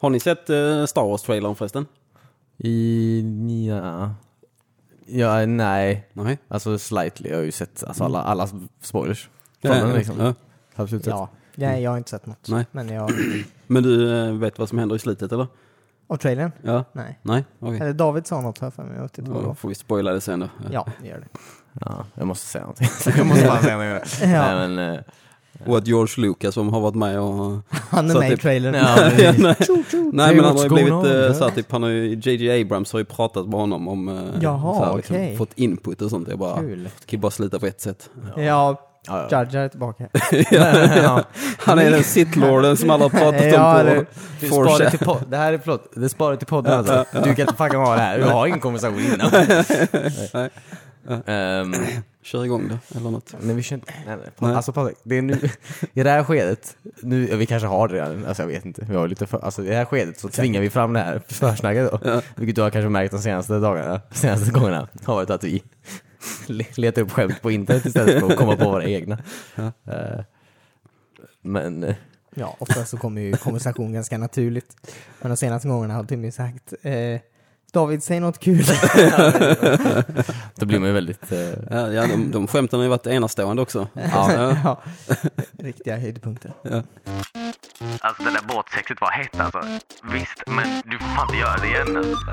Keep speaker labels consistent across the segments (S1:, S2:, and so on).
S1: Har ni sett eh, Star Wars-trailern förresten?
S2: I, ja. ja, nej.
S1: Nej.
S2: Alltså slightly, jag har ju sett alltså, alla, alla spoilers. Från
S1: Eh,
S2: den, liksom.
S1: Ja.
S2: Absolut sett.
S3: Ja. Nej, jag har inte sett något.
S1: Nej.
S3: Men jag...
S1: Men du eh, vet vad som händer i slutet eller?
S3: Och trailern?
S1: Ja.
S3: Nej.
S1: Nej, okej.
S3: Eller David sa något här för mig. Jag tittade på
S1: Då
S3: då.
S1: får vi spoila det sen då.
S3: Ja, det gör det.
S2: Ja, jag måste säga någonting. jag måste bara säga någonting.
S3: Ja,
S2: Nej, men, eh,
S1: Och att George Lucas som har varit med och...
S3: han är
S1: Så
S3: med i
S1: typ-
S3: trailern.
S2: ja,
S1: Ja,
S2: men-
S1: nej. Nej men han har
S2: what's
S1: ju
S2: going
S1: blivit
S2: on,
S1: eh,
S2: yeah.
S1: så här, typ, han har ju, JJ Abrams har ju pratat med honom om, eh,
S3: Jaha,
S1: så här,
S3: okej.
S1: fått input och sånt. Jag bara,
S3: Kul.
S1: kan ju bara sluta på ett sätt.
S2: ja,
S3: Ja,
S2: ja.
S3: Jar Jar är tillbaka.
S2: Ja.
S1: Han är den sitlorden som alla har pratat
S3: Ja,
S1: om
S3: det-
S1: på
S2: Du
S1: Force.
S2: sparar till pod- det här är förlåt, det sparar till podden alltså. Du kan inte fucking ha det här, du har ingen konversation innan.
S1: Nej.
S2: Ehm,
S1: Kör igång då, eller något.
S2: nej, vi kör inte, nej, nej,
S1: Nej.
S2: Alltså Patrik, det är nu, i det här skedet, nu, ja, vi kanske har det redan, alltså jag vet inte, vi har lite för, alltså i det här skedet så tvingar vi fram det här försnacket då. Vilket du har kanske märkt de senaste dagarna, senaste gångerna, har varit att vi le- letar upp skämt på internet istället för att komma på våra egna. Ehm, men, eh,
S3: Ja, ofta så kommer ju konversation ganska naturligt. Men de senaste gångerna har Timmy sagt eh, David, säg något kul.
S2: då blir man ju väldigt, eh,
S1: Ja, ja, de, de skämten har ju varit enastående också.
S3: ja. Riktiga höjdpunkter.
S4: Alltså det där båtsexet var hett alltså. Visst, men du får fan inte göra det igen alltså.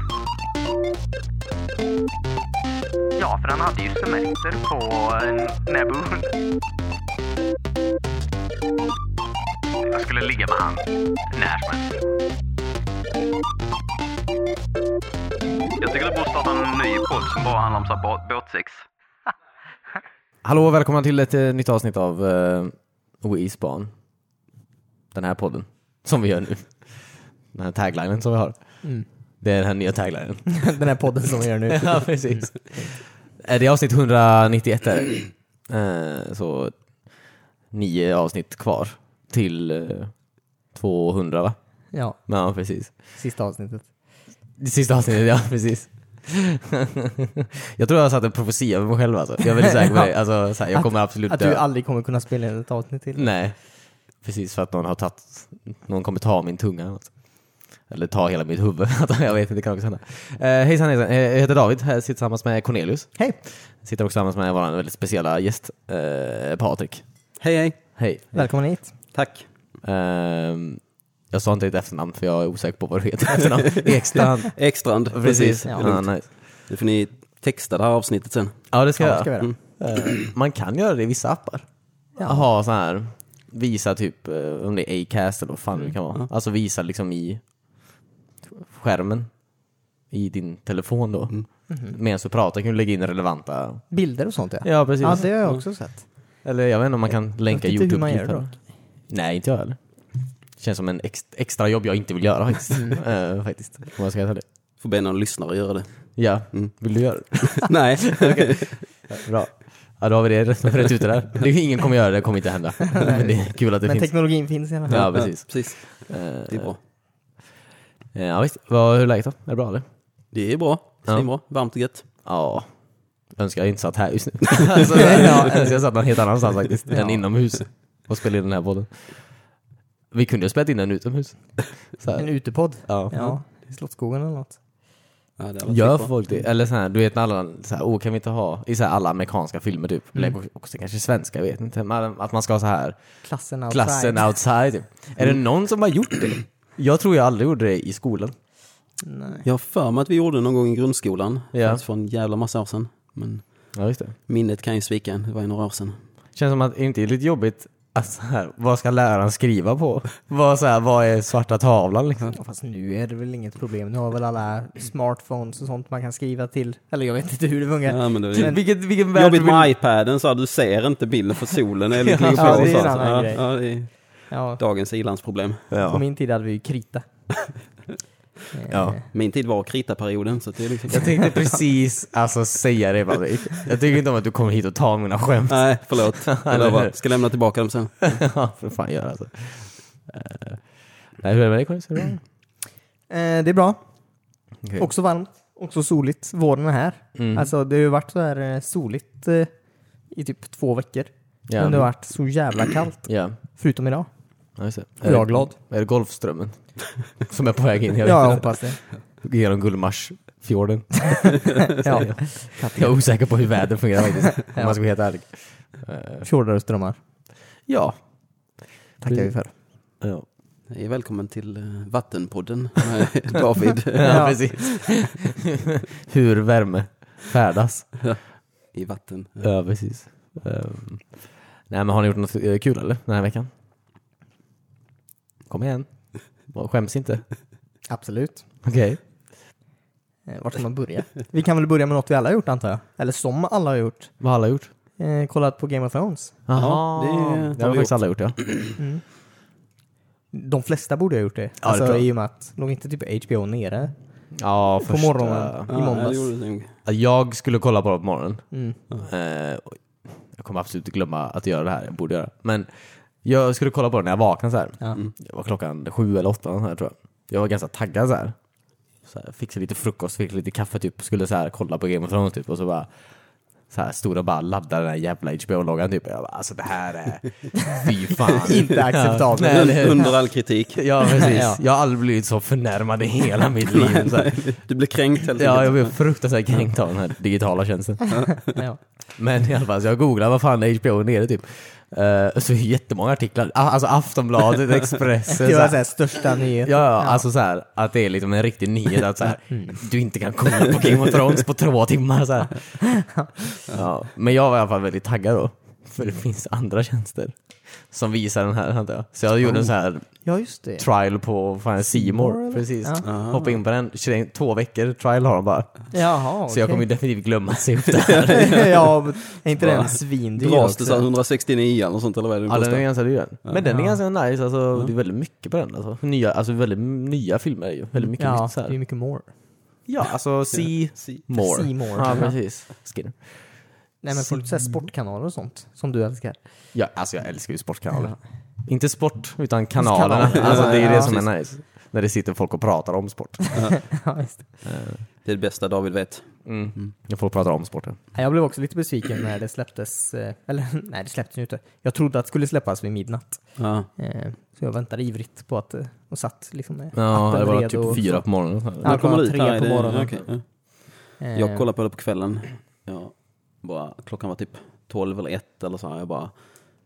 S4: Ja, för han hade ju semester på eh, Näbbö. Jag skulle ligga med han när som helst. Jag tycker det borde starta en ny podd som bara handlar om så här bå- båtsex.
S2: Hallå och välkomna till ett eh, nytt avsnitt av uh, WeSpan. Den här podden som vi gör nu. Den här taglinen som vi har.
S3: Mm.
S2: Det är den här nya taglinen.
S3: Den här podden som vi gör nu.
S2: ja, precis. Eh, Det är avsnitt 191 här. Eh, Så nio avsnitt kvar till eh, 200 va?
S3: Ja,
S2: Ja, precis.
S3: sista avsnittet.
S2: Det sista avsnittet, ja precis. jag tror jag satt och provocerade mig själv alltså. Jag är väldigt säker på det. Alltså, så här, jag kommer absolut
S3: Att
S2: dö.
S3: du aldrig kommer kunna spela in ett avsnitt till.
S2: Nej, precis för att någon har tagit, någon kommer ta min tunga eller något. Eller ta hela mitt huvud. Alltså, jag vet inte, det kan också hända. Eh, hejsan hejsan, Eh, jag heter David, här sitter tillsammans med Cornelius.
S3: Hej,
S2: Sitter också tillsammans med vår väldigt speciella gäst, eh, Patrik.
S1: Hej hej,
S2: Hej.
S3: välkommen hit.
S1: tack.
S2: Ehm, jag sa inte ditt efternamn för jag är osäker på vad du heter i efternamn. Ekstrand.
S1: Extrand,
S2: Precis.
S1: precis.
S2: Ja.
S1: Det är lugnt.
S2: nice.
S1: Nu får ni texta det här avsnittet sen.
S2: ja, det ska
S3: Ja,
S2: jag
S3: det ska vi
S2: göra.
S3: göra.
S2: Eh, man kan göra det i vissa appar.
S3: Ja.
S2: Ha så här, visa typ, eh, om det är Acast eller vad fan det kan vara. Alltså visa liksom i skärmen i din telefon då. Medan du pratar kan du lägga in relevanta...
S3: Mhm. Bilder och sånt ja.
S2: Ja, precis.
S3: Ja, det har jag också sett.
S2: Eller jag vet inte om man kan länka
S3: vet inte hur
S2: youtube
S3: man gör
S2: klipp här. Nej, inte jag heller. Känns som en ex- extra jobb jag inte vill göra faktiskt. Eh, faktiskt. Om jag ska säga det.
S1: Får be någon lyssnare göra det.
S2: Ja, vill du göra det?
S1: Nej,
S2: Bra. Ja, då har vi det rätt, rätt ute där. Det är ingen kommer göra det, det kommer inte hända. Men det är kul att det
S3: Men
S2: finns.
S3: teknologin finns i alla fall.
S2: Ja, precis.
S1: precis. Det är bra.
S2: Eh, Ja, visst. Vad, hur är läget då? Är det bra eller?
S1: Det är bra. Svinbra. Varmt och gött.
S2: Ja. Önskar jag inte satt här just nu. alltså, ja, önskar jag satt någon helt annanstans faktiskt. Än inomhus. Och spelade in den här podden. Vi kunde ju ha spelat in den utomhus. Så
S3: En
S2: här.
S3: utepodd.
S2: Ja.
S3: Ja, i Slottsskogen eller något.
S1: Ja, det har varit
S2: Gör
S1: skitbra.
S2: folk det? Eller så här, du vet när alla, så här, oh, kan vi inte ha, i så här, alla amerikanska filmer typ, eller också kanske svenska, jag vet inte, men att man ska ha så här,
S3: Klassen outside.
S2: klassen outside. typ. Är det någon som har gjort det? Jag tror jag aldrig gjorde det i skolan.
S3: Nej.
S1: Jag har för mig att vi gjorde det någon gång i grundskolan.
S2: Ja.
S1: Fast för en jävla massa år sedan. Men
S2: Ja, just det.
S1: minnet kan ju svika en. Det var ju några år sedan.
S2: Känns som att det inte är lite jobbigt att så här, vad ska läraren skriva på? Vad, så här, vad är svarta tavlan liksom?
S3: Ja, fast nu är det väl inget problem. Nu har väl alla smartphones och sånt man kan skriva till. Eller jag vet inte hur det funkar.
S1: Ja, men det
S2: Typ,
S1: är
S2: vilken, vilken värld
S1: Jobbigt
S2: vill-
S1: med iPaden, så här, du ser inte bilden för solen är lite
S2: Ja,
S1: ligger på.
S2: det är
S1: och så
S3: en
S1: här, så
S3: annan
S1: här.
S3: grej.
S1: Ja, det är
S3: Ja,
S1: dagens ilandsproblem.
S3: På
S2: ja.
S3: min tid hade vi ju krita.
S2: ja.
S1: Min tid var kritaperioden, så det är liksom...
S2: Eh, Jag tänkte precis alltså, säga det Patrik. Jag tycker inte om att du kommer hit och tar mina skämt.
S1: Nej, förlåt. Jag
S2: Eller
S1: lovar.
S2: hur?
S1: Ska lämna tillbaka dem sen.
S2: Ja, för fan gör alltså. Eh, Nej, hur är det med dig Cornelis? Är det bra?
S3: Eh, det är bra.
S2: Okej.
S3: Också varmt. Också soligt. Våren är här.
S2: Mm.
S3: Alltså det har ju varit så här eh, soligt eh, i typ två veckor.
S2: Ja.
S3: Men det har varit så jävla kallt.
S2: Ja.
S3: Förutom idag.
S2: Ja, just det.
S3: Och jag är glad.
S2: Är det Golfströmmen? Som är på väg in?
S3: Ja,
S2: Jag vet
S3: jag
S2: inte.
S3: hoppas det.
S2: Genom Gullmarsfjorden.
S3: Ja.
S2: Jag är osäker på hur vädret fungerar faktiskt, om man ska vara helt ärlig. Eh,
S3: Fjordar och strömmar
S2: Ja.
S3: tackar vi för.
S2: Ja,
S1: Hej, välkommen till eh, Vattenpodden med David
S2: ja precis. hur värme färdas.
S1: i vatten.
S2: Ja, precis. Ehm, nej, men har ni gjort något eh, kul eller? Den här veckan? Kom igen. Skäms inte.
S3: Absolut.
S2: Okej.
S3: Eh, Vart ska man börja? Vi kan väl börja med något vi alla har gjort antar jag. Eller som alla har gjort.
S2: Vad har alla gjort?
S3: Eh, kollat på Game of Thrones. Mm.
S1: Ja,
S2: Jaha,
S1: det har
S2: det,
S1: vi
S2: har
S1: gjort.
S2: faktiskt alla gjort ja.
S3: De flesta borde ha gjort det.
S2: det
S3: alltså
S2: tror jag.
S3: i och med att, låg inte typ HBO nere?
S2: Ja,
S3: På morgonen. I
S1: Ja,
S3: måndags.
S1: det gjorde du nog.
S2: Jag skulle kolla på det på morgonen.
S3: Mm.
S2: Eh, och jag kommer absolut inte glömma att göra det här, jag borde göra. Men jag skulle kolla på det när jag vaknade så här.
S3: Ja.
S2: Det var klockan sju eller åtta här, tror jag. Jag var ganska taggad så här. Så här fixade lite frukost, fick lite kaffe typ, skulle så här kolla på Game of Thrones typ och så bara så här stora bara laddade den här jävla HBO-loggan typ. Jag bara, alltså det här är... Fy fan.
S3: Inte acceptabelt.
S2: Ja, nej, eller
S1: Un-
S2: hur?
S1: Under all kritik.
S2: Ja precis.
S3: Ja.
S2: Jag har aldrig blivit så förnärmad i hela mitt liv. Så här.
S1: Du blir kränkt helt
S2: Ja, jag
S1: enkelt.
S2: blev fruktansvärt kränkt av den här digitala tjänsten.
S3: Ja.
S2: Men i alla fall, så jag googlade vad fan är HBO nere typ. Uh, så är det jättemånga artiklar, A- alltså Aftonbladet, Expressen.
S3: Det
S2: så
S3: var
S2: här.
S3: såhär största nyhet.
S2: Ja, ja, alltså så här, att det är liksom en riktig nyhet att så här,
S3: Mm.
S2: du inte kan kolla på Game of Thrones på två timmar. Så här. Ja, men jag var i alla fall väldigt taggad då, för det finns andra tjänster som visar den här. antar jag. Så jag gjorde en så här
S3: Ja, just det.
S2: trial på fan,
S3: More, eller?
S2: Seymour precis.
S3: Ja.
S2: Hoppade in på den, 21 två veckor trial har de bara.
S3: Jaha,
S2: Så jag kommer ju
S3: okej.
S2: definitivt glömma att se upp det här.
S3: ja, men är inte den
S1: Bara
S3: svindyr
S1: Dras det så här
S3: också?
S1: 169 eller sånt eller vad är det den
S2: Ja den är
S1: kostar?
S2: ganska dyr den. Men den är
S3: Ja.
S2: ganska nice, alltså, det är väldigt mycket på den alltså. Nya, alltså väldigt nya filmer är ju, väldigt mycket
S3: Ja,
S2: nytt så
S3: det är
S2: här.
S3: mycket more.
S2: Ja, alltså see
S1: Si-
S2: more.
S3: See more.
S2: Ja
S3: Ja.
S2: precis. Skinner.
S3: Nej men får du såhär sportkanaler och sånt som du älskar?
S2: Ja, alltså jag älskar ju sportkanaler. Inte sport, utan kanalerna.
S3: Kanaler.
S2: Alltså det är ju
S3: Ja,
S2: det som
S1: precis.
S2: är nice. När det sitter folk och pratar om sport.
S3: Ja, just det.
S1: Det är det bästa David vet.
S2: Eh, Mm. Folk pratar om sporten.
S3: Nej, Jag blev också lite besviken när det släpptes, eh, eller nej det släpptes ju inte. Jag trodde att det skulle släppas vid midnatt.
S1: Ja.
S3: Eh, Så jag väntade ivrigt på att, eh, och satt liksom med
S2: Ja,
S3: appen
S2: det var
S3: redo.
S2: typ fyra på morgonen.
S3: Ja,
S1: När kommer
S3: klockan
S1: det ut?
S3: tre
S1: Nej,
S3: på
S1: det-
S3: morgonen.
S1: okej, ja.
S3: Eh,
S1: Jag kollade på det på kvällen. Ja, bara, klockan var typ 12 eller 1 eller så här. Jag bara,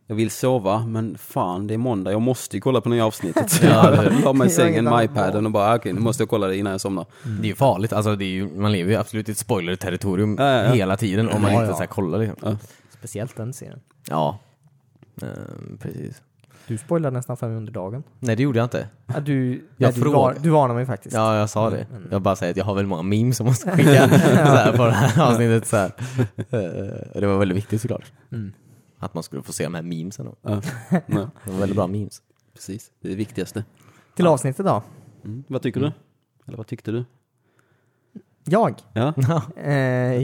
S1: jag vill sova men fan det är måndag, jag måste ju kolla på nya avsnittet. Så jag la mig i sängen med iPaden och bara "Ah, okej nu måste jag kolla det innan jag somnar.
S2: Det är ju farligt, alltså det är ju, man lever ju absolut i ett spoiler-territorium
S1: Ja, ja, ja.
S2: hela tiden om man
S3: Ja,
S2: inte
S3: ja.
S2: så här kollar liksom.
S1: Ja.
S3: Eh, Speciellt den serien.
S2: Ja, Ehm, precis.
S3: Du spoilade nästan för mig under dagen.
S2: Nej, det gjorde jag inte.
S3: Ja, du,
S2: Jag
S3: nej, du,
S2: frågar.
S3: var, du varnade mig faktiskt.
S2: Ja, jag sa det. Jag bara säger att jag har väldigt många memes som måste skicka så här, på det här avsnittet. Så här. Eh, och det var väldigt viktigt såklart.
S3: Mm.
S2: Att man skulle få se de här memesen. då.
S1: Ja. Nej,
S2: Det var väldigt bra memes.
S1: precis, det är det viktigaste.
S3: Till avsnittet då.
S1: Mm. Vad tycker du? Eller vad tyckte du? Mm.
S3: Jag.
S1: Ja,
S3: Eh,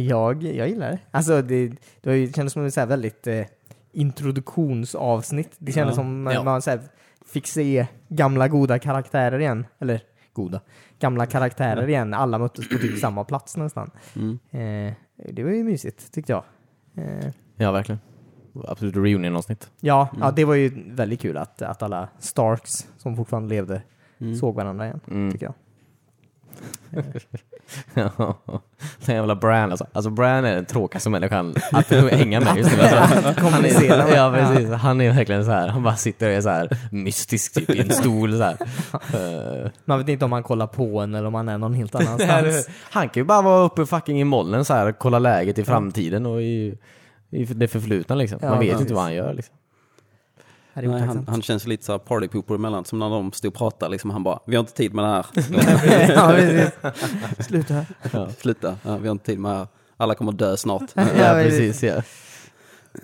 S3: jag, jag gillar det. Alltså det, det var ju- det kändes som ett så här väldigt eh, introduktionsavsnitt. Det kändes
S1: Ja.
S3: som man,
S2: Ja.
S3: man så här fick se gamla goda karaktärer igen. Eller goda. Gamla karaktärer igen. Alla möttes på typ samma plats nästan.
S1: Mm.
S3: Eh, det var ju mysigt tyckte jag. Eh,
S2: Ja, verkligen. Absolut reunion-avsnitt.
S3: ja,
S2: Mm.
S3: ja, det var ju väldigt kul att, att alla Starks som fortfarande levde
S2: Mm.
S3: såg varandra igen. Tycker jag.
S2: Ja. Den jävla Bran alltså. Alltså Bran är den tråkigaste människan att hänga med just nu. Alltså, han
S3: kommunicera
S2: är,
S3: med.
S2: ja, precis. Han är verkligen så här. Han bara sitter och är så här mystisk typ i en stol så här. Eh,
S3: Man vet inte om man kollar på en eller om man är någon helt
S2: Det här
S3: annanstans.
S2: är- han kan ju bara vara uppe fucking i molnen så här och kolla läget i framtiden och i, i det förflutna liksom.
S3: Ja,
S2: Man vet
S3: precis.
S2: inte vad han gör liksom.
S3: Det här är
S1: Nej, han,
S3: otacksamt.
S1: han känns lite såhär party pooper emellan, som när de stod och pratade liksom, han bara, vi har inte tid med det här,
S3: ja, precis. Sluta här.
S1: sluta, ja, vi har inte tid med det här, alla kommer dö snart.
S3: Ja,
S2: Ja,
S3: men-
S2: precis. Ja.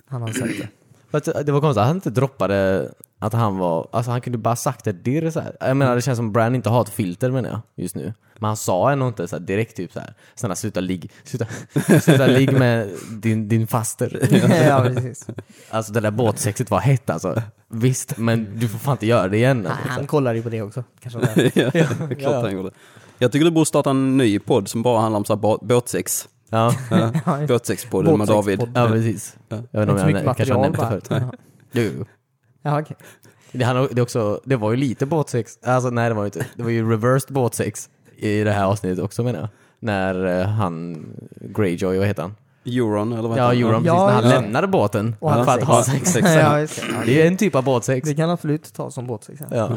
S3: Han har sett det.
S2: Fast det var konstigt att han inte droppade att han var, alltså han kunde bara sagt det dirr så här. Jag menar det känns som Bran inte har ett filter menar jag just nu. Men han sa ändå inte så här, direkt typ så här. snälla sluta ligg, sluta, sluta ligg med din, din faster.
S3: ja, precis.
S2: Alltså det där båtsexet var hett alltså. Visst, men du får fan inte göra det igen.
S3: Han,
S2: Alltså.
S3: han kollar ju på det också. Kanske det.
S1: ja, det är klart han gjorde. Jag tycker du borde starta en ny podd som bara handlar om så här ba- båtsex.
S2: Ja.
S3: Ja,
S1: Båtsexpodden med David.
S3: Båtsexpodden.
S2: Ja precis. Jag vet inte
S3: Inte så
S2: om
S3: mycket
S2: jag kanske har
S3: material
S2: nämnt det
S3: bara.
S2: förut.
S3: Ja,
S2: Jo, jo.
S3: ja okej.
S2: Det, han, det, är också, det var ju lite båtsex, alltså nej det var ju inte, det var ju reversed båtsex i det här avsnittet också menar jag. När eh, han, Greyjoy, vad heter han?
S1: Euron eller vad
S2: Ja,
S1: heter
S2: Euron
S1: han?
S2: precis, när han
S3: ja.
S2: lämnade båten
S3: Och han
S2: för att
S3: sex.
S2: ha
S1: sex.
S2: sex.
S1: Exakt.
S3: ja, just det.
S2: Det är en typ av båtsex.
S3: det kan absolut tas som båtsex. här.
S2: Ja.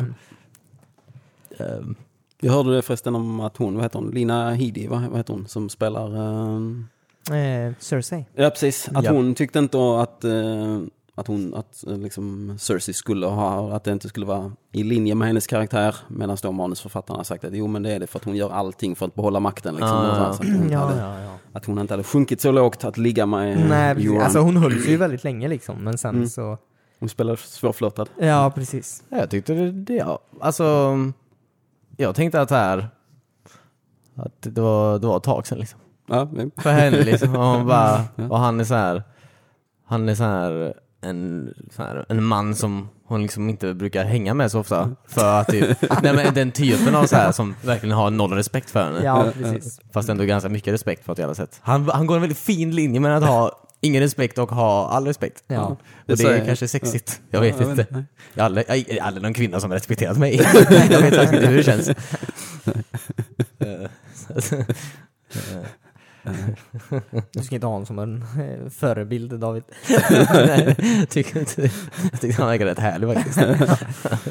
S2: Ehm,
S1: Jag hörde det förresten om att hon, vad heter hon, Lina Headey, vad, vad heter hon, som spelar... ehm,
S3: Eh, Cersei.
S1: Ja, precis. Att
S2: Ja.
S1: hon tyckte inte att, eh, att, hon, att eh, liksom Cersei skulle ha, att det inte skulle vara i linje med hennes karaktär. Medan då manusförfattarna har sagt att jo men det är det för att hon gör allting för att behålla makten. Liksom,
S2: Ah,
S1: Och så här, så
S2: ja.
S1: att, hon hade,
S3: ja, ja.
S1: att hon inte hade sjunkit så lågt att ligga med eh,
S3: Nej, precis.
S1: Euron.
S3: Alltså hon höll sig ju väldigt länge liksom, men sen
S1: Mm.
S3: så...
S1: Hon spelar svårflörtad.
S3: Ja, precis.
S2: Ja, Jag tyckte det, det ja. alltså, jag tänkte att här, att det var, det var ett tag sedan liksom.
S1: Ja, nej.
S2: För henne liksom, och hon bara, och han är så här, han är så här en, så här, en man som hon liksom inte brukar hänga med så ofta. För att typ, nej men den typen av så här som verkligen har noll respekt för henne.
S1: Eh,
S3: Ja, precis.
S2: Fast ändå ganska mycket respekt på ett jävla sätt. Han, han går en väldigt fin linje mellan att ha ingen respekt och ha all respekt.
S3: Ja.
S2: Och
S1: Det
S2: det,
S1: säger-
S2: är kanske sexigt. Jag
S1: Ja,
S2: vet
S1: jag vet
S2: inte.
S1: inte.
S2: jag har aldrig, jag, jag har aldrig någon kvinna som har respekterat mig. jag vet faktiskt inte hur det känns. Eh, så- eh,
S3: Du ska inte ha honom som en eh, förebild, David.
S2: Nej, jag tycker inte det. Jag tyckte han verkar rätt härlig faktiskt.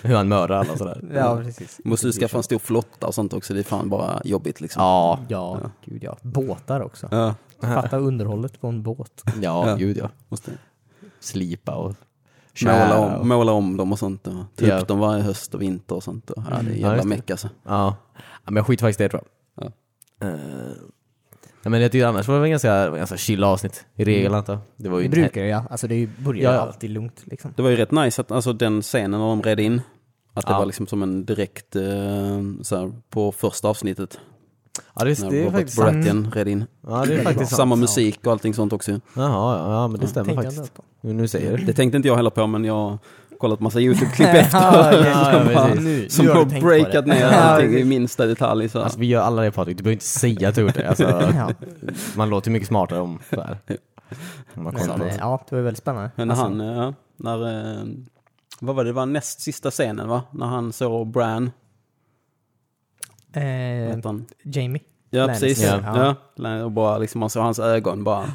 S2: Hur han mördar alla och sådär.
S3: Ja, precis.
S1: Måste du skaffa en stor flotta och sånt också, det är fan bara jobbigt liksom.
S2: Mm. Ja,
S3: Ja, gud ja. Båtar också.
S1: Ja,
S3: Fatta underhållet på en båt.
S2: ja,
S1: Ja.
S2: gud ja.
S1: måste
S2: Slipa och
S1: måla
S2: skära och-
S1: om, måla om dem och sånt. Och ta
S2: Ja. Mm.
S1: upp dem varje höst och vinter och sånt. Och, ja, det är
S2: Ja,
S1: jävla
S2: just det.
S1: meck alltså.
S2: Ja, Ja, men jag skiter faktiskt i det tror jag.
S1: Ja.
S2: Eh, nej, men jag tycker annars var det väl ganska, det var ganska chill avsnitt i regel antar jag. Det var ju
S3: Det
S2: inte-
S3: brukar det ja. Alltså det är ju- börjar
S2: Ja,
S3: ju
S2: ja.
S3: alltid lugnt liksom.
S1: Det var ju rätt nice att alltså, den scenen när de red in, att det
S2: Ja.
S1: var liksom som en direkt, eh, så här, på första avsnittet,
S2: Ja, det,
S1: när
S2: det är
S1: Robert
S2: faktiskt sant.
S1: Baratheon red in.
S2: Ja, det är faktiskt sant.
S1: Samma musik och allting sånt också.
S2: Jaha, ja, ja, men det stämmer
S3: Tänkte jag
S2: faktiskt.
S3: inte på.
S2: Nu, nu säger du det.
S1: Det tänkte inte jag heller på, men jag har kollat massa YouTube-klipp efter.
S3: Ja, ja,
S2: ja,
S1: som bara,
S2: precis.
S3: Nu-
S1: som
S3: nu har
S1: har
S3: du tänkt på det.
S1: breakat ner
S3: Ja,
S1: allting i
S3: precis.
S1: minsta detalj. Så. här.
S2: Alltså vi gör alla det Patrik, du behöver inte säga att du har gjort det. Alltså,
S3: Ja.
S2: Man låter mycket smartare om så här. Om man kollar
S3: Men,
S2: på
S3: eh,
S2: det.
S3: ja, det var ju väldigt spännande.
S1: men när
S3: Alltså,
S1: han, eh, när, eh, vad var det, det var näst sista scenen va? När han såg Bran, vad
S3: eh,
S1: hette han?
S3: Jamie.
S1: Ja,
S3: Lannister.
S1: precis.
S2: Ja.
S1: Ja. Ja. Och bara, liksom, man såg hans ögon bara,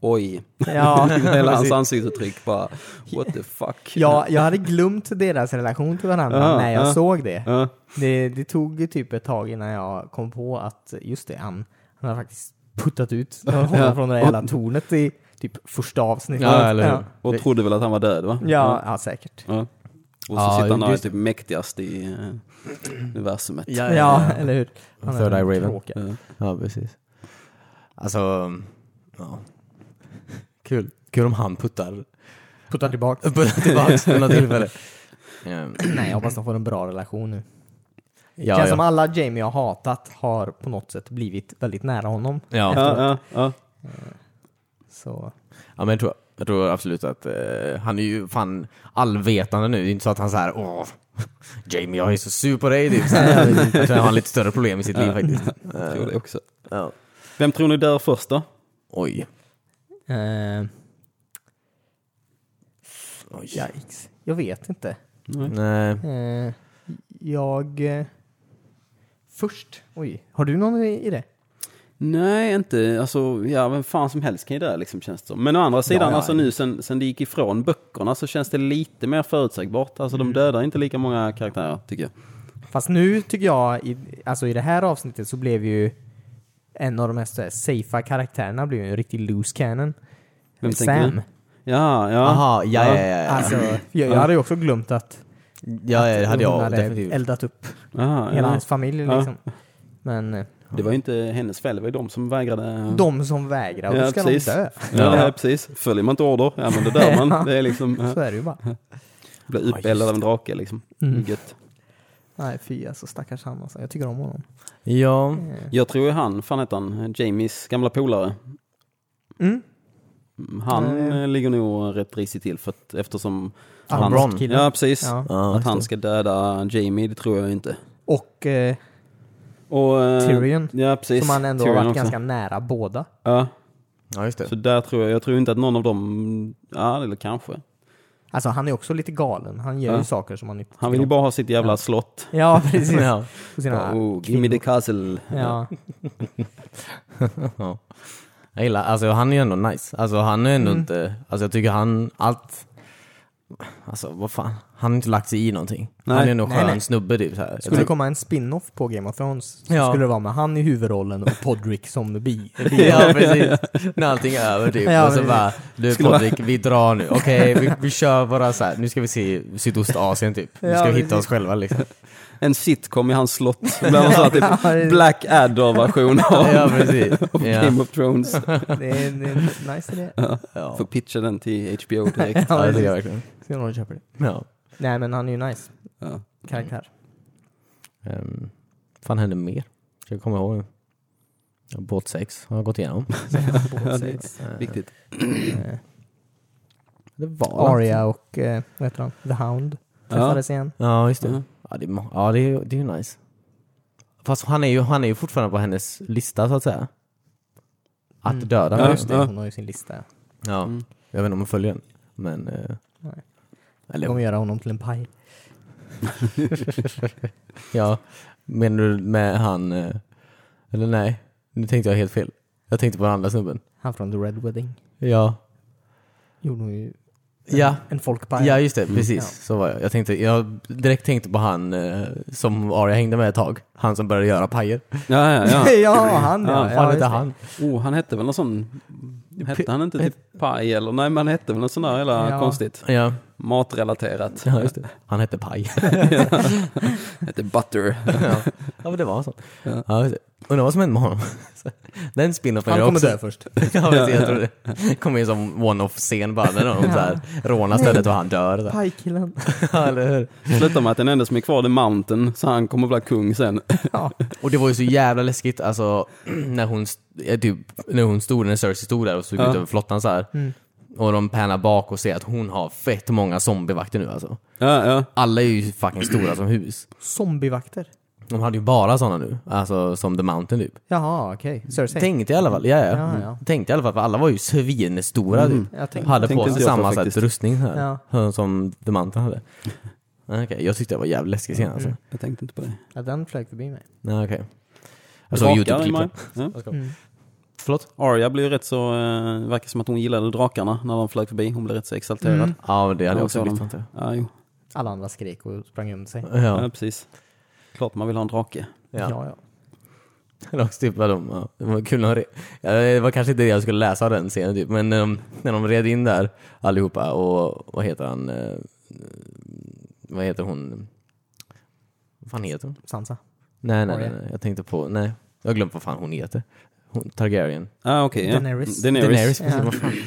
S1: oj.
S3: Ja,
S1: Hela hans
S3: precis.
S1: ansiktsuttryck bara, what the fuck.
S3: Ja, jag hade glömt deras relation till varandra
S1: Ja,
S3: när jag
S1: ja.
S3: såg det.
S1: Ja.
S3: det. Det tog ju typ ett tag innan jag kom på att just det, han, han har faktiskt puttat ut honom
S1: Ja.
S3: från det där jävla tornet i typ första avsnittet.
S2: Ja, eller hur? Mm.
S3: Ja,
S1: Och trodde väl att han var död va?
S3: ja, ja, säkert.
S1: Ja. Och så
S2: Ja,
S1: sitter han där och är
S2: just-
S1: typ mäktigast i eh, universumet.
S2: Ja,
S3: Ja, eller hur? Han är
S2: Third Eye
S3: en
S2: Raven.
S3: tråkig.
S1: Ja.
S2: Ja, precis. Alltså, ja. Kul. Kul om han puttar,
S3: Puttar tillbaka.
S2: puttar tillbaks vid något tillfälle. Ehm,
S3: Nej, jag hoppas de får en bra relation nu.
S2: Ja,
S3: Känns
S2: ja.
S3: som alla Jamie har hatat har på något sätt blivit väldigt nära honom.
S2: Ja.
S1: Ja, ja, ja.
S3: Så,
S2: Ja, men jag, tror, jag tror absolut att eh, han är ju fan allvetande nu. Det är inte så att han så här, åh, Jamie jag är så sur på dig typ. Så här. Jag tror han har lite större problem i sitt liv faktiskt. Ehm,
S1: Jag tror det också.
S2: Ja.
S1: Vem tror ni dör först då?
S2: Oj.
S3: eh,
S2: Oj.
S3: yikes. Jag vet inte.
S2: Nej.
S3: Eh, jag... Eh, först. Oj, har du någon i i det?
S1: Nej, inte, alltså, ja, vem fan som helst kan ju dö liksom känns det som. Men å andra sidan,
S2: Ja, ja.
S1: alltså nu sen, sen det gick ifrån böckerna så känns det lite mer förutsägbart. Alltså de dödar inte lika många karaktärer tycker jag.
S3: Fast nu tycker jag, i, alltså i det här avsnittet så blev ju en av de mest så här safea karaktärerna blev ju en riktig loose cannon.
S1: Vem
S3: Sam.
S1: tänker du? Eh. Ja, ja.
S2: Aha, ja, ja, ja, ja.
S3: Alltså, jag, jag hade ju också glömt att
S2: ja, ja, det hade
S3: hon
S2: jag
S3: hade
S2: definitivt.
S3: eldat upp
S1: Aha,
S3: hela
S1: ja.
S3: hans familj
S1: Ja.
S3: liksom. Men eh,
S1: Det var ju inte hennes fel, det var ju de som vägrade.
S3: de som vägrar,
S1: Ja,
S3: då ska
S1: precis.
S3: de dö.
S1: Ja, ja, precis. Följer man inte order, ja men då dör man. Det är liksom,
S3: Så
S1: ja,
S3: är det ju bara.
S1: blir uppeldad av en drake liksom.
S3: Mm.
S1: Gött.
S3: Nej fy alltså, stackars han alltså. Jag tycker om honom.
S2: Ja.
S1: Jag tror ju han, fan heter han, Jamies gamla polare.
S3: Mm.
S1: Han eh, ligger nog rätt risigt till för att eftersom
S2: Han
S1: han,
S2: Bronn.
S3: killen.
S1: ja, precis.
S3: Ja.
S2: Ja,
S1: att
S2: just
S1: han
S2: det.
S1: ska döda Jamie, det tror jag inte.
S3: Och eh,
S1: Och, eh,
S3: Tyrion,
S1: Ja, precis.
S3: som han ändå
S1: Tyrion
S3: har varit
S1: också.
S3: ganska nära båda.
S1: Ja,
S2: ja, just det.
S1: så där tror jag, jag tror inte att någon av dem, ja eller kanske.
S3: Alltså han är också lite galen. Han gör
S1: Ja.
S3: ju saker som han inte
S1: Han vill ju
S3: tycker om.
S1: bara ha sitt jävla slott.
S3: Ja, precis.
S2: Ja.
S3: På sina...
S1: Oh, give me the castle.
S3: Ja.
S2: Ja. Jag gillar, alltså han är ju ändå nice. Alltså han är
S3: Mm.
S2: ändå inte, alltså jag tycker han, allt, alltså vad fan, han har inte lagt sig i någonting.
S1: Nej.
S2: Han är ändå en
S3: Nej,
S2: skön
S3: nej.
S2: snubbe typ så här. Jag
S3: Skulle det
S2: tycker-
S3: komma en spin-off på Game of Thrones så
S2: Ja.
S3: skulle det vara med han i huvudrollen och Podrick som bi.
S2: Ja precis, när allting är över typ.
S3: Ja,
S2: och så
S3: precis.
S2: bara, du
S1: Skulle vara-
S2: Patrik, vi drar nu. Okej, vi, vi kör bara så här. nu ska vi se Sydostasien typ. Nu
S3: Ja,
S2: ska vi hitta
S3: precis.
S2: oss själva liksom.
S1: En sitcom i hans slott. Bland annat så här,
S3: Ja, det
S1: typ
S3: är-
S1: Black Adder-version av
S2: Ja precis.
S1: av
S2: Ja.
S1: Game of Thrones.
S3: Det är en en nice idé.
S2: Ja.
S1: Får pitcha den till HBO direkt.
S2: Ja, det
S3: precis.
S2: tycker jag verkligen.
S3: Ska någon köpa det?
S2: Ja.
S3: Nej men han är ju nice
S1: Ja.
S3: karaktär.
S2: Um, fan hände mer? Ska jag komma ihåg? Båt 6 har jag gått igenom.
S1: Ja, det är viktigt.
S2: Det var
S3: Eh, Arya och, eh, vad heter han, The Hound träffades igen.
S2: Ja, just det.
S1: Ja.
S2: Ja, det är, ma- ja, det är, det är ju nice. Fast han är ju, han är ju fortfarande på hennes lista så att säga. Att
S3: Mm.
S2: döda.
S1: Ja,
S2: Ja,
S1: just
S3: Just det,
S1: Ja.
S3: hon har ju sin lista.
S2: ja.
S1: Mm.
S2: Jag vet inte om hon följer den. Men... eh,
S3: Nej. De
S2: Eller,
S3: kommer göra honom till en paj.
S2: ja. Menar du med han... eh, Eller nej, nu tänkte jag helt fel. Jag tänkte på den andra snubben.
S3: Han från The Red Wedding.
S2: Ja.
S3: Gjorde hon ju
S2: Ja,
S3: en folkpaj.
S2: ja just det. Precis.
S3: Ja.
S2: Så var jag. Jag, tänkte, jag direkt tänkte på han eh, som Arya hängde med ett tag. Han som började göra pajer.
S1: Ja, ja, ja.
S3: ja. ja, han
S1: Ja,
S3: ja.
S2: Fan,
S3: ja,
S2: inte
S3: just det.
S2: han.
S1: Oh, han hette väl någon sån... Hette han inte typ Paj eller? Nej, men han hette väl något sån där hela
S3: Ja.
S1: konstigt.
S2: Ja.
S1: Matrelaterat.
S2: ja, just det. Han hette Paj.
S1: Hette Butter.
S2: ja. ja, men det var så.
S1: Ja.
S2: Ja. just det. Undrar vad som hände med honom. Den spin-offen
S3: Han
S2: är
S3: kommer
S2: också...
S3: dö först.
S2: ja, precis, jag tror det. Kommer in som one-off-scen bara när de så här rånar stället och han dör. Så här.
S3: Pajkillen.
S2: Ja, eller hur?
S1: Slutar med att den enda som är kvar det är Mountain, så han kommer bli kung sen.
S3: Ja.
S2: Och det var ju så jävla läskigt alltså när hon, st- eh, typ, när hon stod, när Cersei stod där och såg
S1: Ja.
S2: ut över flottan så här. Och de pannar bak och ser att hon har fett många zombievakter nu alltså.
S1: Ja, ja.
S2: Alla är ju fucking stora som hus.
S3: Zombievakter.
S2: De hade ju bara sådana nu. Alltså som The Mountain typ.
S3: Jaha, okej. Cersei.
S2: Tänkte i alla fall, ja, ja.
S3: Ja, ja.
S2: Tänkte i alla fall, för alla var ju svinstora mm.
S3: Jag tänkte-
S2: Hade
S1: tänkte
S2: på
S1: inte
S2: sig
S1: jag på
S2: samma sätt
S1: faktiskt.
S2: rustning här,
S3: Ja.
S2: som The Mountain hade. Nej, Okej, jag tyckte det var jävligt läskig scen alltså.
S1: Jag tänkte inte på det.
S3: Ja, den flög förbi mig.
S2: Nej, okej. Jag såg
S1: Drakar i
S2: Youtube-klippet.
S1: mig. Ja.
S3: Mm.
S2: Förlåt?
S1: Arya blir ju rätt så, eh, verkar som att hon gillade drakarna när de flög förbi. Hon blev rätt så exalterad.
S3: Mm.
S2: Ja, men det hade
S1: Ja,
S2: jag också
S1: så
S2: blivit
S1: de-
S2: antar
S1: Ja, jo.
S3: Alla andra skrek och sprang under sig.
S2: jag.
S1: Ja.
S2: Ja.
S1: precis. Klart man vill ha en drake.
S3: Ja,
S2: ja.
S3: ja.
S2: Eller också typ vad de, ja. det var kul när de, re- ja, det var kanske inte det jag skulle läsa av den scenen typ, men när de, när de red in där allihopa och vad heter han, eh, vad heter hon, vad fan heter hon?
S3: Sansa.
S2: Nej, nej, nej,
S3: Arya.
S2: nej. Jag tänkte på, nej. Jag har glömt vad fan hon heter. Hon, Targaryen.
S1: Ah, okej. ja.
S3: Daenerys.
S1: Daenerys.
S2: Daenerys.
S3: Ja.
S2: precis. Vad fan?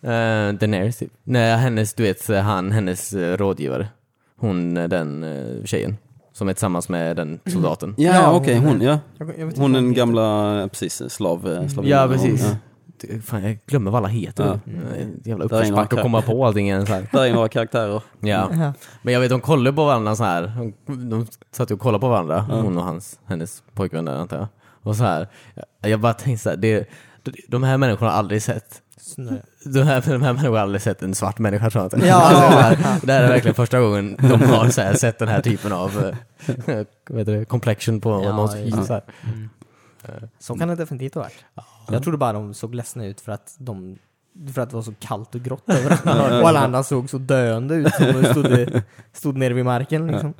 S2: Eh, Daenerys typ. Nej, hennes, du vet, han, hennes eh, rådgivare. Hon, eh, den eh, tjejen. Som är tillsammans med den soldaten.
S1: Ja,
S3: Ja,
S1: ja
S3: hon-
S1: okej. Hon, ja.
S3: Jag, jag vet inte
S1: Hon
S3: vad
S1: är den
S3: heter.
S1: gamla, eh, precis, slav, eh, slavinnan.
S2: Ja, precis.
S1: Ja.
S2: Du, Fan, jag glömmer vad alla heter.
S1: Ja.
S2: Mm. Jävla
S1: Där är några
S2: uppförsbacke
S1: kar-
S2: att komma på allting igen. Så här.
S1: Där är några karaktärer.
S2: Ja.
S3: Ja.
S2: Men jag vet, de kollade på varandra så här. De, de satt ju och kollade på varandra, hon och hans, hennes pojkvän där antar jag. Och så här. Jag, jag bara tänkte så här, det, de här människorna har aldrig sett
S3: Snö.
S2: de här, de här människorna har aldrig sett en svart människa tror jag inte.
S3: Ja.
S2: Alltså, det, här, det här är verkligen första gången de har så här, sett den här typen av eh, vad heter det, complexion på
S3: Ja,
S2: någons hy.
S3: ja.
S2: så här.
S3: Så kan det definitivt ha varit. Jag trodde bara de såg ledsna ut för att, de, för att det var så kallt och grått överallt. och alla andra såg så döende ut som de stod, stod nere vid marken liksom.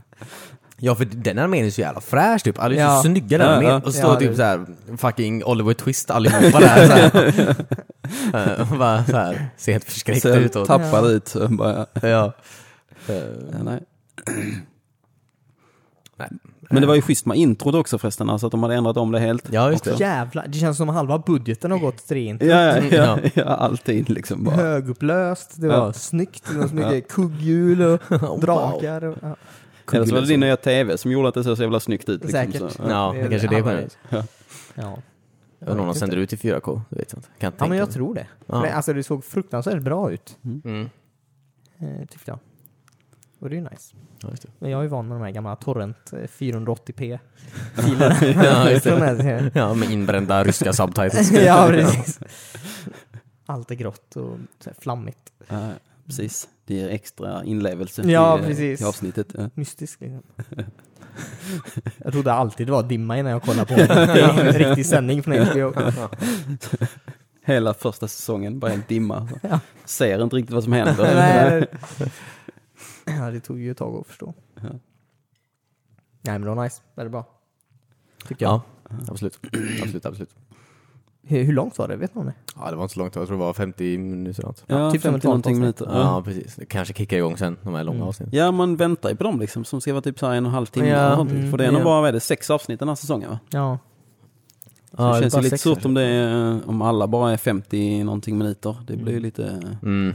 S2: Ja för den armén är så jävla fräsch typ, alla är så
S3: Ja.
S2: snygga den
S1: Ja,
S2: armén.
S1: ja.
S2: Och står
S3: Ja,
S2: typ
S3: det-
S2: så här fucking Oliver Twist allihopa där såhär. Och bara så här, ser helt förskräckta
S1: Ser
S2: ut. Och,
S1: tappad ut. eh, Bara,
S2: ja.
S1: eh, nej.
S2: Nej.
S1: Men det var ju schysst med introt också förresten, alltså att de hade ändrat om det helt.
S2: ja just det.
S3: Jävlar, det känns som halva budgeten har gått till det in.
S1: Ja, ja, ja,
S2: Ja.
S1: ja alltid liksom bara.
S3: Högupplöst, det
S1: Ja.
S3: var snyggt, det var så mycket kugghjul och drakar. Och, ja.
S1: Eller så var det din nya TV som gjorde att det såg så jävla snyggt ut. Liksom,
S3: Säkert.
S1: Så.
S2: Ja, det kanske det är skämt.
S3: Ja.
S2: Jag undrar om de sänder ut i 4K, det vet jag inte. Kan inte
S3: ja, men
S2: tänka
S3: jag
S2: mig.
S3: tror det.
S2: Ja.
S3: Men, alltså det såg fruktansvärt bra ut,
S2: Mm.
S3: eh, tyckte jag. Och det är ju nice.
S2: Ja, just det.
S3: Men jag är ju van med de här gamla torrent eh, 480p.
S2: Ja, just det.
S3: Från den här serien.
S2: Ja, med inbrända ryska subtitles.
S3: ja, precis. Allt är grått och så här flammigt.
S1: Ja. precis. Det ger extra inlevelse
S3: Ja,
S1: i, eh,
S3: precis.
S1: i avsnittet. Ja.
S3: Mystisk liksom. Jag trodde alltid det var dimma innan jag kollade på en riktig sändning från HBO.
S1: Hela första säsongen, bara en dimma. Så.
S3: Ja.
S1: Ser inte riktigt vad som händer.
S3: Nej. Ja, det tog ju ett tag att förstå.
S1: Ja.
S3: Nej men det var nice, väldigt bra. Tycker jag.
S2: Ja, absolut. Absolut, absolut.
S3: Hur, hur långt var det? Vet någon det?
S2: Ja, det var inte så långt. Jag tror det var 50 minuter eller något.
S1: Ja,
S3: Typ
S1: typ
S3: som ett
S1: 50 någonting
S3: avsnitt.
S1: minuter.
S2: Ja,
S1: Ja.
S2: precis. Det kanske kickar igång sen, de här långa avsnitten.
S1: ja, man väntar ju på dem liksom, som ska vara typ så här en och en halv timme.
S2: Ja.
S1: eller någonting. För det är nog
S2: Ja.
S1: bara, vad är det, sex avsnitt den här säsongen va?
S3: Ja.
S1: Så det känns ju lite surt om, det är, eh, om alla bara är 50 någonting minuter. Det blir ju lite...
S2: Mm.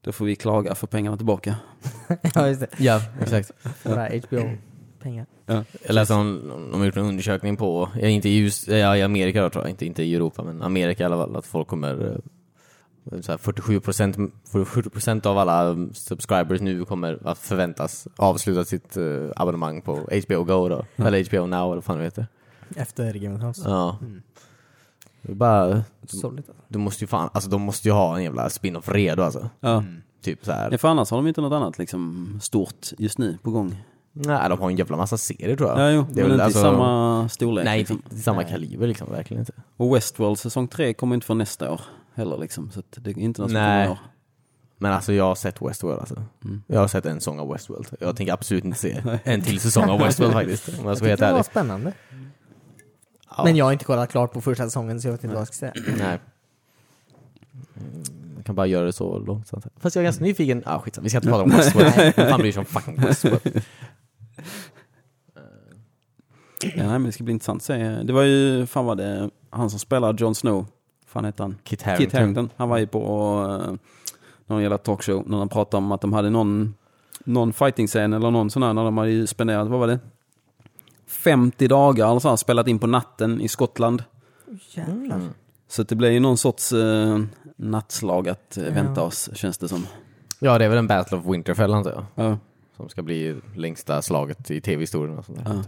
S1: Då får vi klaga för pengarna tillbaka.
S3: ja, just det.
S2: Ja, exakt.
S3: Våra HBO-pengar.
S2: Jag läste om, de har gjort en undersökning på, ja, inte i, US, ja, i Amerika då, tror jag, inte, inte i Europa, men Amerika i alla fall, att folk kommer eh, så här 47%, 47 av alla mm, subscribers nu kommer att förväntas avsluta sitt eh, abonnemang på HBO Go då, eller HBO Now eller vad fan det heter.
S3: Efter Game of Thrones.
S1: Mm.
S2: Ja. Det är bara,
S3: Sorgligt alltså.
S2: du måste ju fan, alltså de måste ju ha en jävla spin-off redo alltså.
S1: Ja.
S2: Typ så här.
S1: Ja, för annars har de inte något annat liksom, stort just nu på gång.
S2: Nej, de har en jävla massa serier tror jag.
S1: Ja, jo,
S2: Det
S1: men
S2: är väl
S1: inte
S2: alltså-
S1: i samma storlek.
S2: Nej,
S1: liksom.
S2: inte i samma kaliber liksom, verkligen inte.
S1: Och Westworld säsong 3 kommer inte för nästa år heller liksom. Så att det är inte något som
S2: Nej.
S1: kommer i år.
S2: Men alltså jag har sett Westworld alltså. Jag har sett en sång av Westworld. Jag tänker absolut inte se en till säsong av Westworld faktiskt. Om jag ska vara helt
S3: Det var
S2: ärlig.
S3: spännande.
S2: Ja.
S3: Men jag har inte kollat klart på första säsongen så jag vet inte vad jag ska säga.
S2: Nej. Mm, Jag kan bara göra det så långsamt. Fast jag är ganska nyfiken. Ah, skitsamma, vi ska inte prata om Westworld. Vem fan bryr sig om fucking Westworld?
S1: Ja, nej, men det ska bli intressant att se. Det var ju, fan var det, han som spelar Jon Snow, fan hette han?
S2: Kit
S1: Kit
S2: Harington.
S1: Harington. Han var ju på eh, någon jävla talkshow när de pratade om att de hade någon, någon fighting-scen eller någon sån här när de hade ju spenderat, vad var det? 50 dagar eller så här, spelat in på natten i Skottland.
S3: Jävlar.
S1: Så att det blir ju någon sorts eh, nattslag att eh, vänta
S3: Ja.
S1: oss, känns det som.
S2: Ja, det är väl en Battle of Winterfell antar jag.
S1: Ja.
S2: Som ska bli längsta slaget i tv-historien och sånt där.
S1: Ja.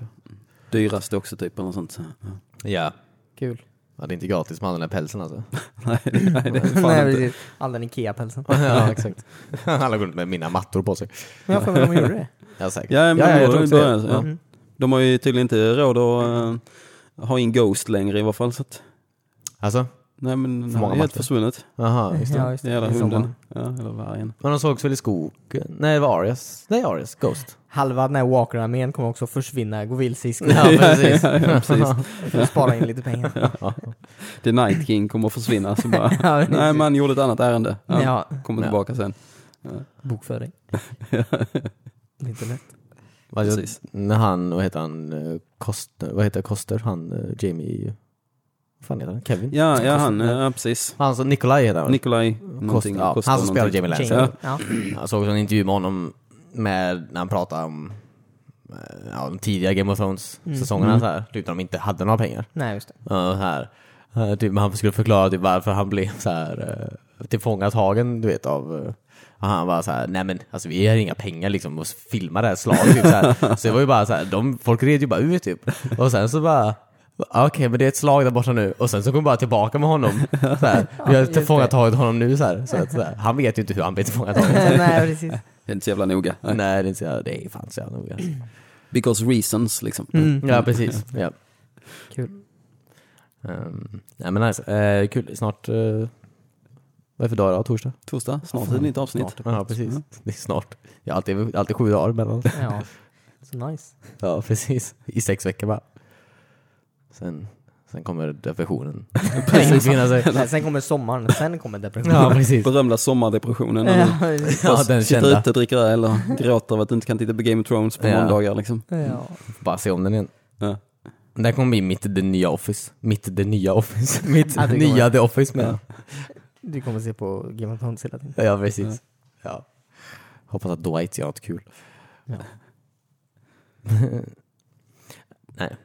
S1: Dyraste också typ, eller något sånt. Ja.
S2: Ja.
S3: Kul.
S2: ja. Det är inte gratis med all den där pälsen alltså.
S1: Nej, det- nej, det är
S2: Mm.
S1: fan
S3: Nej,
S1: inte.
S3: precis. All den Ikea-pälsen.
S2: ja, exakt. Alla går runt med mina mattor på sig.
S3: Men jag får väl om de gjorde det. Mm.
S2: Ja, säkert.
S1: Ja, men
S2: jag
S1: då,
S2: tror också
S1: då,
S2: det. Mm.
S1: är det så, ja. De har ju tydligen inte råd att eh, ha in Ghost längre i varje fall. Så att,
S2: Alltså?
S1: nej men
S2: För
S1: han
S2: många
S1: är helt
S2: matcher.
S1: försvunnet.
S2: Jaha, just det.
S3: Ja, just
S1: Den
S3: det.
S1: jävla
S3: I sommar.
S1: hunden. Ja, eller vargen.
S2: Men de sågs väl i skogen? Nej, det var Arias. Nej, Arias. Ghost.
S3: Halva den här Walker-armén kommer också försvinna, gå vilse i
S2: Ja,
S3: skogen
S2: precis.
S3: för att spara in lite pengar.
S1: The Night King kommer att försvinna. Så bara,
S3: Ja, precis.
S1: nej man gjorde ett annat ärende. Ja,
S3: Ja,
S1: Kommer
S2: Ja.
S1: tillbaka sen.
S3: bokföring. Inte lätt.
S2: Vad heter-
S1: Precis.
S2: När han, vad heter han, eh, Koster, vad heter Koster, han eh, Jamie, vad fan heter han, Kevin?
S1: Ja, ja
S2: Koster.
S1: han, ja, precis.
S2: Han som, Nikolaj heter han. väl?
S1: Nikolaj någonting.
S2: ja,
S1: Koster
S2: han som spelar
S1: någonting.
S2: Jamie Lancer.
S3: Ja. Ja.
S2: Jag såg också en intervju med honom med, när han pratade om eh, ja, de tidiga Game of Thrones-säsongerna
S1: Mm.
S2: så här, typ när de inte hade några pengar.
S3: Nej, just det.
S2: Ja, och här. Eh, Typ, han skulle förklara typ, varför han blev så här eh, tillfångatagen, du vet, av... eh, och han var så här, nej men alltså vi har inga pengar liksom att filma det här slaget. Typ, så, här. så det var ju bara så här, de, folk red ju bara ut typ. Och sen så bara, "Ah, okej men det är ett slag där borta nu. Och sen så kom bara tillbaka med honom. Så här, vi har
S3: just det.
S2: tillfångatagit honom nu så här. Så att, så här. Han vet ju inte hur han blev tillfångatagen.
S3: Nej, precis.
S1: Det är inte så jävla noga. Nej.
S2: nej, det är, inte så, jävla- det är fan så jävla noga.
S1: Because reasons liksom.
S3: Mm.
S2: Ja, precis. Mm. Ja.
S3: Kul.
S2: Um, nej men nice, Eh, kul. Snart, eh, vad är för dag idag? Torsdag?
S1: Torsdag, snart är det nytt avsnitt.
S2: Ja, precis. Det är snart. Jag har alltid, alltid sju dagar mellan.
S3: Ja. Så nice.
S2: Ja, precis. I sex veckor bara. Sen, sen kommer depressionen. precis. Finna sig.
S3: Nej, Alltså, sen kommer sommaren, sen kommer depressionen.
S2: Ja, precis.
S1: Berömda sommardepressionen. när
S3: Ja,
S1: man
S3: precis.
S2: Ja, den
S1: sitter
S2: kända.
S1: ute, dricker öl och gråter av att du inte kan titta på Game of Thrones på
S2: Ja.
S1: måndagar liksom.
S3: ja.
S2: Bara se om den igen.
S1: Ja.
S2: Den kommer bli mitt i det nya Office. Mitt i det nya Office. Mitt
S3: Ja, det kommer.
S2: nya The Office med.
S3: Du kommer se på Game of Thrones hela tiden.
S2: Ja, precis. Ja. Hoppas att Dwight gör något kul.
S3: Ja.
S2: Nej.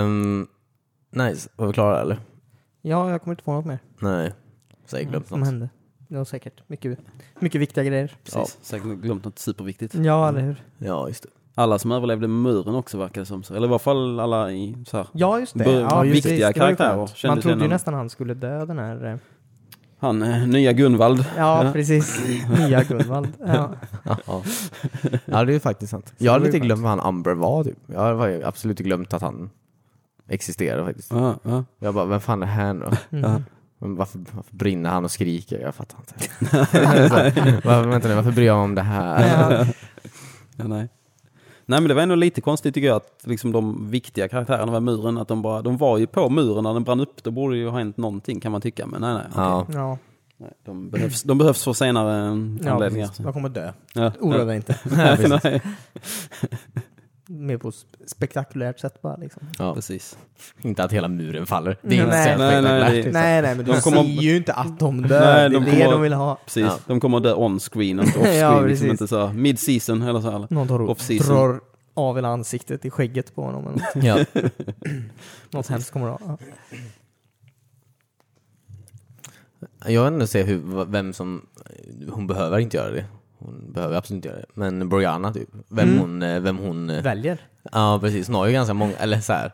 S2: Um, nice. Var vi klara eller?
S3: ja, jag kommer inte på något mer
S2: Nej. Säkert glömt
S3: som
S2: något.
S3: hände. Det var säkert mycket, mycket viktiga grejer.
S1: Precis. Säkert glömt något superviktigt.
S3: Ja, eller hur?
S2: Ja, just det.
S1: Alla som överlevde muren också verkar det som. så. Eller i varje fall alla i så här.
S3: Ja, just det.
S1: Bör- viktiga
S3: Ja, precis. Det var ju
S1: karaktärer,
S3: skönt.
S1: kändes
S3: Man trodde ju
S1: innan.
S3: nästan han skulle dö, den här eh,
S1: Han, eh, nya Gunvald.
S3: Ja, precis. Nya Gunvald. Ja.
S2: Ja. ja, det är ju faktiskt sant. Jag hade lite glömt vad han Amber var typ. Jag hade absolut glömt att han existerade faktiskt.
S1: Ja, ja.
S2: Jag bara, vem fan är här nu?
S3: Mm.
S2: Men varför, varför brinner han och skriker? Jag fattar inte. varför, vänta nu, varför bryr jag mig om det här?
S3: Ja.
S1: Ja, nej. nej, men det var ändå lite konstigt tycker jag att liksom de viktiga karaktärerna var muren, att de bara, de var ju på muren när den brann upp, då borde ju ha hänt någonting kan man tycka, men nej nej.
S2: Ja.
S3: Ja.
S1: nej de, behövs, de behövs för senare eh,
S3: Ja,
S1: anledningar.
S3: precis. Jag kommer dö.
S1: Ja,
S3: Oroa
S1: ja.
S3: dig inte.
S1: Nej, nej,
S3: Mer på sp- spektakulärt sätt bara liksom.
S2: Ja.
S1: precis.
S2: Inte att hela muren faller. Det är
S3: Nej.
S2: inte så jävla
S1: Nej, nej,
S2: spektakulärt.
S1: det-
S3: Nej, nej, men du
S1: liksom. De kommer-
S3: ser ju inte att de dör.
S1: Nej,
S3: det är
S1: de
S3: det
S1: kommer-
S3: de vill ha.
S1: precis.
S2: Ja.
S1: De kommer dö on screen och inte off screen.
S3: Ja,
S1: liksom
S3: precis.
S1: inte så här mid season eller så här.
S3: Någon tar och
S1: Off-season.
S3: drar av hela ansiktet i skägget på honom. Eller något.
S2: Ja.
S3: något hemskt kommer det ha.
S2: Jag vill ändå se hur, vem som... Hon behöver inte göra det. Hon behöver absolut inte göra det. Men Brianna typ. Vem hon... eh, Vem hon eh,
S3: Väljer.
S2: ja precis, hon har ju ganska många... Eller så här.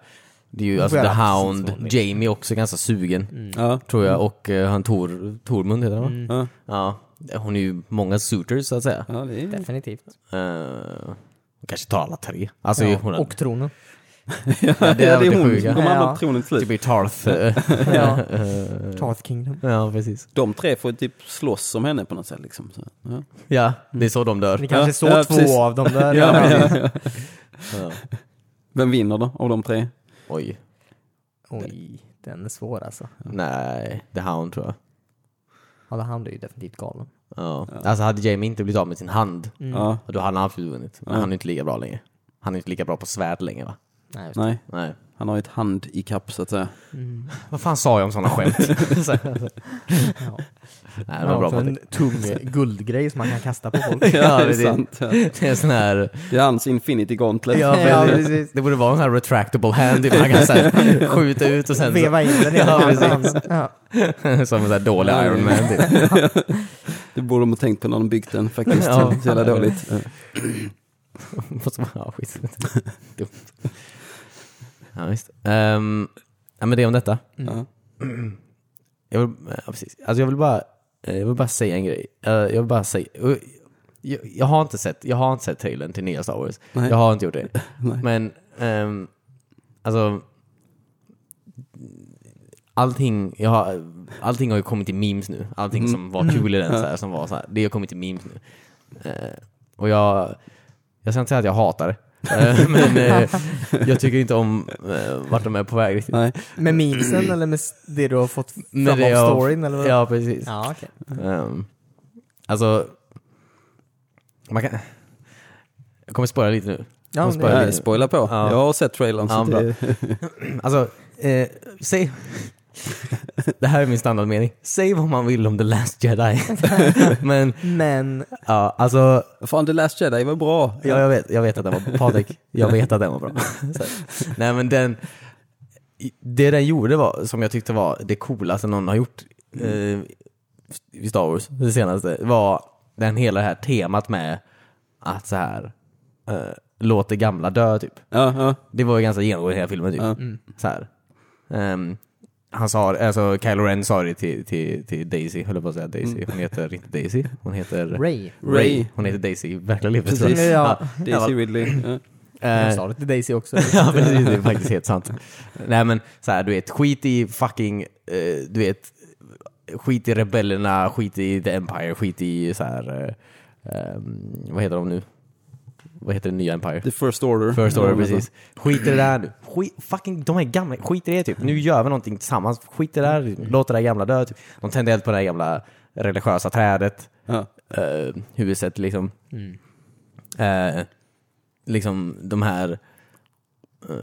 S2: Det är ju alltså The
S3: Brianna, precis,
S2: Hound,
S3: hon är.
S2: Jamie också ganska sugen.
S1: Ja.
S2: Tror jag. Och eh, han Tor, Tormund heter han va?
S1: Ja.
S2: Ja. Hon är ju många suitors så att säga.
S1: ja, det är...
S3: Definitivt.
S2: Eh, hon kanske tar alla tre. Alltså
S3: Ja.
S2: hon har-
S3: Och tronen.
S1: Ja, det är
S2: det
S1: hon.
S2: sjuka.
S1: De hamnar
S3: Ja.
S1: på tronen till
S2: Typ
S1: slut.
S2: i Tarth. eh,
S3: Ja.
S2: eh,
S3: Tarth Kingdom.
S2: ja precis.
S1: De tre får ju typ slåss om henne på något sätt liksom. Så, ja.
S2: Ja, det är så de dör.
S3: Det kanske är så
S1: ja,
S3: två
S1: precis.
S3: av dem där.
S1: Ja,
S3: ja.
S1: ja, ja.
S2: Ja.
S1: Vem vinner då av de tre?
S2: Oj.
S3: Oj, den är svår alltså.
S2: Nej, The Hound tror jag.
S3: Alla han är ju definitivt galen.
S2: Ja. Alltså hade Jamie inte blivit av med sin hand,
S3: Mm.
S1: Ja,
S2: då hade han absolut vunnit. Men han är inte lika bra längre. Han är inte lika bra på svärd längre va?
S3: Nej, just det.
S1: nej.
S2: Nej.
S1: Han har ju ett hand i kapp så att säga.
S3: Mm.
S2: Vad fan sa jag om sådana skämt? Så-
S3: Ja.
S2: Nej, det
S3: Han
S2: var
S3: har
S2: bra
S3: också
S2: Patrik.
S3: en tung guldgrej som man kan kasta på folk.
S2: Ja,
S1: det
S2: det är
S1: är sant. Ja.
S2: Det är en sån här...
S1: Det är hans infinity gauntlet.
S2: Ja,
S3: Ja,
S2: precis.
S3: precis.
S2: Det borde vara en sån här retractable hand, typ. man kan så här skjuta ut och sen
S3: Veva in den i
S2: Ja,
S3: hans ja,
S2: så, som en sån här dålig Iron Man typ.
S1: Det borde de ha tänkt på när de byggt den faktiskt.
S2: Ja.
S1: Så jävla dåligt. Ja.
S2: Måste man, ja, skit. Dumt. Ja, visst. Ehm, ja, men det är om detta.
S1: Ja.
S2: Jag vill, ja, precis. Alltså jag vill bara, eh, jag vill bara säga en grej. Eh, Jag vill bara säga, och jag, jag har inte sett, jag har inte sett trailern till nya Star Wars.
S1: Nej.
S2: Jag har inte gjort det.
S1: Nej.
S2: Men, ehm, alltså, allting, jag har, allting har ju kommit i memes nu. Allting
S1: Mm.
S2: som var kul i den, så här, som var så här, det har kommit i memes nu. Eh, och jag, jag ska inte säga att jag hatar det. Eh, men eh, jag tycker inte om eh, vart de är på väg riktigt.
S1: Nej.
S3: Med memesen eller med s- det du har fått fram
S2: Mm. Med
S3: av
S2: det jag-
S3: storyn? Eller vad?
S2: Ja, precis.
S3: ja okej.
S2: Um, alltså, man kan... Jag kommer spåra lite nu.
S3: Ja,
S2: Jag
S3: men
S2: spårar
S3: det-
S1: Nej, spoila på.
S2: Ja.
S1: Jag har sett trailern.
S2: Ja,
S1: Så
S2: bra.
S1: det...
S2: Alltså, eh, säg... Det här är min standardmening. Säg vad man vill om The Last Jedi. Men,
S3: Men
S2: ja, alltså...
S1: Fan, The Last Jedi var bra.
S2: Ja, jag vet, jag vet att den var Patrik, jag vet att den var bra. Så här. Nej men den, det den gjorde var, som jag tyckte var det coolaste någon har gjort eh, i Star Wars, det senaste, var den hela det här temat med att så här eh, låt det gamla dö typ.
S1: Ja, ja.
S2: Det var ju ganska genomgående i hela filmen typ.
S1: Ja.
S2: Så här. Ehm, han sa, alltså Kylo Ren sa det till, till, till Daisy, höll jag på att säga Daisy.
S1: Mm.
S2: Hon heter inte Daisy, hon heter
S3: Ray.
S1: Ray.
S2: Hon heter Daisy i verkliga livet.
S1: Precis.
S2: tror jag.
S3: Ja. Mm.
S1: Daisy Ridley. Ja.
S3: Jag
S2: Eh,
S3: sa det till Daisy också.
S2: ja precis, det är faktiskt helt sant. Nej men så här, du vet, skit i fucking, eh, du vet, skit i rebellerna, skit i the empire, skit i så här, eh, ehm, vad heter de nu? Vad heter den nya empire?
S1: The First Order.
S2: First order,
S1: Ja,
S2: precis. Skit i det där nu. Skit, fucking, de är gamla, skit i det typ. Nu gör vi någonting tillsammans. Skit i det där, låt det där gamla dö. Typ. De tände eld på det där gamla religiösa trädet
S1: Ja.
S2: eh, huset liksom.
S3: Mm.
S2: Eh, liksom de här eh,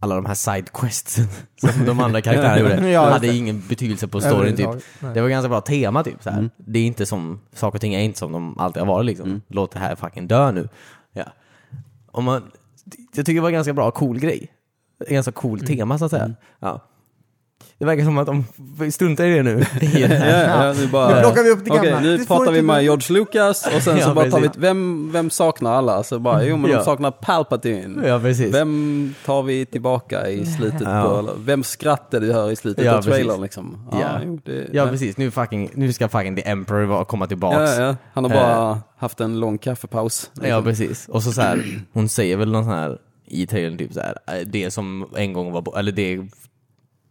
S2: alla de här sidequests som de andra karaktärerna gjorde
S3: Ja, just
S2: hade
S3: det.
S2: ingen betydelse på storyn typ.
S3: Överhuvudtaget, nej.
S2: Det var ganska bra tema typ. Så här. Det är inte som, saker och ting är inte som de alltid har varit liksom. Låt det här fucking dö nu. Ja. Om man, jag tycker det var en ganska bra, cool grej. En Ganska cool tema så att säga. Ja. Det verkar som att de f- struntar i det nu. I det
S1: Ja,
S2: här.
S1: ja, nu bara...
S3: Nu plockar vi upp det
S1: Okej,
S3: gamla.
S1: nu
S3: Det får
S1: pratar
S3: inte
S1: vi med
S3: bli-
S1: George Lucas och sen så
S2: Ja,
S1: bara tar vi,
S2: precis.
S1: vem, vem saknar alla? Så bara, jo men
S2: Ja.
S1: de saknar Palpatine.
S2: Ja, precis.
S1: Vem tar vi tillbaka i slutet
S2: Ja.
S1: på, eller vem skrattar du hör i slutet
S2: Ja,
S1: av trailern
S2: precis.
S1: liksom?
S2: Ja.
S1: jo, det,
S2: Ja precis, nu, fucking, nu ska fucking the emperor vara- komma tillbaks.
S1: ja, ja. Han har
S2: Eh.
S1: bara haft en lång kaffepaus. liksom.
S2: Ja precis, och så, så här, hon säger väl någon sån här i trailern typ så här, eh, det som en gång var, bo- eller det,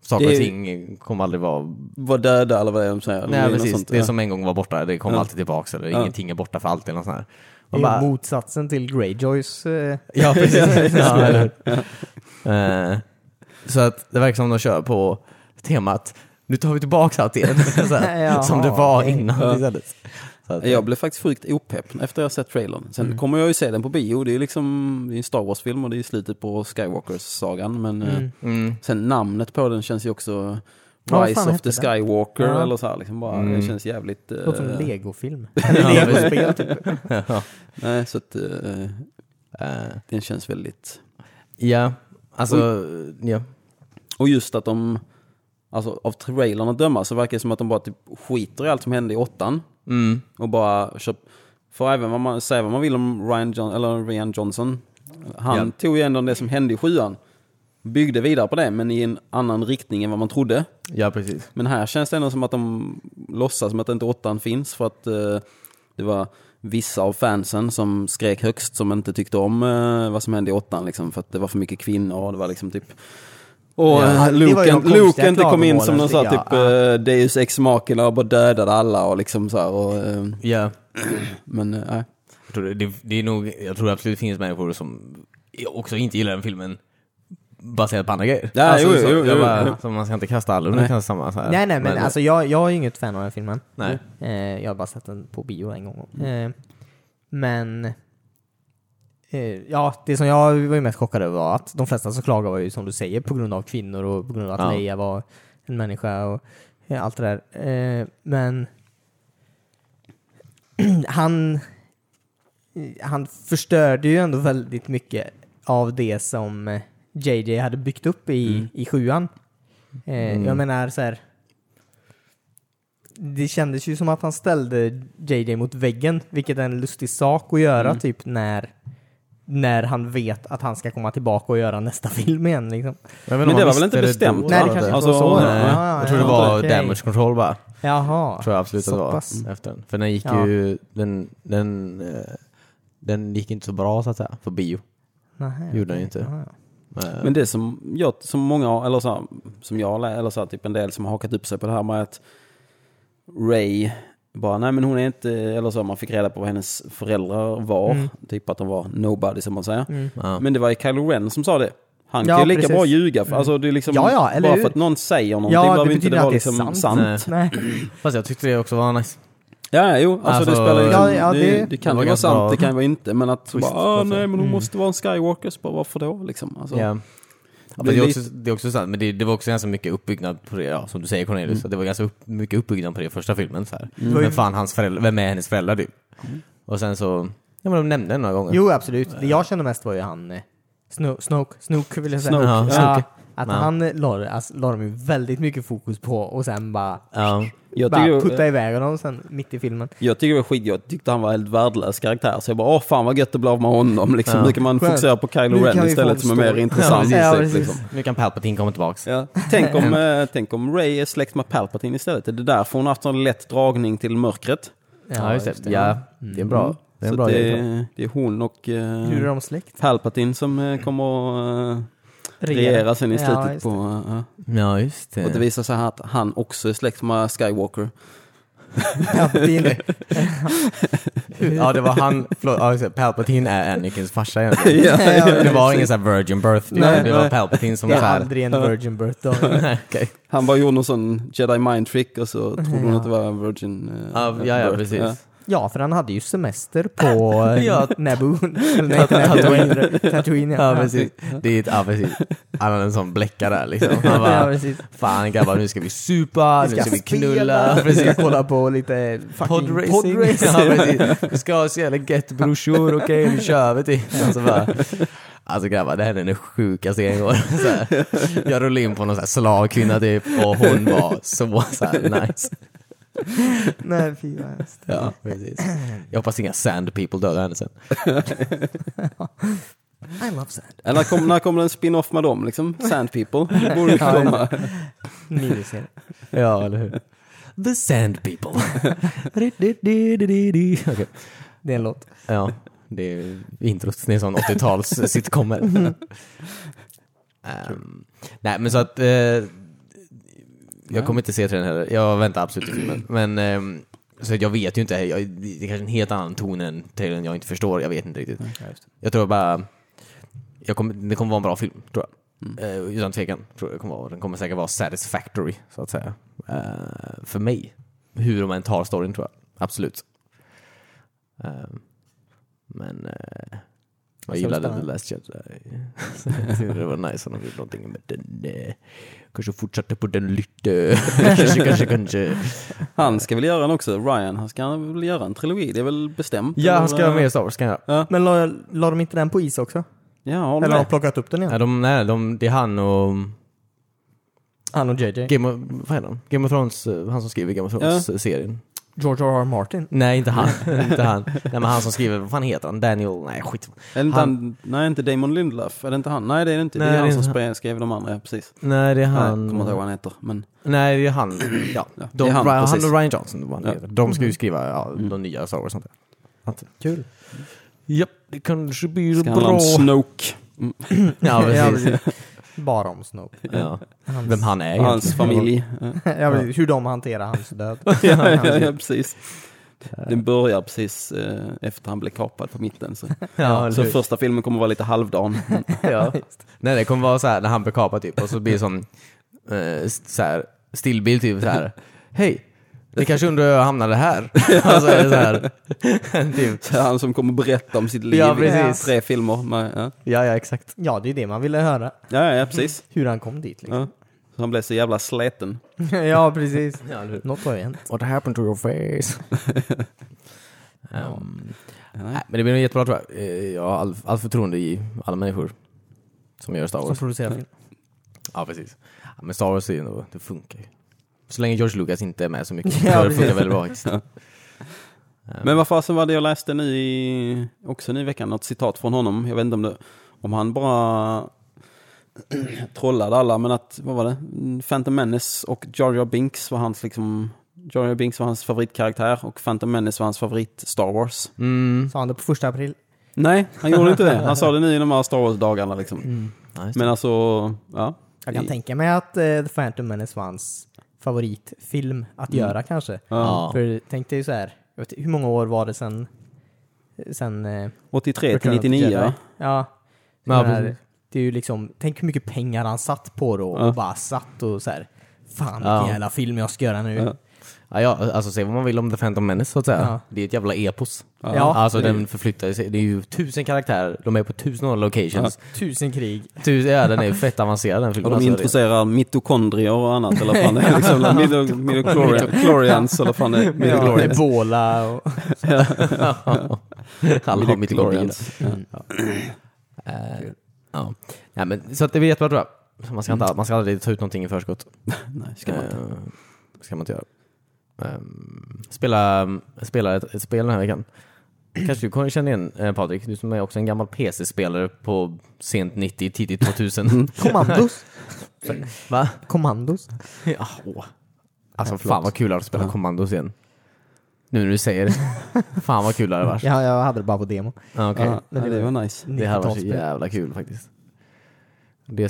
S2: saker och
S1: Det-
S2: ting kommer aldrig vara,
S1: Var döda eller vad det är de säger. Det är
S2: nej
S1: något
S2: precis,
S1: sånt,
S2: det
S1: ja.
S2: som en gång var borta, det kommer alltid tillbaks eller
S1: Ja.
S2: ingenting är borta för alltid eller något sånt här.
S3: Det
S2: Man
S3: är
S2: bara,
S3: motsatsen till Greyjoys. Eh,
S2: ja precis, ja, eller, hur? Eh, Så att det verkar som de kör på temat, nu tar vi tillbaks allt igen, så här,
S3: Jaha,
S2: som det var
S3: okej.
S2: innan
S1: Ja.
S2: istället. Så att,
S1: Jag blev faktiskt sjukt opepp efter jag sett trailern. Sen
S3: Mm.
S1: kommer jag ju se den på bio, det är ju liksom det är en Star Wars-film och det är slutet på Skywalkers-sagan. Men eh,
S2: mm,
S1: sen namnet på den känns ju också
S3: Ja, vad
S1: Rise
S3: fan
S1: of the
S3: hette den?
S1: Skywalker
S3: Ja. Mm.
S1: eller så här, liksom bara, det känns jävligt... eh,
S3: låter som en legofilm.
S2: Ja, precis.
S3: Legospel typ.
S2: ja.
S1: nej, så att eh,
S2: Eh,
S1: den känns väldigt...
S2: Ja, alltså, ja.
S1: Och just att de, alltså av trailern att döma så verkar det som att de bara typ skiter i allt som hände i åttan.
S2: Mm.
S1: Och bara köp... För även vad man säger vad man vill om Ryan, John, eller Ryan Johnson, han
S2: Ja.
S1: tog ju ändå det som hände i sjuan, byggde vidare på det, men i en annan riktning än vad man trodde.
S2: Ja, precis.
S1: Men här känns det ändå som att de låtsas som att inte åttan finns för att eh, det var vissa av fansen som skrek högst som inte tyckte om eh, vad som hände i åttan liksom, för att det var för mycket kvinnor och det var liksom typ och
S3: Ja,
S1: ja,
S3: det var
S1: Luke,
S3: ju de konstiga
S1: Luke inte kom in som någon sa
S3: klagomålen,
S1: typ eh, Deus ex machina och bara dödade alla och liksom så här, och, eh,
S2: Ja.
S1: men eh, nej.
S2: Jag tror, det, det, det är nog, jag tror absolut det finns människor som också inte gillar den filmen baserat på andra grejer. Alltså,
S1: Ja, jo,
S2: så,
S1: jo,
S2: jag
S1: jo,
S2: bara,
S1: jo.
S2: Så man ska inte kasta alla under
S1: Nej.
S2: kan samma så här.
S3: Nej, nej, men alltså jag, jag är inget fan av den filmen.
S2: Nej. Mm.
S3: Eh, jag har bara sett den på bio en gång. Eh, men... Eh, ja, det som jag var ju mest chockad över var att de flesta som klagade var ju som du säger på grund av kvinnor och på grund av att
S2: Ja.
S3: Leia var en människa och eh, allt det där. Eh, men... han... Han förstörde ju ändå väldigt mycket av det som eh, JJ hade byggt upp i, i sjuan. Eh, Jag menar så här. Det kändes ju som att han ställde JJ mot väggen, vilket är en lustig sak att göra typ när, när han vet att han ska komma tillbaka och göra nästa film igen. Liksom.
S2: Jag vet inte
S1: Men det var
S2: om man
S1: väl
S2: visste
S1: inte bestämt?
S2: då,
S3: Nej, det
S2: eller?
S3: kanske inte
S1: alltså,
S3: var så.
S1: nej.
S2: Nej,
S3: Ja, ja,
S2: jag tror det
S3: ja,
S2: var
S3: okej.
S2: damage control bara.
S3: Jaha.
S2: Tror jag absolut att det
S3: Så
S2: var.
S3: pass.
S2: Efter den. För den gick
S3: Ja.
S2: ju, den, den, eh, den gick inte så bra så att säga, på bio.
S3: Nähä.
S2: Gjorde den ju inte.
S3: Ja, ja.
S2: Men-
S1: Men det som, jag, som många, eller så här, som jag, lä- eller så här, typ en del som har hakat upp sig på det här med att Ray bara, nej men hon är inte, eller så, man fick reda på vad hennes föräldrar var,
S3: Mm.
S1: typ att de var nobody som man säger.
S2: Ja.
S1: Men det var ju Kylo Ren som sa det. Han
S3: Ja,
S1: kan ju lika
S3: precis. Mm.
S1: bra ljuga, för, alltså det är liksom,
S3: Ja, ja, eller
S1: bara
S3: hur?
S1: för att någon säger någonting
S3: Ja, det
S1: behöver inte
S3: betyder
S1: det
S3: att
S1: vara
S3: det är
S1: liksom sant.
S3: sant.
S2: Nej.
S3: Nej.
S2: Fast jag tyckte det också var nice.
S1: Ja, jo, alltså,
S2: Alltså,
S1: det spelar ju liksom,
S3: Ja, ja,
S1: det,
S3: det- Mm.
S1: det
S2: det
S1: kan
S2: var
S1: ju vara
S2: ganska
S1: sant,
S2: bra.
S1: det kan ju vara inte, men att
S2: Twist,
S1: bara, ah,
S2: alltså.
S1: nej men hon måste vara en Skywalker, så bara, varför då liksom? Alltså,
S2: Ja. Ja,
S1: blir
S2: men det, är
S1: lite-
S2: också, det är också sant, men det, det var också ganska mycket uppbyggnad på det, ja, som du säger Cornelius, att det var ganska upp, mycket uppbyggnad på det i första filmen. Så här. Men fan, hans föräldrar, vem är hennes föräldrar typ? Och sen så, ja men de nämnde det några gånger.
S3: Jo, absolut. Det jag kände mest var ju han eh, Sno- Snoke, Snoke vill jag säga.
S1: Snoke,
S2: ja.
S3: Ja,
S2: Snoke.
S3: att
S2: Ja.
S3: han eh, la, alltså, la de ju väldigt mycket fokus på och sen bara,
S2: Ja.
S1: jag
S3: bara
S1: tycker-
S3: putta iväg honom sen mitt i filmen.
S1: Jag tycker det var skit, jag tyckte han var helt värdelös karaktär. Så jag bara, åh fan vad gött att bli av med honom. Liksom.
S2: Ja.
S1: Nu kan man
S3: Skönt.
S1: fokusera på Kylo
S3: Nu kan
S1: Ren
S3: vi
S1: istället
S3: få en
S1: som är mer
S3: story.
S1: intressant.
S3: Ja,
S1: typ,
S3: precis.
S1: liksom.
S2: Nu kan Palpatine komma tillbaks.
S1: ja. tänk, om, eh, tänk om Ray är släkt med Palpatine istället. Är det därför hon har haft sån lätt dragning till mörkret?
S2: Ja, det är bra. Det är en
S1: Så
S2: bra
S1: att
S2: grej.
S1: det, det är hon och eh,
S3: Mm. Hur är de släkt?
S1: Palpatine som eh, kommer att eh, regera sen i
S3: Ja,
S1: slutet.
S3: just
S1: på, eh,
S2: Ja, just
S1: eh. och det
S2: det.
S1: visar sig här att han också är släkt med Skywalker.
S3: Ja, det är det.
S2: Ja, det var han, förlåt, ja, just det, Palpatine är Anakins farsa egentligen. Det var ingen sån här virgin birth, typ.
S1: Nej,
S2: det var
S1: nej.
S2: Palpatine som
S3: Det
S2: var
S3: är
S2: såhär...
S3: aldrig en virgin birth då.
S2: Okej.
S1: Han bara gjorde någon sån jedi mind trick och så trodde hon att det var en virgin. eh,
S2: Ja, ja, ja,
S1: birth.
S2: precis.
S1: Ja.
S3: Ja, för han hade ju semester på
S2: Ja.
S3: ja. Naboo. Eller nej, inte Naboo. Tatooine.
S2: Ja precis. Det är ett, ja, precis. Han hade en sån bläcka där liksom. Han
S3: Ja,
S2: bara,
S3: precis.
S2: fan grabbar nu ska vi supa, nu ska vi knulla.
S3: spela, vi ska kolla på lite fucking
S2: Podracing.
S3: podracing.
S2: Ja, precis. Vi ska ha så jävla gött brorsor, okej nu kör vi till. Och så typ. Alltså, bara, Alltså grabbar, det här är den sjukaste grejen igår. Så här, Jag rullade in på någon så här slavkvinna typ och hon var så, så här, nice.
S3: Nej, fy vad hemskt.
S2: Ja, precis. Jag hoppas inga sand people dödar henne sen.
S3: I love sand.
S1: Eller när kom- när kommer det en spin-off med dem liksom? Sand people? Det borde ju komma.
S3: Miniserie.
S2: Ja, eller hur? The sand people. Okej.
S3: Det är en låt.
S2: Ja, det är ju introt till en sån 80-tals sitcomer.
S3: Mm.
S2: Ehm, nej, men så att eh, jag kommer inte se till den heller. Jag väntar absolut till filmen. Men ehm, så att jag vet ju inte. Jag, det är kanske en helt annan ton än trailern jag inte förstår. Jag vet inte riktigt. Jag tror bara jag kommer, det kommer vara en bra film, tror jag. Eh, utan tvekan. Tror jag det kommer vara. Den kommer säkert vara satisfactory, så att säga. Eh, för mig. Hur de än tar storyn, tror jag. Absolut. Eh, men eh, jag gillade The
S3: spännande.
S2: Last Jedi. Så jag tyckte det var nice om de gjorde någonting med den. Eh, kanske fortsatte på den lite. kanske, kanske, kanske.
S1: Han ska väl göra en också, Ryan, han ska väl göra en trilogi, det är väl bestämt?
S2: Ja, han
S1: eller?
S2: ska vara med i Star Wars, kan jag.
S3: Men la, la de inte den på is också?
S1: Ja, har
S3: Eller har
S1: de
S3: de plockat upp den igen?
S2: Nej, de, nej de, det är han och
S3: Han och JJ?
S2: Game of, vad heter han? Game of Thrones, eh, han som skriver Game of Thrones-serien.
S3: George R.R. Martin?
S2: Nej, inte han. inte han. Nej, men han som skriver, vad fan heter han? Daniel? Nej, skit.
S1: Är det inte han, nej, inte Damon Lindelof. Är det inte han? Nej, det är det inte. det
S2: Nej,
S1: är
S2: det
S1: han
S2: är
S1: som
S2: inte
S1: spre- skrev de andra, ja, precis.
S2: Nej, det är
S1: Nej,
S2: han.
S1: kommer inte ihåg vad han heter. Men,
S2: Nej, det är han. Ja.
S1: Ja,
S2: De,
S1: det är han,
S2: Ryan, han
S1: precis.
S2: och Ryan Johnson. vad han
S1: Ja.
S2: heter. De ska ju skriva ja, de nya Star Wars. och Sånt där. Att-
S3: Kul.
S2: Japp, det kanske blir
S1: ska handla
S2: bra.
S1: om Snoke. Mm.
S2: Ja, precis.
S3: Bara om Snoke.
S2: ja. Vem han är
S1: Och hans
S2: egentligen.
S1: familj. Ja,
S3: Jag vet, hur de hanterar hans död.
S1: ja, ja, ja, precis. Den börjar precis eh, efter han blev kapad på mitten. Så,
S2: Ja, eller
S1: så
S2: hur?
S1: första filmen kommer vara lite halvdan.
S2: Ja. Nej, det kommer vara så här när han blir kapad typ och så blir det som eh, st- så här, stillbild typ så här. Hej, ni kanske undrar hur jag hamnade här? Och så är det så här. typ.
S1: Så han som kommer berätta om sitt liv
S2: Ja,
S1: i
S2: precis.
S1: tre filmer. Men, ja.
S2: Ja, ja, exakt.
S3: Ja, det är det man ville höra.
S1: Ja, ja, precis.
S3: Hur han kom dit liksom.
S1: Ja. Så han blev så jävla släten.
S3: ja, precis.
S2: Ja, eller hur?
S3: Något har ju hänt.
S2: What happened to your face? um, nej, men det blir nog jättebra tror jag. Eh, Jag har all, all förtroende i alla människor som gör Star
S3: Som
S2: Wars.
S3: producerar film.
S2: Ja, precis. Ja, men Star Wars är ju ändå, det funkar ju. Så länge George Lucas inte är med så mycket.
S3: Ja,
S2: så det
S3: precis.
S2: funkar väldigt bra liksom. faktiskt.
S1: Men vad fasen var det jag läste nu i, också nu i veckan, något citat från honom. Jag vet inte om det, om han bara trollade alla, men att, vad var det? Mm, Phantom Menace och Jar Jar Binks var hans liksom, Jar Jar Binks var hans favoritkaraktär och Phantom Menace var hans favorit Star Wars.
S2: Mm.
S3: Sa han det på första april?
S1: Nej, han gjorde inte det. Han sa det nu i de här Star Wars-dagarna liksom.
S2: Nice.
S1: Men alltså, ja.
S3: Jag kan tänka mig att eh, The Phantom Menace var hans favoritfilm att göra kanske.
S2: Mm. Ja.
S3: För tänk dig så här, jag vet, inte, hur många år var det sen, sen eh,
S1: 83 till
S3: Return of the
S1: 99.
S3: Jedi?
S1: ja.
S3: Ja.
S2: Ja,
S3: Jag menar,
S2: precis.
S3: det är ju liksom, tänk hur mycket pengar han satt på då och bara satt och så här, fan vilken
S2: Ja.
S3: jävla film jag ska göra nu.
S1: Ja.
S2: Ja, ja, alltså säg vad man vill om The Phantom Menace så att säga.
S3: Ja.
S2: Det är ett jävla epos.
S1: Ja.
S2: Alltså den förflyttar sig. Det är ju tusen karaktärer, de är på tusen olika locations.
S3: Tusen krig.
S2: Tusen, ja, den är ju fett avancerad den
S1: Och
S2: filmen.
S1: de
S2: alltså.
S1: intresserar mitokondrier och annat, eller fan det är liksom, mido- midochlorians, eller fan det är
S3: Ja,
S1: midochlorians.
S3: Ebola och...
S2: Alla har mitt
S1: midichlorians. Ja.
S2: Eh, ja. ja, men så att det blir jättebra tror jag. Så Man ska, inte, man ska aldrig ta ut någonting i förskott.
S1: Nej, Mm. ska man inte.
S2: Eh, ska man inte göra. Ehm, spela spela ett, ett spel den här veckan. Kanske du kommer känna igen eh, Patrik, du som är också en gammal PC-spelare på sent 90, tidigt
S1: Mm.
S2: 2000.
S3: Kommandos.
S2: Va?
S3: Kommandos.
S2: Ja, åh. Alltså fan vad kul det hade att spela Commandos igen. Nu när du säger det. fan vad kul det hade varit.
S3: Ja, jag hade det bara på demo.
S2: Ja, okej.
S1: Ja, Ah, nej, det var nice.
S2: Det hade varit så
S3: 90-talsspel.
S2: jävla kul faktiskt. Det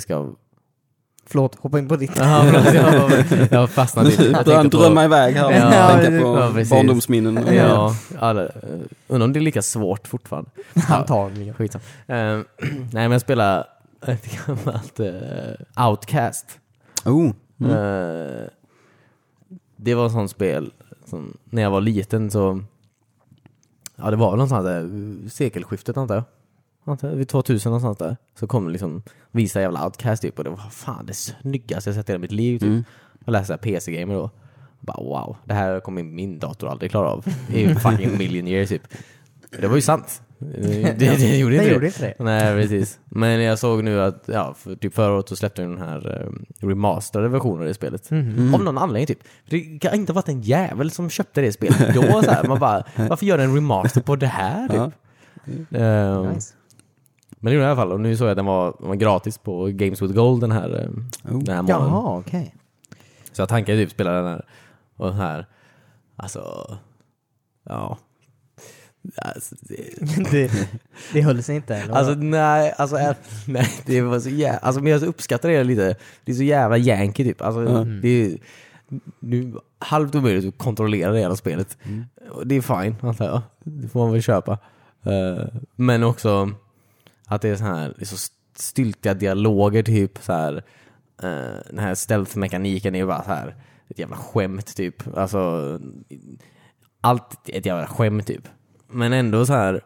S2: ska...
S3: Förlåt, hoppa in på ditt.
S2: Jaha, förlåt, jag- jag fastnade lite. Jag
S1: Jag
S2: tänkte på-
S1: drömma iväg här,
S2: Ja,
S1: tänka på
S2: ja, precis.
S1: barndomsminnen.
S2: Ja, alla, eh, undrar om det är lika svårt fortfarande.
S3: Antagligen.
S2: Skitsamma. Eh, nej, men jag spelar ett gammalt eh, Outcast.
S1: Oh,
S2: Eh, det var en sån spel som, när jag var liten så, ja det var väl någonstans där, eh, sekelskiftet antar jag. Antar jag. Vid 2000 någonstans där. Så kom det liksom visa jävla Outcast typ och det var fan det snyggaste jag sett i hela mitt liv typ. Jag läste PC-gamer då. Bara wow, det här kommer min dator aldrig klara av. I fucking million years typ. Det var ju sant. Det, det, det gjorde
S3: Den
S2: inte
S3: gjorde inte det.
S2: Nej, precis. Men jag såg nu att, ja, för typ förra året så släppte de den här eh, remasterade versionen av det spelet.
S3: Mhm.
S2: Av någon anledning typ. För det kan inte ha varit en jävel som köpte det spelet då. Så här. Man bara, varför gör en remaster på det här? Typ?
S1: Ja.
S2: Ehm,
S3: Nice.
S2: Men det gjorde den i alla fall. Och nu såg jag att den var, var gratis på Games with Gold den här, eh, den här månaden.
S3: Jaha, okej.
S2: Så jag tankade typ spela den här. Och den här, alltså, ja. Alltså, det,
S3: Det, det höll sig inte. Eller?
S2: Alltså
S3: Alltså,
S2: nej, alltså ä- nej, det var så jävla, alltså men jag uppskattar det lite. Det är så jävla yankee typ. Alltså, Det är ju nu, halvt omöjligt att kontrollera det hela spelet. Och Det är fine, antar jag. Det får man väl köpa. Eh, men också att det är så här, det är så st- styltiga dialoger typ. Så här, eh, den här stealth-mekaniken är ju bara så här, ett jävla skämt typ. Alltså, allt är ett jävla skämt typ. Men ändå så här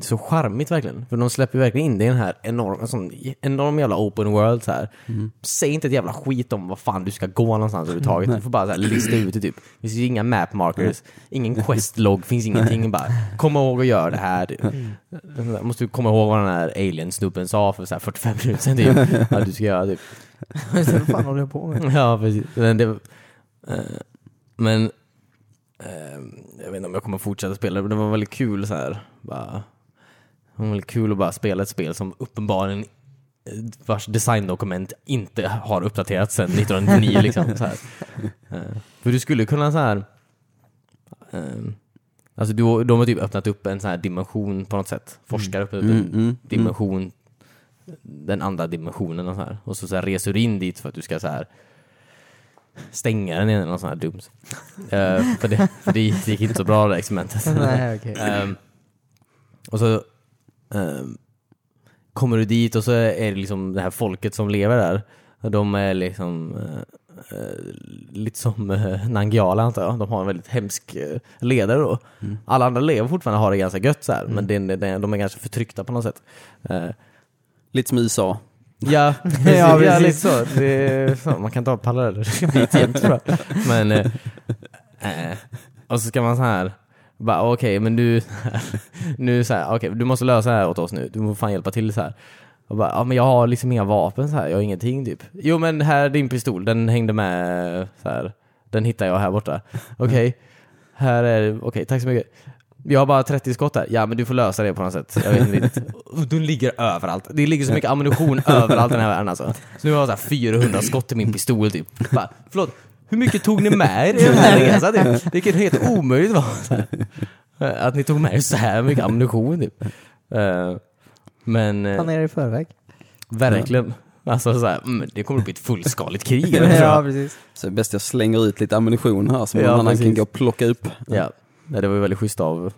S2: så charmigt verkligen. För de släpper ju verkligen in det i den här enorm, en sån enorm jävla open world så här. Säg inte ett jävla skit om vad fan du ska gå någonstans överhuvudtaget. Du får bara så här lista ut det typ. Det finns ju inga map markers, ingen quest log, finns ingenting. Bara kom ihåg att göra det här. Typ. Måste du komma ihåg vad den här alien-snubben sa för så här 45 minuter sedan typ. Vad du ska göra typ.
S3: vad fan håller jag på med?
S2: Ja, precis. Men, det, eh, men eh, jag vet inte om jag kommer fortsätta spela men det var väldigt kul så här. Bara, det var väldigt kul att bara spela ett spel som uppenbarligen eh, vars designdokument inte har uppdaterats sedan 1909 liksom. Så här. Eh, För du skulle kunna så här. eh, Alltså du, de har typ öppnat upp en så här dimension på något sätt. Forskar upp en
S1: Mm, mm,
S2: dimension, den andra dimensionen och så här. Och så, så här reser du in dit för att du ska så här stänga den eller något sånt här dumt. Eh, för, det, för det gick inte så bra det här experimentet.
S3: Nej, okej.
S2: Ehm, och så ehm, kommer du dit och så är det liksom det här folket som lever där. Och De är liksom eh, eh, lite som uh, Nangiala antar jag. De har en väldigt hemsk eh, ledare då. Alla andra lever fortfarande och har det ganska gött så här, men det, det, de är ganska förtryckta på något sätt. Eh,
S1: Lite som USA.
S2: Ja, precis.
S3: Ja,
S2: ja,
S3: precis.
S2: lite så. Det är, fan, man kan ta paralleller dit jämt tror jag. Men, eh, eh, och så ska man så här, bara okej, men du, nu så här, okej, du måste lösa det här åt oss nu. Du måste fan hjälpa till så här. Och bara, ja men jag har liksom inga vapen så här, jag har ingenting typ. Jo men här är din pistol, den hängde med så här. Den hittar jag här borta. Okej, här är, okej tack så mycket. Jag har bara 30 skott här. Ja men du får lösa det på något sätt. Jag vet inte riktigt. Och De ligger överallt. Det ligger så mycket ammunition överallt i den här världen alltså. Så nu har jag så här 400 skott i min pistol typ. Bara, förlåt, hur mycket tog ni med er i den här resan? Typ? Det kan ju helt omöjligt vara så här. Att ni tog med er så här mycket ammunition typ. Eh, Men... eh,
S3: Planera i förväg.
S2: Verkligen. Alltså så här, mm, det kommer att bli ett fullskaligt krig. eller vad tror
S3: ja,
S2: jag.
S3: precis.
S1: Så det är bäst jag slänger ut lite ammunition här som
S2: Ja,
S1: någon annan
S2: precis.
S1: kan gå och plocka upp.
S2: ja. Nej, det var ju väldigt schysst av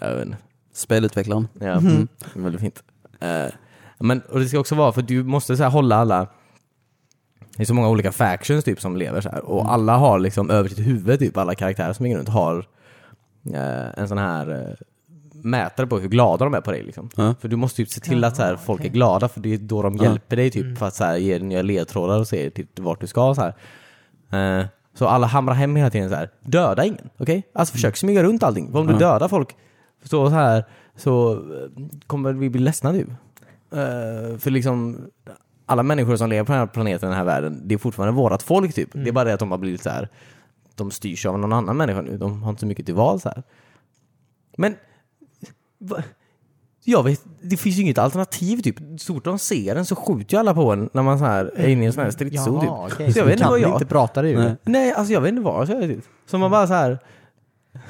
S2: även.
S1: Spelutvecklaren.
S2: Ja, mm. väldigt fint. Eh, men, och det ska också vara, för du måste så här hålla alla det är så många olika factions typ som lever så här och alla har liksom över sitt huvud typ, alla karaktärer som är runt har eh, en sån här eh, mätare på hur glada de är på dig liksom.
S1: Ja.
S2: För du måste typ se till att så här, folk är glada för det är då de hjälper dig typ för att så här, ge dig nya ledtrådar och se till vart du ska så här. Eh, så alla hamrar hem hela tiden så här. döda ingen, okej? Alltså
S3: Mm.
S2: försök smyga runt allting. För om du dödar folk så, så här så eh, kommer vi bli ledsna nu. Eh, för liksom alla människor som lever på den här planeten, den här världen, det är fortfarande vårat folk typ.
S3: Mm.
S2: Det är bara det att de har blivit så här. de styrs av någon annan människa nu. De har inte så mycket till val så här. Men va? jag vet, det finns ju inget alternativ typ. Så fort de ser en så skjuter ju alla på en när man så här är inne i en sån här stridszon typ.
S3: Jaha, okej.
S2: Så jag vet inte
S3: kan
S2: vad jag...
S3: inte prata det ju.
S2: Nej, alltså jag vet inte vad jag ska göra typ. Så man bara så här,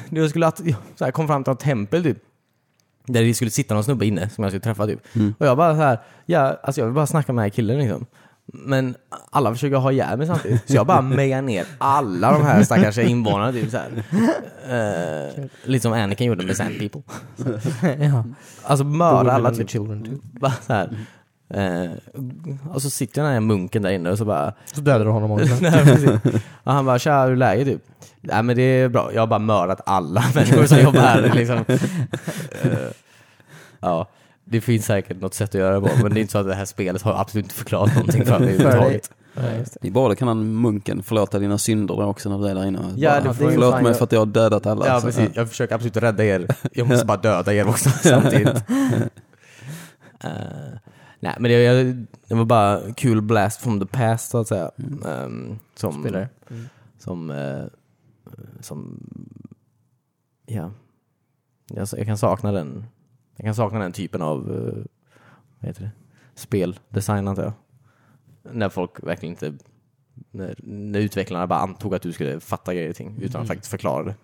S2: nu jag skulle att, jag så här kom fram till ett tempel typ. Där det skulle sitta någon snubbe inne som jag skulle träffa typ. Och jag bara så här, ja, alltså jag vill bara snacka med den här killen liksom. Men alla försöker ha ihjäl mig samtidigt. Så jag bara mejar ner alla de här stackars invånarna typ så här. Eh, lite som Anakin gjorde med Sand People.
S3: ja.
S2: Alltså mörda alla typ.
S3: children too.
S2: Bara så här. Eh, och så sitter den här munken där inne och så bara
S3: Så dödar du honom också.
S2: Nej, precis. och han bara, tja hur är läget typ? Nej men det är bra, jag har bara mördat alla människor som jobbar här liksom. Eh, ja, det finns säkert något sätt att göra det på, men det är inte så att det här spelet har absolut inte förklarat någonting för mig
S3: För dig.
S2: överhuvudtaget.
S1: I båda kan han munken förlåta dina synder där också när du är där inne.
S2: Ja, det får ju
S1: förlåt
S2: fan
S1: mig
S2: jag-
S1: för att jag har dödat alla.
S2: Ja
S1: alltså.
S2: precis, jag försöker absolut rädda er. Jag måste bara döda er också samtidigt. Eh, nej men det, jag, det var bara kul blast from the past så att säga.
S3: Mm.
S2: Ehm, som,
S3: Spelare.
S2: Som, eh, som, ja. Jag, jag kan sakna den. Jag kan sakna den typen av, eh, vad heter det, speldesign antar jag. När folk verkligen inte när, när utvecklarna bara antog att du skulle fatta grejer och ting utan att faktiskt förklara det. Ehm,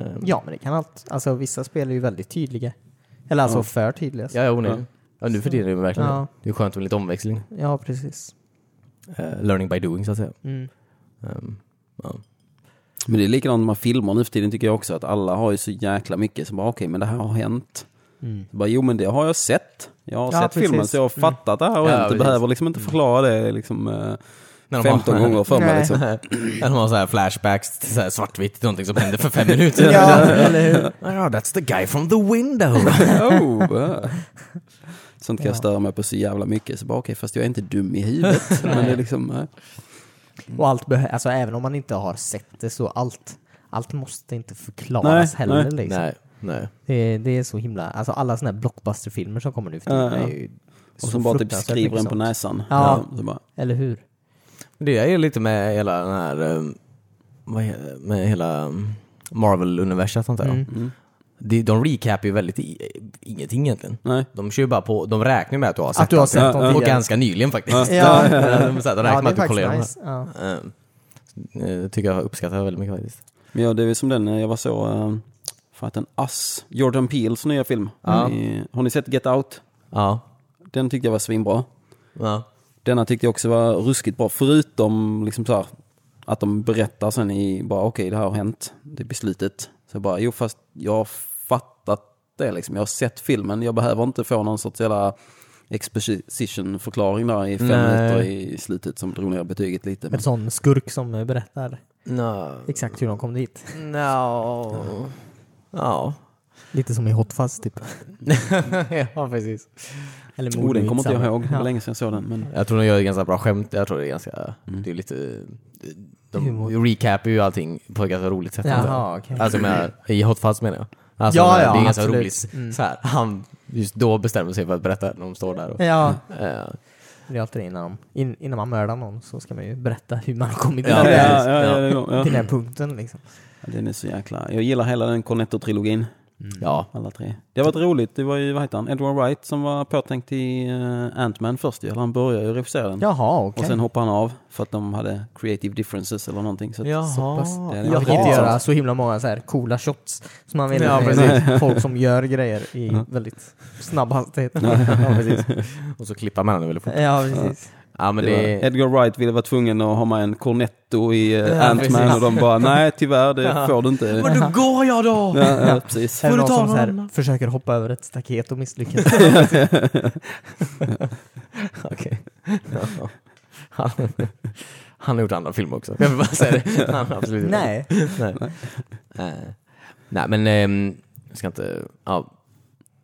S3: Mm. Ja, men det kan allt. Alltså vissa spel är ju väldigt tydliga. Eller alltså för tydliga.
S2: Ja, jo,
S1: Ja.
S2: nu. Ja, nu för tiden är det verkligen
S3: Ja.
S2: det. är skönt med lite omväxling.
S3: Ja, precis.
S2: Eh, learning by doing, så att säga.
S3: Mm.
S2: Ehm, ja.
S1: Men det är likadant med filmer nu för tiden tycker jag också att alla har ju så jäkla mycket som bara okej men det här har hänt. Bara, jo men det har jag sett. Jag har
S3: Mm. Ja,
S1: sett
S3: precis. Mm.
S1: filmen så jag har fattat att det här har
S2: Ja,
S1: hänt. Du
S2: precis.
S1: behöver liksom inte förklara det liksom, eh,
S2: När de
S1: 15
S2: har-
S1: gånger för mig.
S3: Nej.
S1: Liksom.
S2: Eller de har så här flashbacks till så här svartvitt, till någonting som hände för fem minuter.
S3: Ja, eller hur?
S2: Ja, that's the guy from the window.
S1: Oh, eh. Sånt kan jag
S3: Ja.
S1: störa mig på så jävla mycket. Så bara okej fast jag är inte dum i huvudet. men det är liksom, eh,
S2: Mm.
S3: Och allt behö- alltså även om man inte har sett det så allt, allt måste inte
S1: Nej,
S3: förklaras heller
S1: nej.
S3: liksom.
S2: nej, nej.
S3: Det, är- det är så himla, alltså alla sådana här blockbusterfilmer som kommer nu för tiden
S1: Ja, ja.
S3: är ju så
S1: och som bara typ
S3: fruktansvärt
S1: skriver
S3: mycket
S1: en på
S3: sånt.
S1: näsan.
S3: Ja.
S1: Så bara,
S3: Eller hur?
S2: Men Det är lite med hela den här, ehm, vad he- med hela ehm, Marvel-universum, antar
S3: Mm.
S2: jag. Mm. De, de recapar ju väldigt i, ingenting egentligen.
S1: nej.
S2: De kör ju bara på, de räknar ju med att du har sett
S3: Att du har sett
S1: Ja,
S3: dem
S1: ja.
S2: Och
S3: tidigare.
S2: ganska nyligen faktiskt.
S1: Ja.
S2: Så
S3: Ja.
S2: här, de räknar med
S3: Ja, det är
S2: att du
S3: faktiskt
S2: kollar
S3: nice. Ja.
S2: igenom det. Eh, Det tycker jag uppskattar väldigt mycket faktiskt.
S1: Men ja, det är väl som den eh, jag var så, eh, för att den Us, Jordan Peels nya film.
S2: Ja.
S1: Eh, Har ni sett Get Out?
S2: Ja.
S1: Den tyckte jag var svinbra.
S2: ja.
S1: Denna tyckte jag också var ruskigt bra, förutom liksom så här, att de berättar sen i bara okej det här har hänt, det är beslutet. Så jag bara jo fast jag har fattat det liksom, jag har sett filmen, jag behöver inte få någon sorts jävla exposition-förklaring där i fem
S2: Nej.
S1: minuter i slutet som drog ner betyget lite. Men,
S3: En sån skurk som eh, berättar
S2: No.
S3: exakt hur de kom dit.
S2: No. Ja.
S3: Lite som i Hot Fuzz typ.
S2: ja, precis.
S3: Eller
S1: oh, den kommer inte jag
S3: Midsommar.
S1: ihåg, det
S3: Ja.
S1: var länge sedan jag såg den. Men,
S2: Jag tror de gör ett ganska bra skämt. Jag tror det är ganska, det är lite, de
S3: Humor.
S2: recapar ju allting på ett ganska roligt sätt. antar jag.
S3: Jaha, okej.
S2: Alltså jag menar, i Hot Fuzz menar jag. Alltså,
S3: Ja,
S2: jag menar,
S3: ja,
S2: det är ganska
S3: absolut. Mm.
S2: roligt. Så här, han just då bestämmer sig för att berätta när de står där. Och,
S3: Ja,
S2: eh,
S3: det är alltid det innan, de- in, innan man mördar någon så ska man ju berätta hur man har kommit
S2: Ja,
S3: till, den här-
S2: precis. ja.
S1: det är nog-
S3: till den här punkten liksom.
S1: Den är så jäkla... Jag gillar hela den Cornetto-trilogin,
S2: ja.
S1: alla tre. Det har varit roligt, det var ju, vad heter han, Edward Wright som var påtänkt i eh, Ant-Man först ju. Eller Han började ju regissera den.
S3: Jaha,
S1: Och
S3: okej.
S1: sen hoppade han av för att de hade creative differences eller någonting. Så att,
S3: Så pass.
S1: Det är
S3: Jag fick
S1: riktigt
S3: inte göra
S1: sant.
S3: så himla många så här coola shots som man vill.
S2: Ja,
S3: Ja, folk som gör grejer i väldigt snabb hastighet.
S2: ja, precis. Och så klippa mellan det väldigt fort.
S3: Ja, precis.
S2: Ja, men
S1: det
S2: det,
S1: var, Edgar Wright ville vara tvungen att ha med en cornetto i eh,
S2: Ja,
S1: Ant-Man
S2: precis.
S1: och de bara nej tyvärr det får du inte. Ja,
S2: då går jag då!
S1: ja, precis.
S3: Är det någon
S2: ta
S3: som så
S2: någon
S3: här
S2: annan?
S3: försöker hoppa över ett staket och misslyckas?
S2: Okej. Ja. Han, han har gjort andra filmer också. Jag vill bara säga det. Han har absolut gjort
S3: Nej.
S2: det. Nej. Eh, Nej, men ehm, jag ska inte... Ja,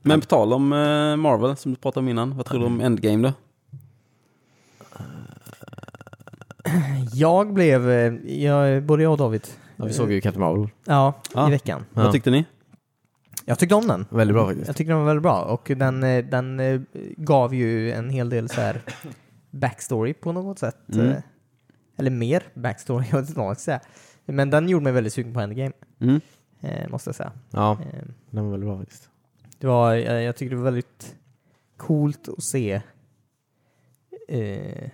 S1: Men på tal om eh, Marvel som du pratade om innan, vad tror du om Endgame då?
S3: Jag blev, eh, jag, både jag och David,
S2: ja, vi såg ju Captain Marvel.
S3: ja,
S1: Ja.
S3: i veckan.
S1: Vad tyckte ni?
S3: Jag tyckte om den.
S2: Väldigt bra faktiskt.
S3: Jag tyckte den var väldigt bra och den, eh, den eh, gav ju en hel del så här backstory på något sätt.
S1: Mm.
S3: Eh, Eller mer backstory, jag vet inte vad jag ska säga. Men den gjorde mig väldigt sugen på Endgame,
S1: Mm.
S3: eh, måste jag säga.
S2: Ja,
S3: Eh,
S2: den var väldigt bra faktiskt.
S3: det var, eh, jag, jag tyckte det var väldigt coolt att se. Eh,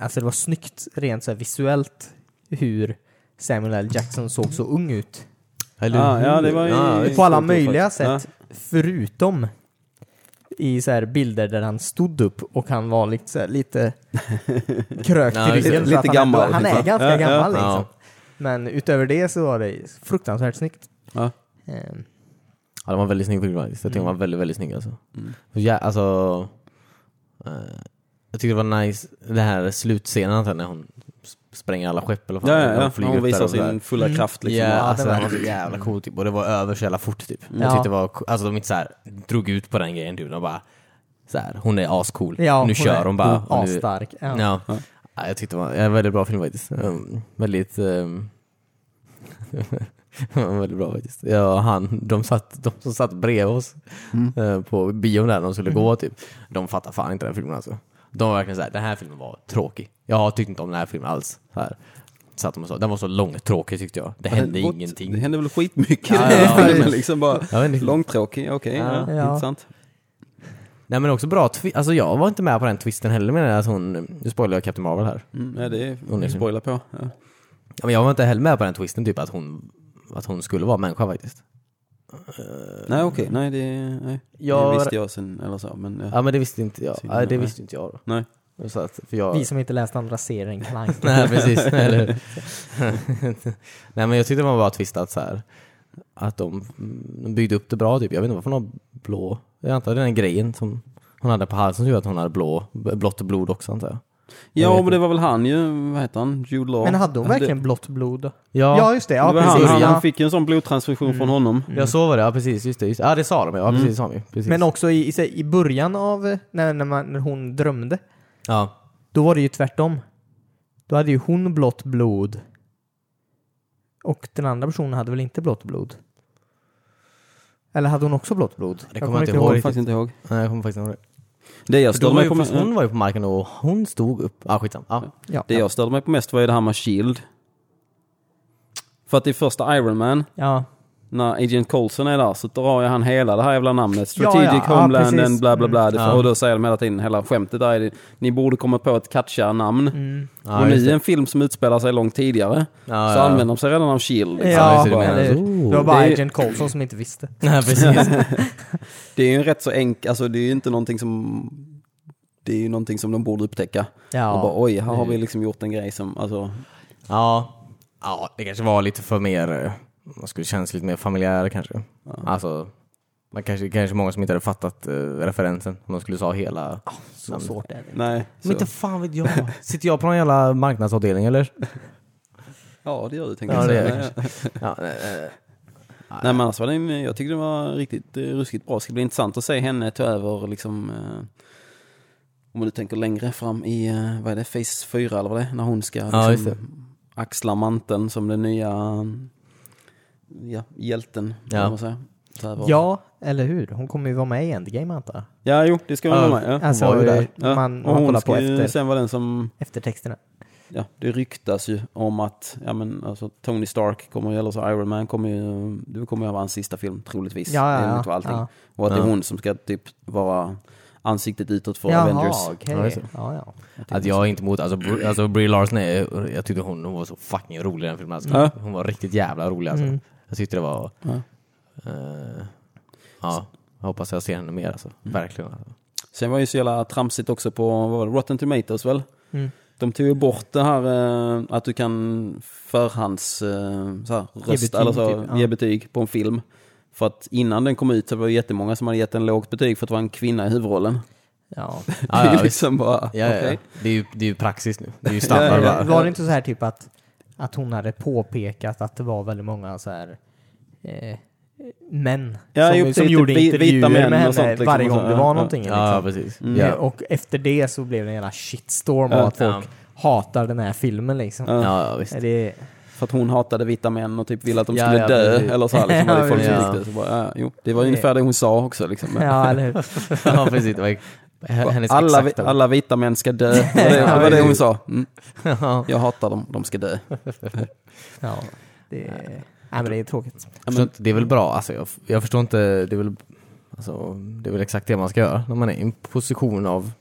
S3: alltså det var snyggt rent så här visuellt hur Samuel L. Jackson såg så ung ut.
S1: Ja, ja, det var ju-
S2: visst.
S3: På alla
S1: coolt,
S3: möjliga
S1: faktiskt.
S3: sätt, förutom i så här bilder där han stod upp och han var lite, så här, lite krökt
S2: Ja,
S3: i ryggen.
S1: lite-
S3: så att
S1: lite
S3: han, ändå-
S1: gammal,
S3: Han
S1: typ, va?
S3: är ganska
S1: Ja, ja.
S3: gammal
S2: Ja.
S3: liksom. Men utöver det så var det fruktansvärt snyggt.
S1: Ja.
S3: Eh,
S2: Ja, den var väldigt snygg film faktiskt. Jag tyckte den var väldigt, väldigt snygg alltså. Och Ja, alltså eh, jag tyckte det var nice, den här slutscenen antar jag, när hon sp- spränger alla skepp eller vad
S1: Ja,
S2: fan,
S1: ja,
S2: när
S1: ja.
S2: flyger
S1: Hon
S2: upp där
S1: visar
S2: och sådär.
S1: sin fulla kraft liksom.
S2: ja,
S1: Ja.
S2: alltså
S3: den
S2: den
S3: var-
S2: var så jävla cool typ. Och det var över så jävla fort typ.
S3: Ja.
S2: Jag tyckte det var, co- alltså de inte såhär, drog ut på den grejen du. De bara, såhär, hon är ascool.
S3: Ja,
S2: nu
S3: hon
S2: kör
S3: är-
S2: hon bara.
S3: hon är
S2: och nu-
S3: asstark. Ja.
S2: Ja. Ja, jag tyckte det var en väldigt bra film faktiskt. Um, väldigt... Um, det var väldigt bra faktiskt. Ja, han, de, satt, de som satt bredvid oss eh, på bion där de skulle gå typ, de fattar fan inte den filmen alltså. De var verkligen såhär, den här filmen var tråkig. Jag tyckte inte om den här filmen alls. Så här. Satt de och sa, den var så långtråkig tyckte jag. Det hände
S1: Gott.
S2: ingenting.
S1: Det hände väl skitmycket
S2: Ja,
S1: i den
S2: ja,
S1: här filmen
S2: precis.
S1: liksom bara.
S2: Ja, men-
S1: Långtråkig, okej, ja,
S3: Ja.
S1: intressant.
S2: Nej men också bra twi- alltså jag var inte med på den twisten heller menar jag att hon, nu spoilar jag Captain Marvel här.
S1: Mm, ja, det
S2: Hon är
S1: är
S2: så-
S1: spoiler på. Ja.
S2: Ja, men jag var inte heller med på den twisten typ att hon, att hon skulle vara människa faktiskt. Eh,
S1: Nej okej, nej det, nej.
S2: Jag-
S1: det visste jag sen eller så men ja.
S2: Ja men det visste inte jag.
S1: Synd,
S2: Ja, det
S1: nej.
S2: visste inte jag
S1: Nej.
S2: då. Så att, för jag...
S3: Vi som inte läst andra serien Clank.
S2: Nej precis, eller hur? Nej men jag tyckte man var twistat så här. Att de, de byggde upp det bra typ. Jag vet inte varför hon har blå. Jag antar det är den grejen som hon hade på halsen som gjorde att hon hade blå, blått blod också antar jag. Jag
S1: Ja
S2: vet
S1: men det var väl han ju, vad heter han? Jude Law.
S3: Men hade hon verkligen
S1: Det,
S3: blått blod?
S2: Ja,
S3: Ja, just det. Ja,
S1: det var han,
S3: precis.
S1: han,
S3: Ja.
S1: han fick ju en sån blodtransfusion från honom.
S2: jag såg vad det, ja precis, just det. Just, ja det sa de,
S1: Mm.
S2: ja precis, sa de ju. Precis.
S3: Men också i, i, sig- i början av eh, när, när, man, när hon drömde,
S2: ja.
S3: då var det ju tvärtom. Då hade ju hon blått blod. Och den andra personen hade väl inte blått blod? Eller hade hon också blått blod?
S2: Det kommer jag inte ihåg.
S1: Jag kommer faktiskt inte ihåg.
S2: Nej jag kommer faktiskt inte ihåg det.
S1: Det jag
S2: För då
S1: störde
S2: var
S1: mig på
S2: Alltså, ju, fast
S1: mest,
S2: hon var ju på marken och hon stod upp. Ja ah, skitsam. Ja.
S3: Ja.
S1: det jag störde mig på mest var ju det här med Shield. För att i första Iron Man,
S3: ja.
S1: när Agent Coulson är där så drar jag han hela det här jävla namnet.
S3: Ja, ja.
S1: Strategic
S3: Ja,
S1: Homeland
S3: precis.
S1: and bla bla bla. Det-
S2: Mm. Ja.
S1: Och då säger de hela tiden, hela skämtet där är det, ni borde komma på ett catchigare namn.
S3: Mm.
S2: Ja,
S1: och nu
S2: just
S1: i en film som utspelar sig långt tidigare
S2: Ja,
S1: så
S2: ja.
S1: använder de sig redan av Shield.
S3: Ja,
S2: Ja, just det, du menar.
S3: eller,
S2: Oh.
S3: det var bara
S1: Det är-
S3: Agent Coulson som inte visste.
S2: Nej precis.
S1: Det är ju en rätt så enkel, alltså det är ju inte någonting som det är ju någonting som de borde upptäcka.
S3: Ja.
S1: Och bara oj, här
S2: Mm.
S1: har vi liksom gjort en grej som, alltså,
S2: Ja. ja, det kanske var lite för mer, eh, man skulle kännas lite mer familjär kanske. Alltså, man kanske, kanske många som inte hade fattat eh, referensen om de skulle sa hela.
S3: Så svårt är det.
S1: nej.
S2: Men
S1: Så.
S2: inte fan vet jag. Sitter jag på någon jävla marknadsavdelning eller?
S1: Ja, det gör du tänkte
S2: Ja,
S1: jag
S2: det
S1: säga.
S2: gör jag
S1: Nej, ja.
S2: Ja, eh, eh,
S1: Nej men annars var den, jag tyckte den var riktigt eh, ruskigt bra. Det ska bli intressant att se henne ta över liksom, eh, om du tänker längre fram i, eh, vad är det, Phase 4 eller vad det är, när hon ska liksom
S2: Ja, just det.
S1: axla manteln som den nya ja, hjälten.
S2: Ja.
S1: kan man säga. Ta över.
S3: Ja, eller hur? Hon kommer ju vara med i Endgame antar jag.
S1: ja, jo, det ska hon
S2: Ja,
S1: vara med. Ja.
S3: Alltså,
S2: var ju där.
S1: Ja.
S3: man,
S1: och
S3: man
S1: hon
S3: kollar på
S1: ska ju
S3: efter,
S1: sen vara den som,
S3: eftertexterna.
S1: ja, det ryktas ju om att ja, men, alltså, Tony Stark kommer ju, eller så Iron Man kommer ju, det kommer ju vara hans sista film troligtvis.
S3: Ja, ja,
S1: enligt
S3: ja.
S1: allting.
S3: Ja.
S1: Och att det är
S2: Ja.
S1: hon som ska typ vara ansiktet utåt för Avengers.
S3: Jaha, okej.
S2: Ja, just det.
S3: Ja, ja.
S2: Att jag är inte emot, alltså, Br- alltså Brie Larson, är, jag tyckte hon, hon var så fucking rolig i den filmen. Alltså.
S1: Ja.
S2: Hon var riktigt jävla rolig alltså.
S3: Mm.
S2: Jag tyckte det var...
S1: Ja.
S2: eh, ja, jag hoppas jag ser henne mer alltså.
S1: Mm.
S2: Verkligen. Alltså.
S1: Sen var det ju så jävla tramsigt också på vad var det, Rotten Tomatoes väl?
S3: Mm.
S1: De tog ju bort det här eh, att du kan förhands eh, så här, rösta,
S3: betyg,
S1: eller så,
S3: typ. Ja.
S1: ge betyg på en film. För att innan den kom ut så var det jättemånga som hade gett en lågt betyg för att det var en kvinna i huvudrollen.
S3: ja.
S2: Ja,
S1: det är
S2: ja,
S1: ju liksom bara,
S2: Ja, ja, ja.
S1: okej.
S2: Det, är ju, det är ju praxis nu. Det är ju standard
S3: Eller,
S2: bara.
S3: Eh, var det inte så här typ att, att hon hade påpekat att det var väldigt många så här eh, män
S1: Ja,
S3: som,
S1: jo,
S3: som
S1: typ
S3: gjorde
S1: vi- vita
S3: intervjuer
S1: män
S3: med
S1: och
S3: henne
S1: sånt, liksom,
S3: varje
S1: och så,
S3: gång det
S1: ja,
S3: var
S1: ja.
S3: någonting.
S2: Ja,
S3: liksom.
S2: precis.
S1: Mm.
S2: Ja.
S3: Eh, Och efter det så blev det en jävla shitstorm
S1: Ja.
S3: av att folk hatar den här filmen liksom.
S1: Ja.
S2: Ja, ja, visst.
S3: Är Det,
S1: För att hon hatade vita män och typ ville att de
S2: Ja,
S1: skulle
S2: ja,
S1: dö.
S2: precis.
S1: Eller så här, liksom, var det folk som
S2: Ja.
S1: tyckte. Så bara, ja, jo. Det var ungefär det hon sa också. Liksom.
S3: ja, eller hur?
S2: ja, precis. Det var ju- hennes
S1: alla, vi-
S2: exakta...
S1: alla vita män ska dö. Det var det, det, var det hon sa. Mm.
S2: Ja.
S1: Jag hatar dem, de ska dö.
S3: Ja, det, nej, men det är tråkigt.
S2: Jag förstår inte, det är väl bra, alltså, jag, jag förstår inte, det är, väl, alltså, det är väl exakt det man ska göra när man är i en position av,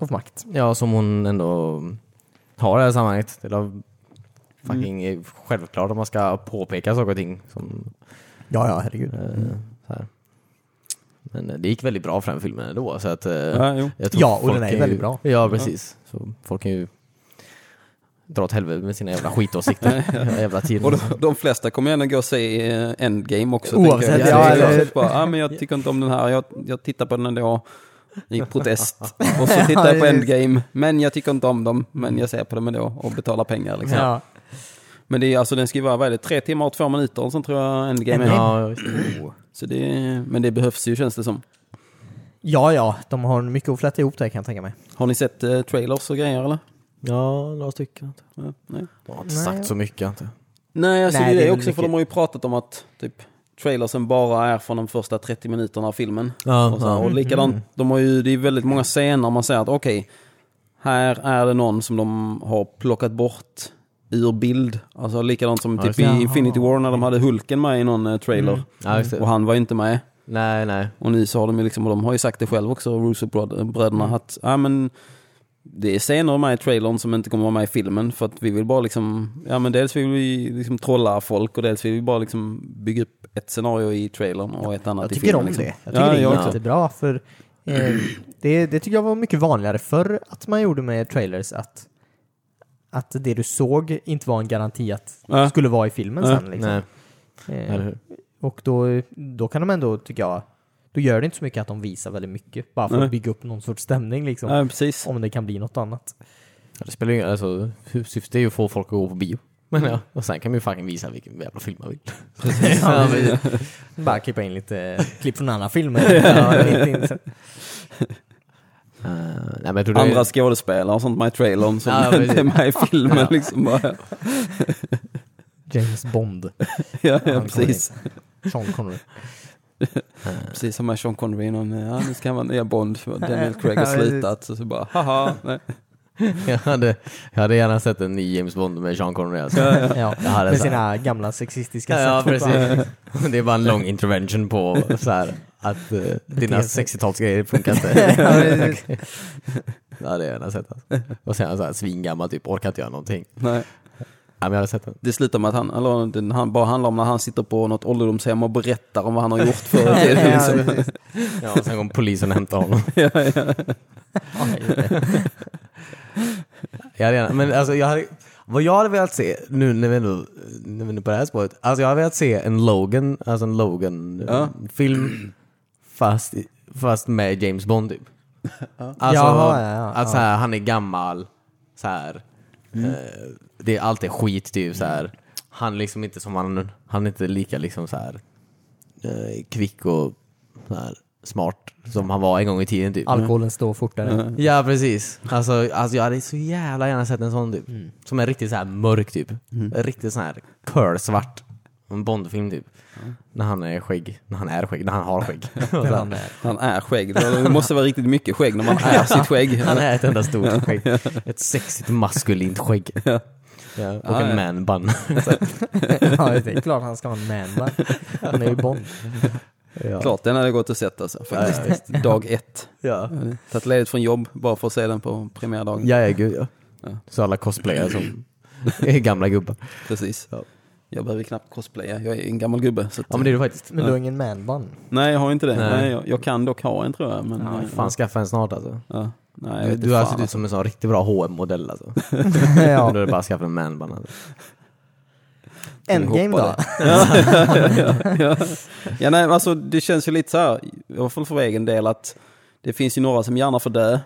S3: Och makt.
S2: ja som hon ändå har i det här sammanhanget. Det är väl fucking
S3: Mm.
S2: självklart att man ska påpeka saker och ting. Som,
S3: Ja, ja, herregud.
S2: eh, så här. Men eh, det gick väldigt bra för den filmen ändå. Så att, eh,
S1: Ja, jo.
S2: jag
S3: Ja, och
S2: folk
S3: den är
S2: ju-
S3: väldigt bra.
S2: Ja, precis. Så folk kan ju dra åt helvete med sina jävla skitåsikter. Hela jävla tiden.
S1: Och de, de flesta kommer ändå gå och se eh, Endgame också.
S3: Oavsett,
S1: tänker jag.
S3: ja,
S1: Så det är
S3: eller-
S1: oavsett bara, ah, men jag tycker inte om den här, jag, jag tittar på den ändå i protest. Och så tittar jag på
S3: Ja,
S1: Endgame, men jag tycker inte om dem, men jag ser på dem ändå och betalar pengar. Liksom.
S3: Ja.
S1: Men det är, alltså, den ska ju vara, vad är det, tre timmar och två minuter, och sen tror jag Endgame är.
S2: ja, visst.
S1: Så det, är- men det behövs ju känns det som.
S3: ja, ja, de har mycket att fläta ihop där kan jag tänka mig.
S1: Har ni sett eh, trailers och grejer eller?
S5: Ja, några stycken.
S1: Ja, nej.
S2: De har inte
S3: Nej.
S2: sagt så mycket inte.
S1: nej, alltså
S3: Nej,
S1: det
S3: det
S1: är
S3: är
S1: det
S3: väl
S1: också för de har ju pratat om att typ trailersen bara är från de första 30 minuterna av filmen.
S5: Ja,
S1: Och, så, här, och likadant, de har ju, det är väldigt många scener man säger att okej, här är det någon som de har plockat bort ur bild. Alltså likadant som typ i
S5: Jaha.
S1: Infinity War när de hade Hulken med i någon eh, trailer.
S2: Ja, just det.
S1: Och han var ju inte med.
S2: Nej, nej.
S1: Och nu så har de ju liksom, och de har ju sagt det själv också, Russo-bröderna,
S3: Mm.
S1: att ja men det är scener med i trailern som inte kommer vara med i filmen för att vi vill bara liksom, ja men dels vill vi liksom trolla folk och dels vill vi bara liksom bygga upp ett scenario i trailern och ett annat
S3: Jag
S1: i
S3: tycker
S1: filmen.
S3: om
S1: liksom.
S3: det. Jag
S1: Ja,
S3: tycker
S1: jag
S3: det är
S1: också.
S3: jättebra för eh, det, det tycker jag var mycket vanligare förr att man gjorde med trailers att, att det du såg inte var en garanti att
S1: Ja.
S3: skulle vara i filmen
S1: Ja.
S3: sen. Liksom.
S2: nej.
S3: Eh,
S2: Eller hur?
S3: Och då, då kan de ändå, tycker jag, då gör det inte så mycket att de visar väldigt mycket bara för
S1: Nej.
S3: att bygga upp någon sorts stämning liksom.
S1: Ja, precis.
S3: Om det kan bli något annat.
S2: Ja, Det spelar ju ingen alltså, hu- Syftet är ju att få folk att gå på bio. Men ja, och sen kan man ju fucking visa vilken jävla film man vill.
S3: Ja, precis. bara klippa in lite klipp från andra filmer. ja, lite in, så-
S2: Eh, nej, men jag tror det
S1: Andra skådespelare och sånt med i trailern som
S2: Ja, precis.
S1: inte är med i filmen liksom bara.
S3: James Bond,
S1: Ja, ja
S3: kommer
S1: precis.
S3: Sean Connery.
S1: Precis som med Sean Connery i någon, ja nu ska han vara nya Bond, för Daniel Craig har
S3: Ja, precis.
S1: slutat. Så, så bara, haha. Nej.
S2: jag, hade, jag hade gärna sett en ny James Bond med Sean Connery. Alltså.
S3: Ja,
S2: Det här är
S3: med
S2: så här.
S3: sina gamla sexistiska
S2: Ja, ja,
S3: sätt.
S2: precis. Det är bara en lång intervention på så här, att eh, dina
S3: sig.
S2: 60-talsgrejer funkar inte. ja, det hade jag gärna sett. Alltså. Och sen så här svingammal, typ orkar inte göra någonting.
S1: Nej.
S2: Ja, men jag hade sett den.
S1: Det slutar med att han, eller, den, han bara handlar om när han sitter på något ålderdomshem och berättar om vad han har gjort förr i tiden.
S3: Ja,
S1: liksom.
S3: precis.
S2: Ja, och sen kom polisen och hämtade honom. Jag hade gärna, men alltså jag hade, vad jag hade velat se, nu när vi ändå, när vi är på det här spåret, alltså jag hade velat se en Logan, alltså en
S1: Ja.
S2: Logan-film, fast, i- fast med James Bond typ. Alltså,
S3: Jaha, ja, ja,
S2: att så här, han är gammal, så här,
S1: Mm.
S2: eh, det är alltid skit typ så här. Han är liksom inte som han, han är inte lika liksom så här eh, kvick och så här, smart som han var en gång i tiden typ.
S1: Mm.
S3: Alkoholen står fortare.
S2: Ja precis. Alltså, alltså jag hade så jävla gärna sett en sån typ.
S1: Mm.
S2: Som är riktigt så här mörk typ. En riktigt sån här pearlsvart. En Bondfilm typ. När han är skägg. När han är skägg. När han har skägg. Och så här,
S3: Han är-
S1: Han är skägg. Det måste vara riktigt mycket skägg när man är sitt skägg.
S2: han är ett enda stort skägg. Ett sexigt maskulint skägg. Ja, och
S1: Ja, ja.
S2: en man bun.
S3: ja, det är klart han ska vara en man va? Han är ju Bond.
S1: Klart, den hade gått att sett alltså. Faktiskt. Dag ett.
S2: ja.
S1: Tagit ledigt från jobb bara för att se den på premiärdagen.
S2: ja, ja gud ja.
S1: Ja.
S2: Så alla cosplayare som är gamla gubbar.
S1: Precis.
S2: Ja.
S1: Jag behöver knappt cosplaya, jag är en gammal gubbe. Så att,
S2: Ja men det är du faktiskt.
S3: Men du är ingen man bun.
S1: Nej, jag har inte det.
S2: Nej.
S1: Nej. jag, jag kan dock ha en tror jag. Men,
S2: Ja, fan skaffa en snart alltså.
S1: Ja. Nej, jag
S2: Du,
S1: vet
S2: du har
S1: fan, alltså.
S2: sett ut som en sån riktigt bra hm modell alltså.
S3: ja.
S2: Men då är det bara att skaffa en manbun alltså.
S3: Endgame då?
S1: Hoppade. ja, ja, nej, alltså det känns ju lite så här, i alla fall för egen del, att det finns ju några som gärna får dö.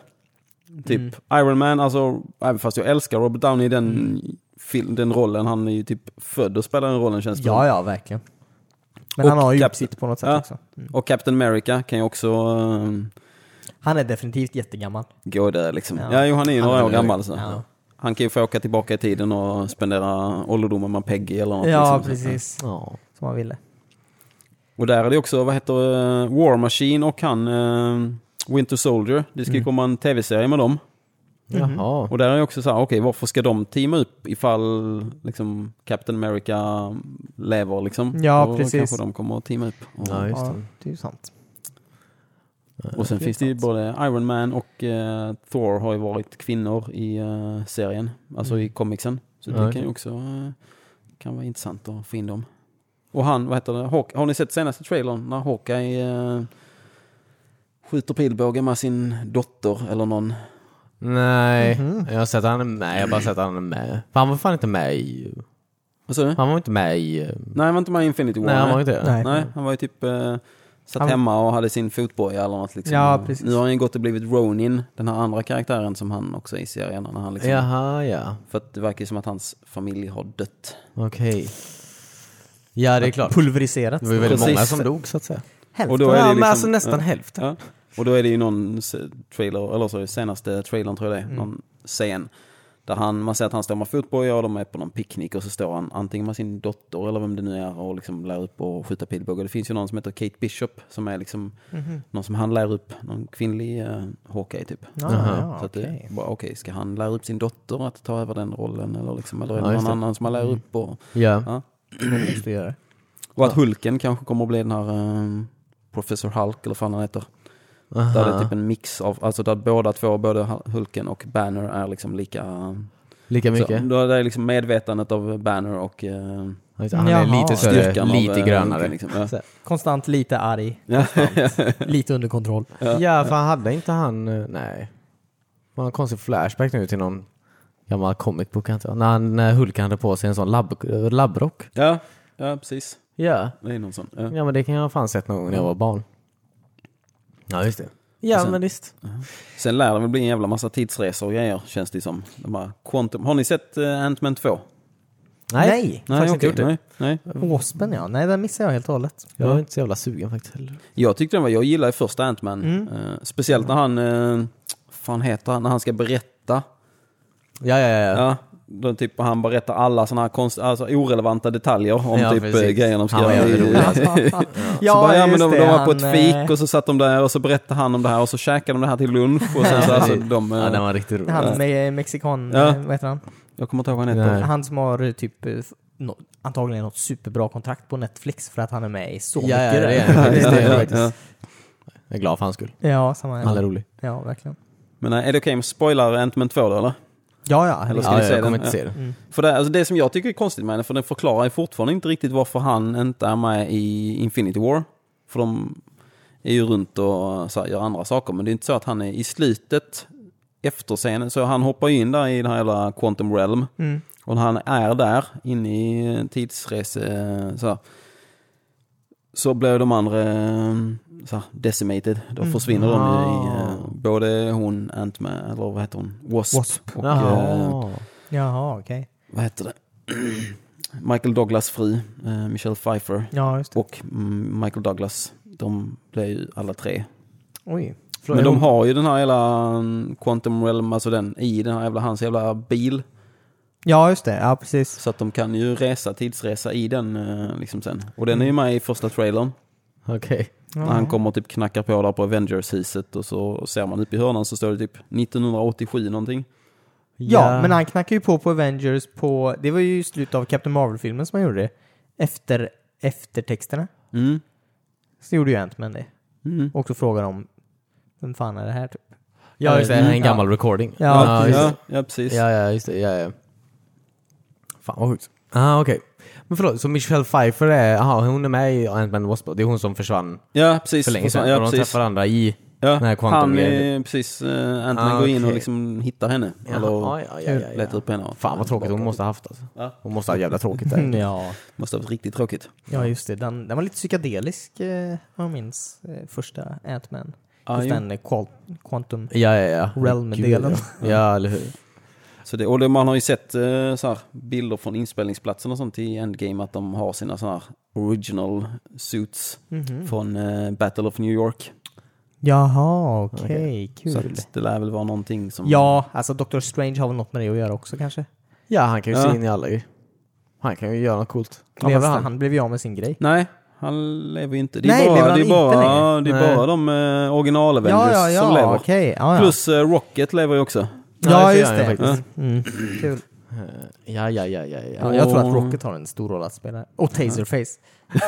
S1: Typ Iron Man, alltså, även fast jag älskar Robert Downey i den, fil- den rollen, han är ju typ född att spela den rollen känns det som.
S3: Ja, ja, verkligen. Men
S1: Och
S3: han har ju upp
S1: Captain-
S3: sitt på något sätt
S1: Ja.
S3: också.
S1: Och Captain America kan ju också uh,
S3: Han är definitivt jättegammal.
S1: gå och dö liksom.
S3: Ja.
S1: Ja, jo, han är ju
S2: Han
S1: några
S2: är
S1: år
S2: väl-
S1: gammal så.
S3: Ja.
S1: Han kan ju få åka tillbaka i tiden och spendera ålderdomen med Peggy eller något.
S3: Ja,
S1: liksom.
S3: precis.
S2: Ja.
S3: Som han ville.
S1: Och där är det också, vad heter eh, War Machine och han eh, Winter Soldier. Det ska ju komma en tv-serie med dem.
S2: Jaha.
S1: Mm-hmm. Och där är det också så här, okej varför ska de teama upp ifall liksom, Captain America lever liksom?
S3: Ja,
S1: Då
S3: precis.
S1: kanske de kommer att teama upp. Och,
S2: Ja, just
S3: Ja,
S2: det.
S3: det är ju sant.
S1: och sen finns det ju både Iron Man och eh, Thor har ju varit kvinnor i eh, serien, alltså
S3: Mm.
S1: i comicsen. Så
S2: Ja,
S1: det
S2: okej.
S1: kan ju också eh, kan vara intressant att få in dem. Och han, vad heter det, Hawk, har ni sett senaste trailern när Hawkeye eh, skjuter pilbåge med sin dotter eller någon?
S2: Nej, jag har sett han är med. Jag har bara sett han är med. För han var fan inte med i...
S1: Vad sa du?
S2: Han var inte med i... eh,
S1: Nej, han var inte med i Infinity War.
S2: Nej, han var inte det.
S3: Nej.
S1: Nej, han var ju typ eh, satt
S3: Han-
S1: hemma och hade sin fotboja eller något. Liksom.
S3: Ja,
S1: Och
S3: precis.
S1: Nu har han ju gått och blivit Ronin, den här andra karaktären som han också är i serien. När han liksom,
S2: Jaha, ja.
S1: För att det verkar ju som att hans familj har dött.
S2: Okej. Ja, det är klart.
S3: Pulveriserat.
S2: Det var ju väldigt
S1: Precis.
S2: många som dog, så att säga.
S1: Och då
S3: Hälften.
S1: är det
S2: Ja, men
S1: liksom-
S2: alltså nästan
S1: ja.
S2: hälften.
S1: Ja. Och då är det ju någon se- trailer, eller sorry, senaste trailern tror jag det är, någon scen Där han, man ser att han står med fotboja och de är på någon picknick och så står han antingen med sin dotter eller vem det nu är och liksom lär upp och skjuta pilbåge. Det finns ju någon som heter Kate Bishop som är liksom någon som han lär upp, någon kvinnlig eh, Hawkeye typ.
S3: Ah, ja,
S1: så att
S3: okej.
S1: det, bara, okej, ska han lära upp sin dotter att ta över den rollen eller, liksom, eller är det
S2: Ja, just
S1: någon
S2: det.
S1: annan som han lär upp? Och,
S2: Ja.
S1: ja.
S3: Det måste jag göra.
S1: och att Hulken kanske kommer att bli den här eh, Professor Hulk eller vad fan han heter. Där det är typ en mix av, alltså där båda två, både Hulken och Banner är liksom lika...
S2: Lika mycket?
S1: Så, då är det liksom medvetandet av Banner och eh,
S2: Ja, just det. han är
S3: Jaha.
S2: lite större,
S1: styrkan av
S2: lite
S1: eh,
S2: grönare.
S1: Hulken, liksom. ja.
S2: Så här.
S3: Konstant lite arg,
S1: Ja.
S3: lite under kontroll.
S1: liksom.
S2: Ja, för han hade inte han... eh, Nej. Var en konstig flashback nu till någon gammal comic book. Inte. När, han, när Hulken hade på sig en sån labb, eh, labbrock.
S1: ja, ja, precis.
S2: Ja.
S1: Det är någon sån. Ja.
S2: ja, men det kan jag ha fan sett någon gång när jag var barn. Ja, just det. Ja, men visst.
S1: Sen lär det väl bli en jävla massa tidsresor och grejer, känns det som. De här quantum. Har ni sett eh, Ant-Man 2?
S2: Nej,
S3: Nej.
S2: faktiskt inte
S1: okej,
S2: gjort det.
S1: nej, nej.
S3: Åsben ja, nej den missar jag helt och hållet.
S2: Jag var inte så jävla sugen faktiskt heller.
S1: Jag tyckte den var, jag gillar ju första Ant-Man.
S2: Mm.
S1: Eh, speciellt när han, eh, fan heter han, när han ska berätta.
S2: Ja, ja, ja.
S1: Ja. då typ han berättar alla sådana här konst, alltså orelevanta detaljer om
S2: Ja,
S1: typ
S2: precis.
S1: eh, grejer de ska
S2: Han var jävligt rolig.
S1: Ja, bara, ja men
S3: just
S1: de, de
S3: det,
S1: var på ett
S3: han,
S1: fik
S3: eh,
S1: och så satt de där och så berättade han om det här och så käkade de det här till lunch och sen så alltså de... eh,
S2: ja, den var riktigt rolig.
S3: Han med mexikan,
S1: Ja.
S3: eh, vad heter han?
S1: Jag kommer inte ihåg vad han heter.
S2: Nej.
S3: Han som har eh, typ eh, nå- antagligen något superbra kontrakt på Netflix för att han är med i så
S2: Ja,
S3: mycket.
S2: ja, det
S3: där.
S2: är han faktiskt. Det är han
S1: Ja,
S2: faktiskt.
S1: ja.
S2: Jag är glad för hans skull.
S3: ja, samma
S2: Han är rolig.
S3: Ja, verkligen.
S1: Men eh, är det okej med spoilar Ant-Man 2 då eller?
S3: Ja, ja.
S1: Eller
S3: Eller,
S1: ska
S2: Ja,
S1: ni se
S2: jag kommer
S1: den?
S2: inte se den.
S1: För det, alltså det som jag tycker är konstigt med den, för den förklarar ju fortfarande inte riktigt varför han inte är med i Infinity War. För de är ju runt och så här, gör andra saker, men det är inte så att han är i slutet efter scenen. Så han hoppar ju in där i den här jävla Quantum Realm.
S3: Mm.
S1: Och när han är där, inne i tidsrese... Så, här, så blir de andra eh, så här, decimated. Då försvinner de ju i... eh, Både hon, Ant-Man, eller vad heter hon? Wasp.
S3: Wasp.
S1: Och, eh,
S2: Jaha.
S3: Jaha, okej.
S1: vad heter det? Michael Douglas fru, eh, Michelle Pfeiffer
S3: Ja, just det.
S1: och mm, Michael Douglas. De blev ju alla tre.
S3: Oj.
S1: Men de har ju den här jävla mm, Quantum Realm, alltså den i den här jävla, hans jävla bil.
S3: Ja, just det. Ja, precis.
S1: Så att de kan ju resa, tidsresa i den eh, liksom sen. Och den är ju med i första trailern.
S2: Okej.
S1: När han kommer och typ knackar på där på Avengers-huset och så ser man upp i hörnan så står det typ 1987 någonting.
S3: Ja, men han knackar ju på på Avengers på... Det var ju i slutet av Captain Marvel-filmen som han gjorde det. Efter eftertexterna
S1: Mm.
S3: så gjorde ju Ant-Man det.
S1: Mm.
S3: Och så frågar de vem fan är det här typ?
S2: Ja, just det.
S3: Mm.
S2: En gammal recording.
S3: Ja, precis.
S2: just
S1: ja,
S2: det.
S1: ja, precis.
S2: Ja, ja, just det. Ja, ja. Fan vad sjukt. Ah, okej. Men förlåt, så Michelle Pfeiffer är, aha, hon är med i Ant-Man and Wasp. Det är hon som försvann
S1: Ja, precis.
S2: för länge sedan.
S1: Ja,
S2: och de
S1: precis.
S2: träffar varandra i
S1: Ja,
S2: den här
S1: han är
S2: kvantumgrejen.
S1: precis, uh, Anthony
S2: Ah,
S1: går in och
S2: okej.
S1: liksom hittar henne.
S2: Ja,
S1: eller
S2: ja, ja, ja, ja, ja.
S1: letar upp henne. och-
S2: Fan vad tråkigt hon måste ha haft alltså. Hon måste ha jävla tråkigt där.
S3: Ja.
S1: Måste ha varit riktigt tråkigt.
S3: ja, just det. Den, den var lite psykedelisk eh, vad jag minns. Eh, första Ant-Man.
S1: Ja,
S3: just
S1: jo.
S3: den eh, qual- Quantum.
S2: Ja, ja, ja.
S3: Realm-delen.
S2: Gud, ja. Ja, eller hur.
S1: Så det, och det, man har ju sett eh, så här, bilder från inspelningsplatsen och sånt i Endgame att de har sina så här original suits
S3: Mhm.
S1: från eh, Battle of New York.
S3: Jaha, okej.
S1: Så
S3: Kul.
S1: att det lär väl vara någonting som...
S3: Ja, alltså Doctor Strange har väl något med det att göra också kanske?
S2: Ja, han kan ju
S1: Ja.
S2: se in i alla grejer. Han kan ju göra något coolt.
S3: Ja,
S2: Lever
S3: han?
S2: han?
S3: han blev ju av med sin grej.
S1: Nej, han lever ju inte. Det är
S3: Nej, lever
S1: bara,
S3: han
S1: det är
S3: inte
S1: bara,
S3: längre?
S1: det
S2: Nej.
S1: är bara de eh, original Avengers
S3: Ja, ja,
S1: som
S3: ja,
S1: lever.
S3: okej. Ja, ja.
S1: Plus eh, Rocket lever ju också.
S3: ja,
S2: det
S3: just
S2: ser jag
S3: det.
S2: faktiskt.
S3: Mm. Kul.
S2: Ja, ja, ja, ja, ja.
S3: Ja, jag tror att Rocket har en stor roll att spela. Och Taserface.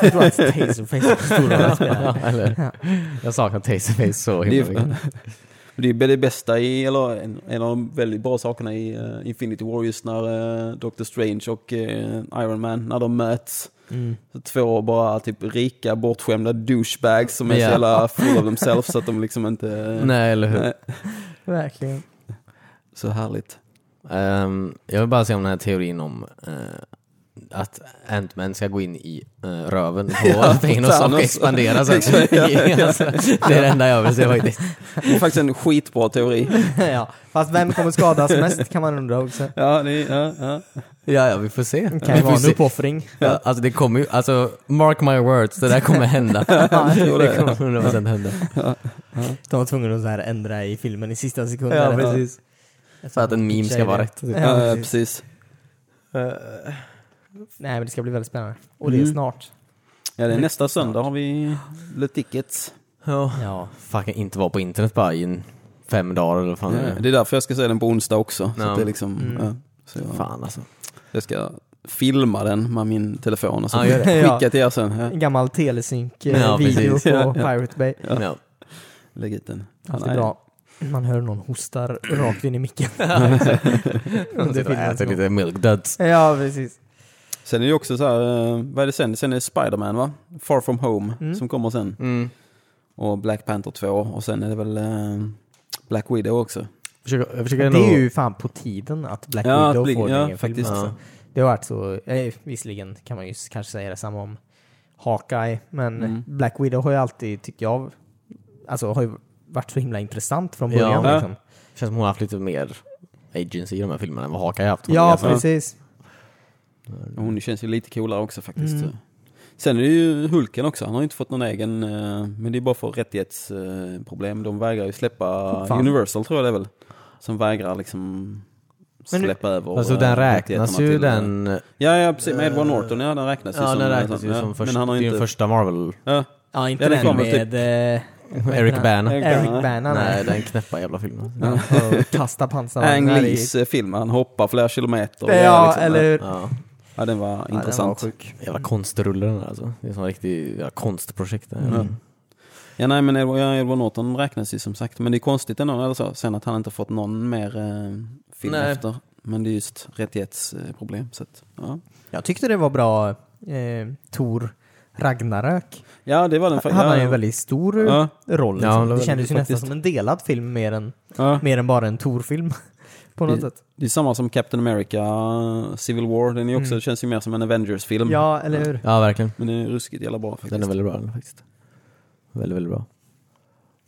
S3: Jag tror att Taserface har en stor roll att spela.
S2: Ja, eller, jag saknar Taserface så
S1: Det är,
S2: himla mycket.
S1: det är ju det bästa i, eller en, en av de väldigt bra sakerna i eh, Infinity War just när eh, Doctor Strange och eh, Iron Man, när de möts.
S3: Mm.
S1: Så två bara typ rika bortskämda douchebags som är
S2: Ja.
S1: så jävla full of themselves så att de liksom inte...
S2: Nej, eller hur.
S1: Nej.
S3: Verkligen.
S1: Så härligt.
S2: Ehm, jag vill bara se om den här teorin om eh, att Ant-Man ska gå in i eh, röven på Thanos och
S1: Thanos.
S2: expandera sen. alltså, det är det enda jag vill se faktiskt.
S1: Det är faktiskt en skitbra teori.
S3: ja. Fast vem kommer skadas mest kan man undra också.
S1: Ja, det är, ja, ja.
S2: Ja, ja, vi får se.
S3: Det
S2: vi
S3: kan ju
S2: får
S3: vara en
S2: se.
S3: uppoffring.
S2: Ja, alltså det kommer ju, alltså mark my words, det där kommer hända.
S1: tror det.
S2: det kommer 100% hända.
S3: De var tvungna att så här ändra i filmen i sista sekunden.
S2: Ja, precis. För att en meme ska vara rätt.
S3: Ja,
S2: Typ.
S1: Ja,
S3: precis.
S1: precis.
S3: Eh, nej men det ska bli väldigt spännande. Och det är
S1: Mm.
S3: snart.
S1: Ja, det är nästa söndag har vi Le Tickets.
S2: Ja.
S3: Ja.
S2: Fucking inte vara på internet bara i en fem dagar eller vad fan det är.
S1: Det är därför jag ska se den på onsdag också. Så
S2: Ja.
S1: att det är liksom,
S3: Mm.
S1: ja. så jag,
S2: Fan alltså.
S1: jag ska filma den med min telefon och så
S2: Ja, gör det.
S1: skicka till er sen. Ja.
S3: En gammal
S2: Ja,
S3: Telesync-video
S2: precis.
S3: på
S1: Ja, ja.
S3: Pirate Bay.
S2: Ja.
S1: Lägg ut den.
S3: Alltid
S1: Nej.
S3: bra. Man hör någon hostar rakt in i micken.
S2: Sitter
S3: Under
S2: och
S3: filmens
S2: äter
S3: gång.
S2: lite milk duds.
S3: Ja, precis.
S1: Sen är det ju också så här, eh, vad är det sen? Sen är det Spider-Man va? Far from home som kommer sen.
S2: Mm.
S1: Och Black Panther 2 och sen är det väl eh, Black Widow också.
S2: Försöker, jag försöker
S3: Det
S2: ändå...
S3: är ju fan på tiden att Black
S1: Ja,
S3: Widow
S1: att bli-
S3: får
S1: ja,
S3: en egen film.
S1: faktiskt.
S3: Alltså. Det har varit så, eh, visserligen kan man ju s- kanske säga detsamma om Hawkeye, men
S1: Mm.
S3: Black Widow har ju alltid, tycker jag, alltså har ju varit så himla intressant från
S2: Ja.
S3: början.
S1: Ja.
S3: Ja, liksom.
S2: Känns som hon har haft lite mer agency i de här filmerna än vad Haka har haft.
S3: ja
S2: Alltså,
S3: precis.
S1: Hon känns ju lite coolare också faktiskt.
S3: Mm.
S1: Sen är det ju Hulken också, han har ju inte fått någon egen, eh, men det är bara för rättighetsproblem. De vägrar ju släppa,
S3: Fan.
S1: Universal tror jag det är väl, som vägrar liksom
S3: Men nu-
S1: släppa över
S2: Alltså
S1: eh,
S2: den räknas
S1: rättigheterna
S2: ju
S1: till- eh,
S2: den...
S1: Ja, ja precis, med Edward Norton, ja den räknas ju
S2: Eh, Ja
S1: som...
S2: den räknas ju
S1: ja,
S2: som först,
S1: Men han har
S2: det är
S1: ju
S2: ju
S1: inte...
S2: första Marvel.
S1: Ja,
S3: Ja, inte
S1: Ja, det
S3: den
S1: kommer typ-
S3: med eh, vad
S2: Eric
S3: heter
S2: Bana.
S3: han?
S1: Eric Bana.
S3: Eric Bana.
S2: Nej den knäppa jävla filmen.
S3: Han får kasta
S1: Ang
S3: pansarvagnar i...
S1: Lees eh, film, han hoppar flera kilometer. och
S3: Ja,
S1: grejer liksom.
S3: eller hur?
S2: Ja.
S1: Ja, den var
S3: Ja, den var
S1: intressant.
S3: sjuk.
S2: Jävla konstrulle den där alltså. Det är som en riktig ja, konstprojekt. där.
S1: Ja. Ja, nej, men Edward, ja, Edward Norton räknas ju som sagt. Men det är konstigt ändå, eller så, sen att han inte fått någon mer eh, film
S2: Nej.
S1: efter. Men det är just rättighetsproblem. Så att, ja.
S3: Jag tyckte det var bra eh, Tor Ragnarök.
S1: ja, det var den. fa-
S3: Han hade
S1: ja,
S3: ju en väldigt stor eh,
S1: Ja.
S3: roll.
S2: Ja,
S3: Liksom.
S2: det var
S3: det kändes ju
S1: väldigt
S3: nästan
S1: faktiskt.
S3: som en delad film mer än,
S1: Ja.
S3: mer än bara en Tor-film. på något sätt.
S1: Det är samma som Captain America, eh, Civil War. Den är också,
S3: Mm.
S1: känns ju mer som en Avengers-film.
S3: Ja, eller hur?
S2: ja verkligen.
S1: Men den är ruskigt jävla bra faktiskt.
S2: Den är väldigt bra den, faktiskt. Väldigt, väldigt bra.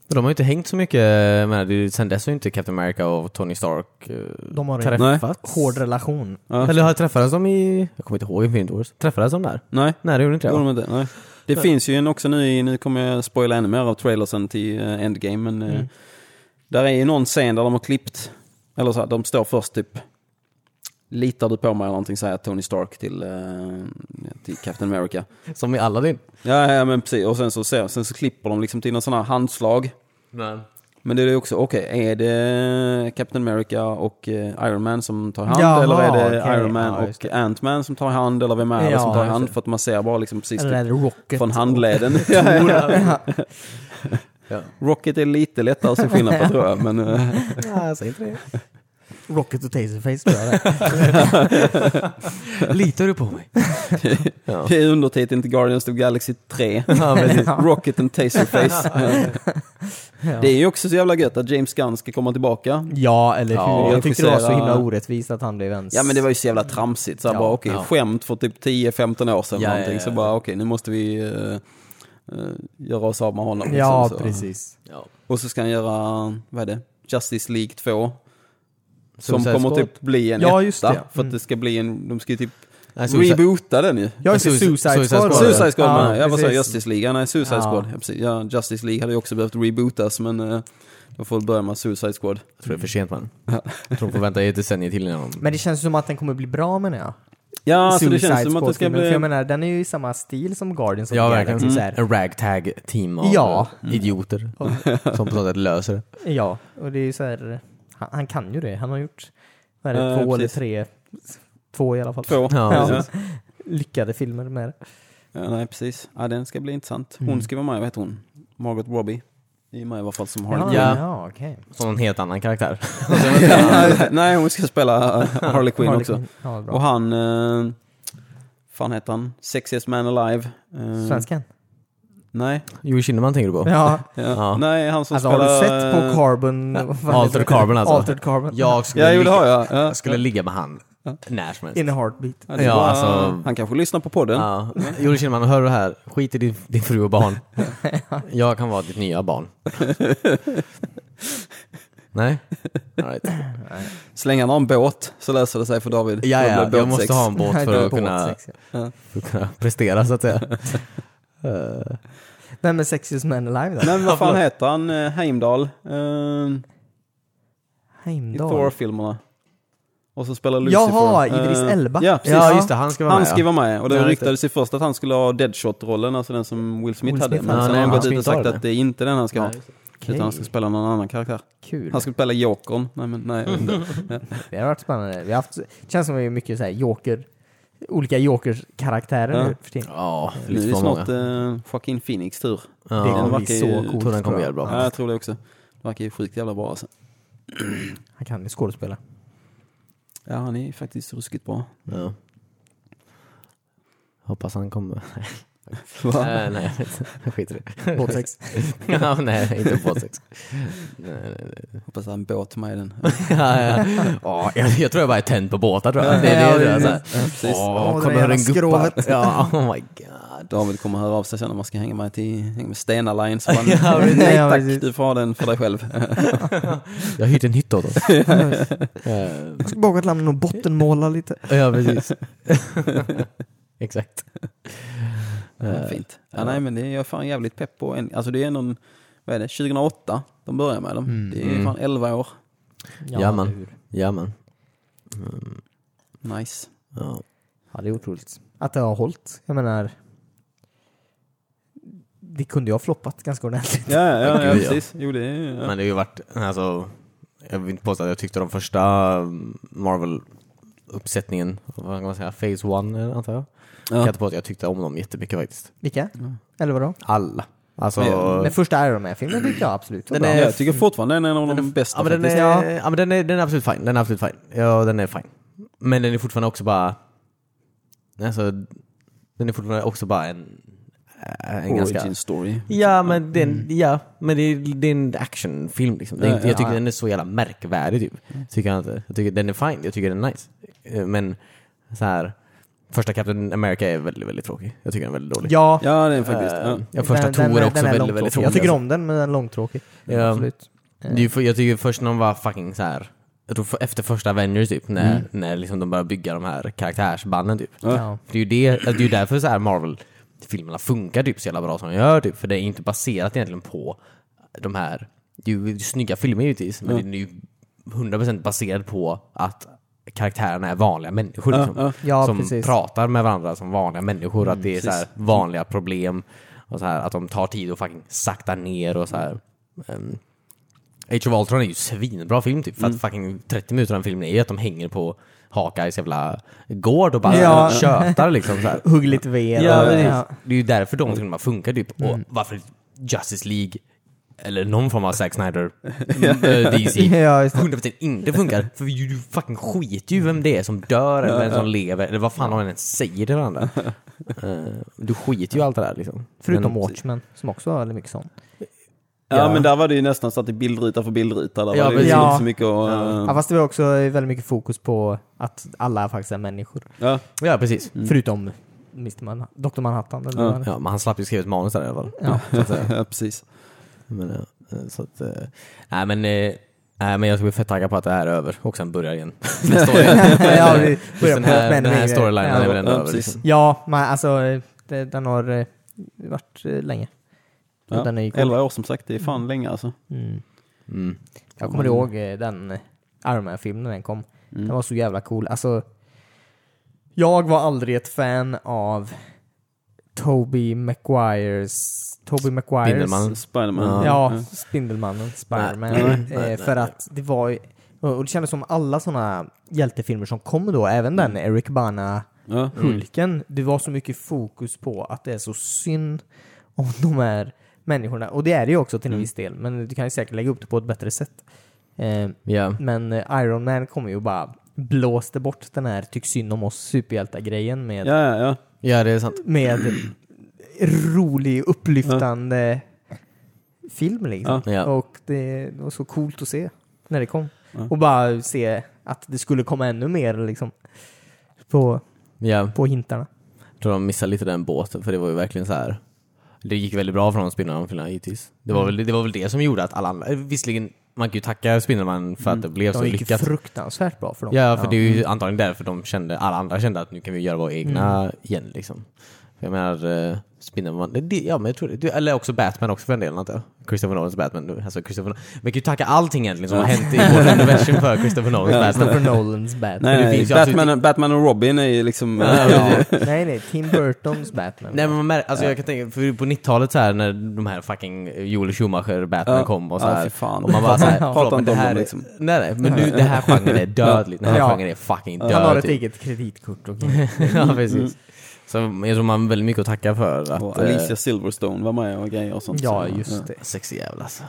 S2: Men de har ju inte hängt så mycket, jag menar, det är ju- sen dess har ju inte Captain America och Tony Stark eh,
S3: De har en
S1: Nej.
S2: träffats.
S3: hård relation.
S1: Ja.
S2: Eller har träffades de i, jag kommer inte ihåg Infinity Wars. Träffades de där?
S1: Nej,
S2: Nej det gjorde inte
S1: det
S2: jag.
S1: gjorde de inte. Nej. Det
S2: Nej.
S1: finns ju en också nu, i- nu kommer jag spoila ännu mer av trailersen till eh, Endgame. Men, eh,
S3: Mm.
S1: Där är ju någon scen där de har klippt, eller så här, de står först typ Litar du på mig eller någonting säger Tony Stark till, eh, till Captain America.
S2: Som i Aladdin.
S1: Ja, ja men precis. Och sen så, ser- sen så klipper de liksom till någon sån här handslag.
S2: Nej.
S1: Men det är ju också, okej, är det Captain America och eh, Iron Man som tar hand?
S3: Jaha,
S1: eller är det
S3: okej.
S1: Iron Man
S3: Ja, just
S1: och Ant-Man som tar hand? Eller vem är det
S3: Ja,
S1: som tar
S3: just
S1: hand?
S3: det.
S1: För att man ser bara liksom precis
S3: Eller är
S1: typ
S3: det Rocket?
S1: från handleden. Ja, ja.
S2: Ja.
S1: Rocket är lite lättare att se skillnad på tror jag. Men, eh,
S2: Nej, säg inte det.
S3: Rocket och Taserface tror jag det är.
S2: Litar du på mig? ja.
S1: Det är undertiteln till Guardians of the Galaxy 3.
S2: ja, precis.
S1: Rocket and Taserface.
S3: Ja.
S1: Det är ju också så jävla gött att James Gunn ska komma tillbaka.
S3: Ja, eller hur?
S1: Ja,
S3: jag tyckte det var så
S1: regissera-
S3: himla orättvist att han blev ens...
S1: Ja men det var ju så jävla tramsigt. Så här,
S3: Ja,
S1: bara, okej,
S2: ja.
S1: Skämt för typ 10-15 år sedan.
S2: Ja,
S1: någonting.
S2: ja, ja.
S1: Så bara okej, nu måste vi eh, eh, göra oss av med honom.
S3: Ja,
S1: liksom, så.
S3: precis.
S2: Ja.
S1: Och så ska han göra, vad är det? Justice League 2. Som
S2: Suicide
S1: kommer
S2: Squad.
S1: typ bli en
S3: Ja,
S1: etta.
S3: just det.
S1: För att
S3: Mm.
S1: det ska bli en, de ska ju typ
S2: Nej, Suicide-
S1: reboota den ju.
S3: Jag är
S2: Suicide-
S3: Suicide
S2: Suicide
S3: Squad.
S2: Squad.
S1: Suicide Squad
S3: Ja,
S1: med. Jag vad sa jag?
S3: precis.
S1: Justice League? Ja, nej, Suicide
S3: Ja.
S1: Squad. Ja, precis. Ja, Justice League hade ju också behövt rebootas, men eh, de får börja med Suicide Squad.
S2: Jag tror det är för sent man. Jag tror de får vänta i ett decennium till innan de...
S3: Men det känns som att den kommer bli bra menar jag.
S1: Ja, så det
S3: Suicide
S1: känns som att det ska
S3: Squad-filmen. För
S1: bli... Mm.
S3: jag menar, den är ju i samma stil som Guardians of
S2: Ja,
S3: the
S2: verkligen. Mm.
S3: Galaxy. så
S2: En
S3: här.
S2: ragtag team av
S3: Ja.
S2: eh, idioter som på något sätt löser det.
S3: Ja, och det är ju så här, han, han kan ju det. Han har gjort vad är det,
S1: Eh,
S3: två eller
S1: precis.
S3: tre, två i alla fall,
S1: Två.
S2: Ja,
S1: Ja.
S2: precis.
S3: lyckade filmer med det.
S1: ja, nej precis. Ja, den ska bli intressant. Hon
S3: Mm.
S1: ska vara med, vad heter hon? Margot Robbie. I mig i alla fall som Harley
S2: Ja.
S1: Quinn.
S3: ja okej.
S2: Som en helt annan karaktär.
S1: Ja. nej, hon ska spela eh, Harley Quinn
S3: Harley
S1: också.
S3: Quinn. liksom- Ja, bra.
S1: Och han... Eh, fan heter han? Sexiest Man Alive. Eh,
S3: Svensken?
S1: Nej.
S2: Joey Kinnaman tänker du på?
S3: Ja.
S1: Ja.
S2: Ja.
S1: Nej, han som
S3: Alltså har
S1: spelar...
S3: du sett på
S1: eh,
S3: Carbon?
S2: Ja,
S3: vad fan heter
S2: Altered
S3: det?
S2: Carbon, alltså.
S3: Altered Carbon.
S2: Jag skulle,
S1: Ja, jo det
S2: ligga,
S1: har jag. Ja.
S2: jag skulle ligga med han när som helst.
S3: In a heartbeat.
S1: Ja, det
S2: Ja,
S1: var-
S2: alltså-
S1: Han kanske lyssnar på podden.
S2: Ja. Joel Kinnaman, hör du här? Skit i din, din fru och barn. Jag kan vara ditt nya barn. Nej? All right.
S1: Slänger han en båt så löser det sig för David.
S2: Ja,
S1: Det
S2: ja,
S1: blir
S2: jag
S1: båtsex.
S2: måste ha en båt
S3: Det är
S2: för att
S3: båt,
S2: kunna,
S3: sex, ja.
S2: för att kunna prestera så att säga. Eh,
S3: Vem är Sexiest Man Alive då?
S1: Nej, men vad fan heter han? Eh, Heimdall? Eh, I
S3: Heimdall.
S1: Thor-filmerna. Och så spelar Lucifer.
S3: Jaha, Idris
S1: Eh,
S3: Elba.
S1: Ja, precis.
S2: Ja, just det, han ska vara
S1: Han
S2: med.
S1: ska ju vara med och
S2: Ja,
S1: det
S2: just
S1: ryktades ju först att han skulle ha Deadshot-rollen, alltså den som Will Smith
S3: Will
S1: hade.
S3: Smith
S1: Men
S2: hade.
S1: sen har
S2: Ja,
S1: han
S2: nej,
S1: gått
S2: han
S1: ut och
S2: ska inte
S1: sagt
S2: ha
S1: att det är inte den han ska ha.
S3: Okej.
S1: Utan han ska spela någon annan karaktär.
S3: Kul.
S1: Han ska spela Jokern. Nej men nej, jag vet inte.
S3: Det har varit spännande. Vi har haft, känns som vi är mycket så här joker, olika jokers-karaktärer
S1: Ja.
S3: nu för tiden.
S2: Ja,
S1: Nu är
S2: lite
S1: det
S2: för många.
S1: snart eh, fucking Phoenix tur.
S2: Ja,
S3: eh, det kommer
S1: verkar
S3: bli
S1: ju-
S3: så
S1: jag
S3: coolt.
S2: tror den kommer
S3: jag.
S2: bli jävla bra.
S3: Ja.
S1: Ja, jag tror det också. Det verkar ju sjukt jävla bra alltså.
S3: Han kan ju skådespela.
S1: Ja, han är ju faktiskt ruskigt bra.
S2: Ja. Hoppas han kommer.
S1: Va?
S2: nej, nej, jag vet inte. skit i det.
S3: Båtsex.
S2: ja, nej, inte båtsex. nej, nej, nej.
S1: Hoppas han har en båt med i den.
S2: ja, ja. Ja, jag, jag tror jag bara är tänd på båtar tror jag.
S3: Ja,
S2: Det är alltså. det, det, är
S3: ja,
S2: så här.
S1: precis.
S2: Åh,
S3: Ja, det
S2: kommer hur
S3: där
S2: den
S3: jävla
S2: guppar. Ja, oh my god.
S1: David kommer höra av sig sen om man ska hänga med, till, hänga med Stena Line. Så bara,
S2: Ja,
S1: nej
S3: precis. Ja,
S1: tack,
S3: precis.
S1: du får ha den för dig själv.
S2: Jag har hyrt en hytt åt oss.
S3: Jag ska bakåt lämna och bottenmåla lite.
S2: ja, precis. Exakt.
S1: Ja, Fint. Ja, nej, men det är jag är fan jävligt pepp på. En, alltså det är någon, vad är det, 2008 de börjar med dem. Det är fan 11 år.
S2: Ja, man. Ja, men. Mm,
S1: Nice.
S2: ja.
S3: Ja, det är otroligt. Att det har hållit. Jag menar, det kunde ju ha floppat ganska ordentligt.
S1: Ja, ja, ja,
S2: ja,
S1: precis.
S2: precis.
S1: Jo, det är, ja.
S2: Men det har ju varit, alltså, jag vill inte påstå att jag tyckte de första mm, Marvel-uppsättningen, vad kan man säga, Phase One eh, antar jag. Jag kan
S1: Ja.
S2: inte påstå att jag tyckte om dem jättemycket faktiskt.
S3: Vilka? Eller vadå?
S2: Alla. Alltså,
S1: Men-
S3: Den första Iron Man-filmen tyckte jag absolut var
S2: Den
S3: bra.
S2: är-
S1: Jag tycker fortfarande den är en av de bästa
S2: ja, men den
S1: faktiskt.
S2: är,
S3: Ja.
S2: ja. men den är, den är absolut fin. Den är absolut fin. Ja, den är fin. Men den är fortfarande också bara, alltså, den är fortfarande också bara en, en ganska...
S1: Origin story.
S2: Ja men, den, ja, men det, är, det är en actionfilm liksom. Den,
S1: Ja, ja,
S2: jag tycker
S1: ja.
S2: den är så jävla märkvärdig typ. Tycker jag inte. Jag tycker den är fine, jag tycker den är nice. Eh, Men så här, första Captain America är väldigt, väldigt tråkig. Jag tycker den är väldigt dålig. Eh,
S3: Ja,
S1: Ja, det är den faktiskt. Ja.
S2: Ja, första Thor är också väldigt, väldigt
S3: långtråkig.
S2: tråkig.
S3: Jag tycker om den, men den är långtråkig.
S2: Ja.
S3: Absolut.
S2: Det är ju för- Jag tycker först när de var fucking så här. Jag tror för- efter första Avengers typ, när, när liksom de började bygga de här karaktärsbanden typ.
S1: Ja.
S3: Ja.
S2: För det är ju det, alltså, det är ju därför så här Marvel-filmerna funkar typ så jävla bra som de gör typ. För det är inte baserat egentligen på de här, det är ju snygga filmer givetvis, men det är ju 100% baserat på att karaktärerna är vanliga människor liksom,
S3: Ja, Mm,
S2: som
S3: precis.
S2: pratar med varandra som vanliga människor. att det är så här, vanliga problem och så här, att de tar tid och fucking sakta ner och så här. Ehm, Age of Ultron är ju svinbra film typ, för
S3: Mm.
S2: att fucking 30 minuter av den filmen är ju att de hänger på Hawkeyes jävla gård och bara
S3: Ja.
S2: tjötar liksom så här.
S3: Hugg lite ved.
S2: Ja,
S3: och-
S2: precis.
S3: ja. Mm.
S2: Det är ju därför de filmerna funkar typ, och varför Justice League eller någon form av Zack Snyder eh, DC
S3: Ja, just det.
S2: 100% inte funkar, för du du fucking skiter ju vem det är som dör eller vem som lever, eller vad fan de än säger till varandra. Eh, Du skiter ju i allt det där liksom.
S3: Förutom
S2: Men-
S3: Watchmen, som också har väldigt mycket sånt.
S1: Ja,
S2: Ja.
S1: men där var det ju nästan så att det är bildruta för bildruta. Där
S2: Ja,
S1: var det ju liksom inte
S3: precis. Ja.
S1: så mycket att...
S3: Ja,
S1: eh,
S3: fast det var också väldigt mycket fokus på att alla faktiskt är människor.
S1: Ja.
S2: Ja, precis.
S3: Förutom Mr. Man, Dr. Manhattan. Eller vad han heter.
S2: Ja, men han slapp ju skriva ett manus där i alla fall.
S3: Ja.
S2: Så att säga.
S1: ja, precis.
S2: Men, ja, eh, så att, eh, nej men, eh, nej men jag ska bli fett taggad på att det här är över och sen börjar igen. Nästa år igen.
S3: Ja, vi
S2: Just
S3: börjar
S2: den
S3: på
S2: här,
S3: ett
S2: den här
S3: människa-
S2: storylinen
S3: Ja.
S2: är väl ändå
S1: Ja,
S2: över.
S1: precis.
S2: Liksom.
S3: Ja, men alltså eh, det, den har eh, varit eh, länge.
S1: Ja.
S3: Den är ju cool.
S1: 11 år som sagt, det är fan länge alltså.
S3: Mm.
S2: Mm.
S3: Jag kommer ihåg eh, den eh, Iron Man-filmen när den kom.
S2: Mm.
S3: Den var så jävla cool. Alltså, jag var aldrig ett fan av Toby Maguires... Toby Maguires...
S2: Spindelmannen.
S1: Spiderman.
S3: Ja,
S2: Mm.
S3: Spindelmannen, Spiderman.
S2: Nej,
S3: Eh, för att det var ju- och och det kändes som alla sådana hjältefilmer som kom då, även den
S2: Mm.
S3: Eric Bana
S1: Ja.
S3: Hulken, det var så mycket fokus på att det är så synd om de här människorna. Och det är det ju också till en
S2: Mm.
S3: viss del, men du kan ju säkert lägga upp det på ett bättre sätt. Eh,
S2: Ja.
S3: men eh, Iron Man kommer ju och bara blåste bort den här tyck synd om oss superhjältar-grejen med,
S1: Ja, ja, ja.
S2: ja, det är sant.
S3: med rolig, upplyftande film liksom.
S2: Ja. Ja.
S3: Och det var så coolt att se när det kom. Och bara se att det skulle komma ännu mer liksom på,
S2: Ja.
S3: på hintarna.
S2: Jag tror de missade lite den båten, för det var ju verkligen så här. Det gick väldigt bra för de Spindelmannen-filmerna hittills. Det var, väl, det var väl det som gjorde att alla andra, eh, visserligen, man kan ju tacka Spindelmannen för att det blev så
S3: De gick ju
S2: lyckat.
S3: fruktansvärt bra för dem.
S2: Ja, för det är ju antagligen därför de kände, alla andra kände att nu kan vi göra våra egna igen liksom. För Jag menar, eh, Spindelmannen. Det- Det, ja, men jag tror det. Du- Eller också Batman också för en del, antar jag. Christopher Nolans Batman. nu. Alltså Christopher Nolan. Man kan ju tacka allting egentligen som har hänt i vårt universum för Christopher Nolans Batman.
S3: Christopher Nolans Batman.
S1: Nej,
S2: det
S1: nej
S2: finns ju alltså
S1: Batman, Batman och Robin är ju liksom...
S3: Ja. nej, nej, Tim Burtons Batman.
S2: Nej men man mär, alltså jag kan tänka, för på 90-talet så här när de här fucking Joel Schumacher Batman
S1: Ja.
S2: kom och så
S1: Ja,
S2: här,
S1: fy fan.
S2: och man bara såhär,
S1: Prata
S2: förlåt
S1: om
S2: men det
S1: dem
S2: här,
S1: då,
S2: är-
S1: liksom.
S2: nej nej, men nu, det här genren är dödlig, den här
S3: Ja.
S2: genren är fucking dödlig.
S3: Han har ett eget kreditkort. okej.
S2: ja precis. Så jag tror man har väldigt mycket att tacka för att...
S1: Mm. Och
S2: eh,
S1: Alicia Silverstone var med och grejer och sånt.
S3: Ja,
S1: Så,
S3: just det.
S2: Sexig jävel alltså.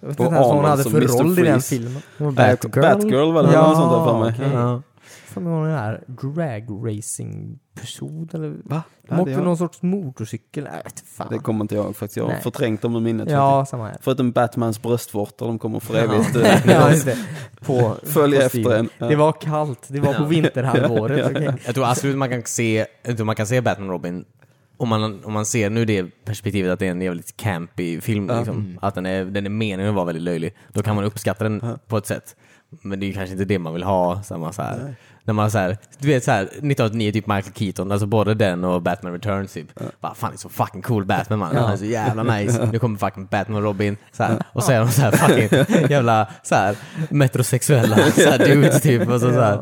S3: Jag vet
S1: Och
S3: inte ens vad hon
S1: Arnold
S3: hade
S1: som
S3: för
S1: Mr.
S3: roll i den
S1: Freeze.
S3: filmen. Hon var
S1: Bat- Batgirl var det, eller något sånt där för mig. Mm.
S3: okej. Fan, men hon är den här drag racing person eller?
S1: Va? Det
S3: De
S1: hade
S3: åkte
S1: jag-
S3: någon sorts motorcykel. Nej, Jag vet fan.
S1: Det kommer inte jag faktiskt, jag har
S3: Nej.
S1: förträngt dem ur minnet.
S3: ja, samma här.
S1: Förutom Batmans bröstvårtor, de kommer för
S3: Ja.
S1: evigt eh,
S3: ja, just det. På,
S1: följa
S3: på stilen.
S1: efter en. Ja.
S3: Det var kallt, det var på vinterhalvåret. okej.
S2: Jag tror absolut man kan se, jag tror man kan se Batman och Robin om man, om man ser nu det perspektivet att det är en jävligt campy film, liksom, att den är, den är meningen att vara väldigt löjlig, då kan man uppskatta den på ett sätt. Men det är ju kanske inte det man vill ha. Samma så här, när man så här, du vet så här, 1989 typ Michael Keaton, alltså både den och Batman Returns typ. Bara, fan det är så fucking cool Batman man, han är så jävla nice. Nu kommer fucking Batman och Robin så här, och så är de så här fucking jävla så här, metrosexuella så här, dudes typ. Och så, så här,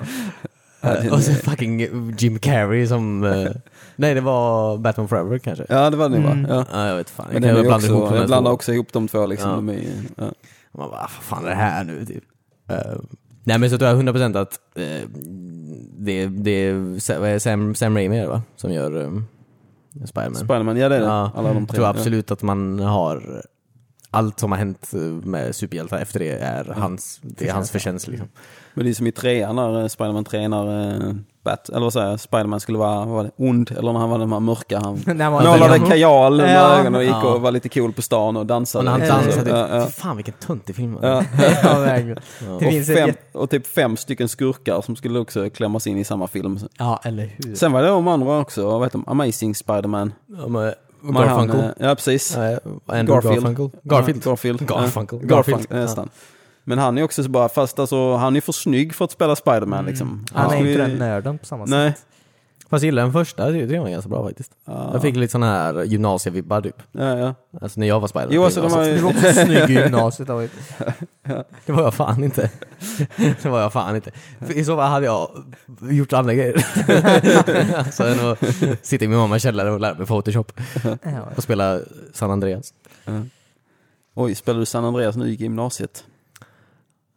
S2: Eh, och så fucking Jim Carrey som... eh, nej, det var Batman Forever kanske. Ja.
S1: Ja, det var det
S2: Mm.
S1: nog va? Ja.
S2: jag vet fan.
S1: Men
S2: Jag,
S1: den
S2: kan
S1: är ju
S2: blanda
S1: också, jag
S2: ihop de här
S1: blandar
S2: två.
S1: också ihop de två liksom.
S2: Ja.
S1: De är, ju- ja.
S2: Man bara, "Ah, vad fan är det här nu? Typ. Eh, nej, men så tror jag 100% att eh, det, det är Sa- vad är Sam, Sam Raimi är det, va? som gör um, Spiderman.
S1: Spiderman, ja det är det.
S2: Ja,
S1: Alla de
S2: jag
S1: tre.
S2: tror
S1: ja.
S2: absolut att man har allt som har hänt eh, med superhjältar efter det är
S1: Mm.
S2: hans, det är hans förtjänst. Liksom.
S1: Men det är som i trean när eh, Spiderman tränar eh, Bat, eller vad säger jag, Spiderman skulle vara, vad var det, ond, eller när han var den här mörka, han
S3: När han var-
S1: målade kajal under
S3: Ja.
S1: ögonen och gick
S2: Ja.
S1: och var lite cool på stan och
S2: Och
S1: dansade.
S2: när han
S1: liksom.
S2: dansade, typ.
S1: Ja, ja.
S2: fy fan vilken töntig film.
S1: Ja.
S3: ja, verkligen. Det
S1: Och,
S3: finns ett
S1: fem,
S3: jätte-
S1: och typ fem stycken skurkar som skulle också klämmas in i samma film.
S3: Ja, eller hur.
S1: Sen var det de andra också, vad heter de? Amazing Spiderman.
S2: Ja, men,
S1: Men han,
S2: Garfunkel.
S1: eh, Ja, precis.
S2: Nej, Andrew
S1: Garfield.
S2: Garfunkel. Garfield.
S1: Garfield.
S2: Garfunkel.
S1: Ja,
S2: Garfield.
S1: Garfunkel, nästan. Men han är också så bara, fast alltså, han är för snygg för att spela Spiderman liksom.
S3: Mm. Han är
S1: skulle
S3: inte
S1: ju-
S3: den nörden på samma sätt.
S1: Nej.
S2: Fast jag gillar den första, det det var ganska bra faktiskt. Jag fick lite såna här gymnasievibbar typ.
S1: Ja, ja.
S2: Alltså när jag var Spiderman.
S1: Jo,
S2: på
S1: alltså de
S2: gymnasiet.
S1: har
S3: Du
S1: ju...
S3: var också snygg i gymnasiet. David.
S2: Det var jag fan inte. Det var jag fan inte. För I så fall hade jag gjort andra grejer. alltså än att sitta i min mammas källare och lära mig Photoshop
S3: Ja,
S2: och spela San Andreas.
S1: Oj, spelade du San Andreas nu i gymnasiet?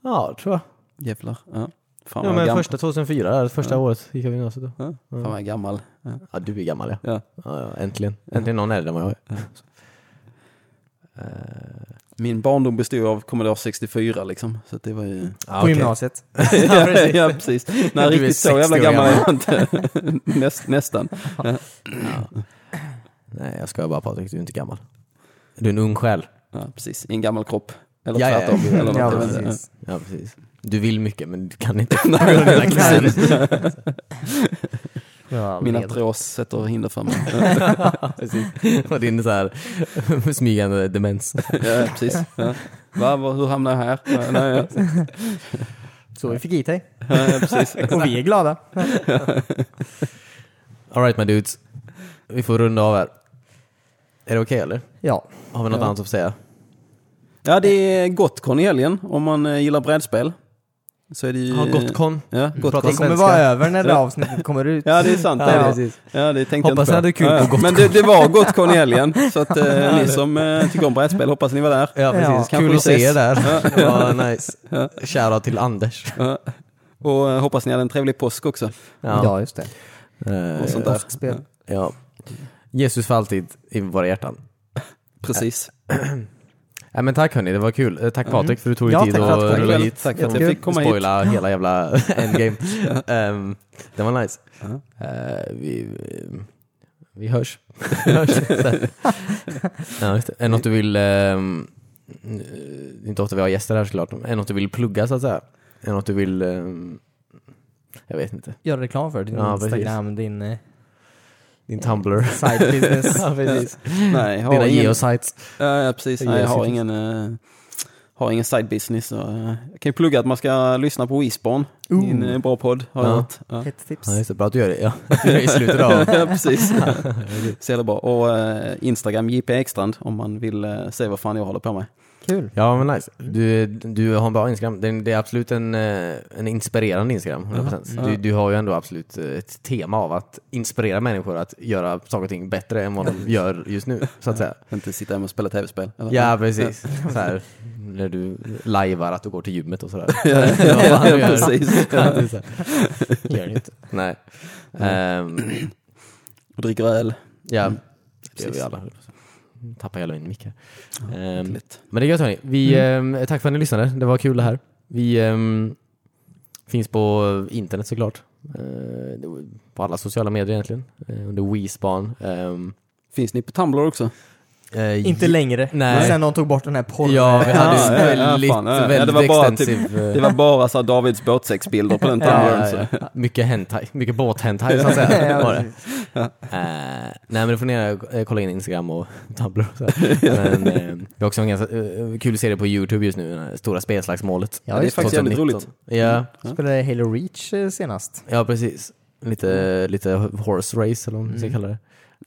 S2: Ja, tror jag.
S1: Jävlar. Ja. Fan,
S2: Ja,
S1: vad jag
S2: men
S1: gam...
S2: första 2004, där, första året gick jag i gymnasiet då.
S1: ja. Fan vad jag är gammal. Ja.
S2: Ja, du är gammal ja.
S1: Ja.
S2: ja, ja äntligen. Äntligen någon äldre än vad jag är.
S1: Min barndom bestod av Commodore 64 liksom. Så att det var ju...
S2: Ja,
S3: På
S2: Eh, okej.
S3: gymnasiet.
S1: ja, precis. ja, precis. Nej,
S2: Du är
S1: riktigt så
S2: 60
S1: jävla
S2: år
S1: gammal är jag inte. Näst, nästan.
S2: Nej, jag skojar bara Patrik, du är inte gammal. Du är en ung själ.
S1: Ja, precis. I en gammal kropp. Eller
S2: Ja, ja, ja.
S1: tvärtom. Eller något.
S3: Ja,
S1: Jag vet inte.
S3: precis.
S2: Ja, precis. Du vill mycket men du kan inte. Nej, precis.
S3: Ja,
S1: Mina
S3: med-
S1: trås sätter hinder för mig.
S2: Och din så här smygande demens.
S1: ja, precis. Ja. Va, va, hur hamnade jag här? Ja, nej, ja.
S3: Så vi fick hit dig.
S1: Ja, precis.
S3: Och vi är glada.
S2: Alright my dudes. Vi får runda av här. Är det okej eller?
S3: Ja.
S2: Har vi något
S1: Ja.
S2: annat att säga?
S1: ja, det är Gotcon i helgen om man eh, gillar brädspel. Så är det ju...
S2: Har gått kon.
S1: Ja,
S2: Pratar
S1: Gotcon.
S3: Det kommer
S2: svenska.
S3: vara över när det här avsnittet kommer ut.
S1: Ja, det är sant.
S2: Ja,
S1: Ja,
S2: precis.
S1: ja, det tänkte
S2: Hoppas ni
S1: jag
S2: hade
S1: inte
S2: kul på
S1: ja, ja.
S2: Gotcon.
S1: Men det, det var Gotcon i helgen, så att eh, ni som eh, tycker om brädspel, hoppas ni var där.
S2: Ja precis,
S3: Ja.
S1: Kanske
S2: kul
S1: vi
S2: att se
S1: ses.
S2: er där. Ja, nice. Shoutout till Anders.
S1: Ja. Och eh, hoppas ni hade en trevlig påsk också.
S3: Ja,
S2: Ja.
S3: just det.
S2: Eh,
S1: Och sånt där.
S3: Påskspel.
S2: ja. Jesus för alltid i våra hjärtan.
S1: Precis.
S2: Ja, men tack hörni, det var kul. Eh, Tack Patrik för att du tog dig
S3: Ja,
S2: tid
S3: tack för att-
S2: att
S3: tack
S2: rulla
S1: själv.
S2: hit.
S1: Tack för att
S3: Jättekul.
S1: jag fick komma hit.
S2: spoila hela jävla endgame. Ehm, det var nice. Eh, vi, vi hörs. Vi hörs. ja, just det. Är det något du vill, ehm, eh, inte ofta vi har gäster här såklart, men är det något du vill plugga så att säga? Är det något du vill, ehm, jag vet inte,
S3: Gör reklam för din
S2: Ja, precis.
S3: Instagram, din eh,
S2: din Tumblr?
S3: side business.
S2: ja, precis.
S1: Nej, jag har
S2: Dina
S1: ingen,
S2: geosites?
S1: Ja, ja, precis. Nej, jag har ingen, eh, har ingen side business. Så, eh, jag kan ju plugga att man ska lyssna på Wisborn. Min eh, bra podd har jag
S2: Ja.
S1: hört. Ja.
S3: Ett tips.
S2: Ja, just det. Bra att du gör det. Ja. I slutet av...
S1: ja, precis. Så jävla bra. Och eh, Instagram, JP Ekstrand, om man vill eh, se vad fan jag håller på med.
S3: Kul.
S2: Ja men nice. Du, du har en bra Instagram. Det, det är absolut en, eh, en inspirerande Instagram. 100%. Du, du har ju ändå absolut eh, ett tema av att inspirera människor att göra saker och ting bättre än vad de gör just nu. Så att säga.
S1: Eh, Inte sitta hemma och spela tv-spel. eller?
S2: Ja precis. Så här, när du lajvar att du går till gymmet och sådär.
S1: ja, ja, precis.
S3: Gör det inte.
S2: Nej. Ehm,
S1: Och dricker öl. Mm.
S2: ja, det gör
S1: precis.
S2: vi alla. Tappar hela min mick här. Ehm,
S1: lätt.
S2: Men det är gött hörni. Vi,
S1: Mm.
S2: ehm, tack för att ni lyssnade. Det var kul det här. Vi ehm, finns på internet såklart. Eh, på alla sociala medier egentligen. Eh, under WeSpan. Ehm,
S1: Finns ni på Tumblr också?
S2: eh,
S3: Inte längre.
S2: Nej.
S3: Men sen de tog bort den här porren.
S2: Ja, vi hade
S1: Ja, ja, ja, fan,
S2: väldigt,
S1: ja, ja.
S2: väldigt
S1: Ja, det var bara typ-
S2: extensiv... eh,
S1: Det var bara så här Davids båtsexbilder på den
S2: Ja,
S1: Tumblrn. så.
S2: ja, ja. Mycket hentai, mycket båthentai så att säga. Var det. Eh, nej men då får ni eh, kolla in Instagram och Tumblr och så här. Men eh, vi har också en ganska eh, kul serie på YouTube just nu, det här stora spelslagsmålet.
S3: Ja, det är
S1: faktiskt jävligt
S2: 2019. Ja,
S3: Spelade Halo Reach eh, senast.
S2: ja precis. Lite, lite horse race eller vad man ska
S1: Mm.
S2: kalla det.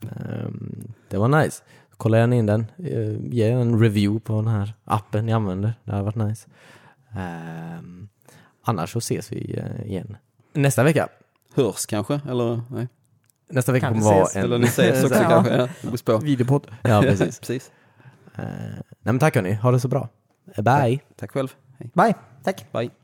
S2: Ehm, det var nice. Kolla gärna in den. Eh, ge en review på den här appen ni använder. Det har varit nice. Ehm, annars så ses vi eh, igen. Nästa vecka.
S1: Hörs kanske? Eller, nej.
S2: Nästa vecka
S3: Kan vi
S2: kommer vara
S3: ses?
S2: en...
S1: eller ni ses också
S3: Ja.
S1: kanske? Ja, det beror på.
S3: Videopod.
S2: Ja, precis. Ehm,
S1: precis.
S2: Eh, nej men tack hörni, ha det så bra. Bye!
S1: Tack själv. Hej.
S3: Bye. Tack.
S1: Bye.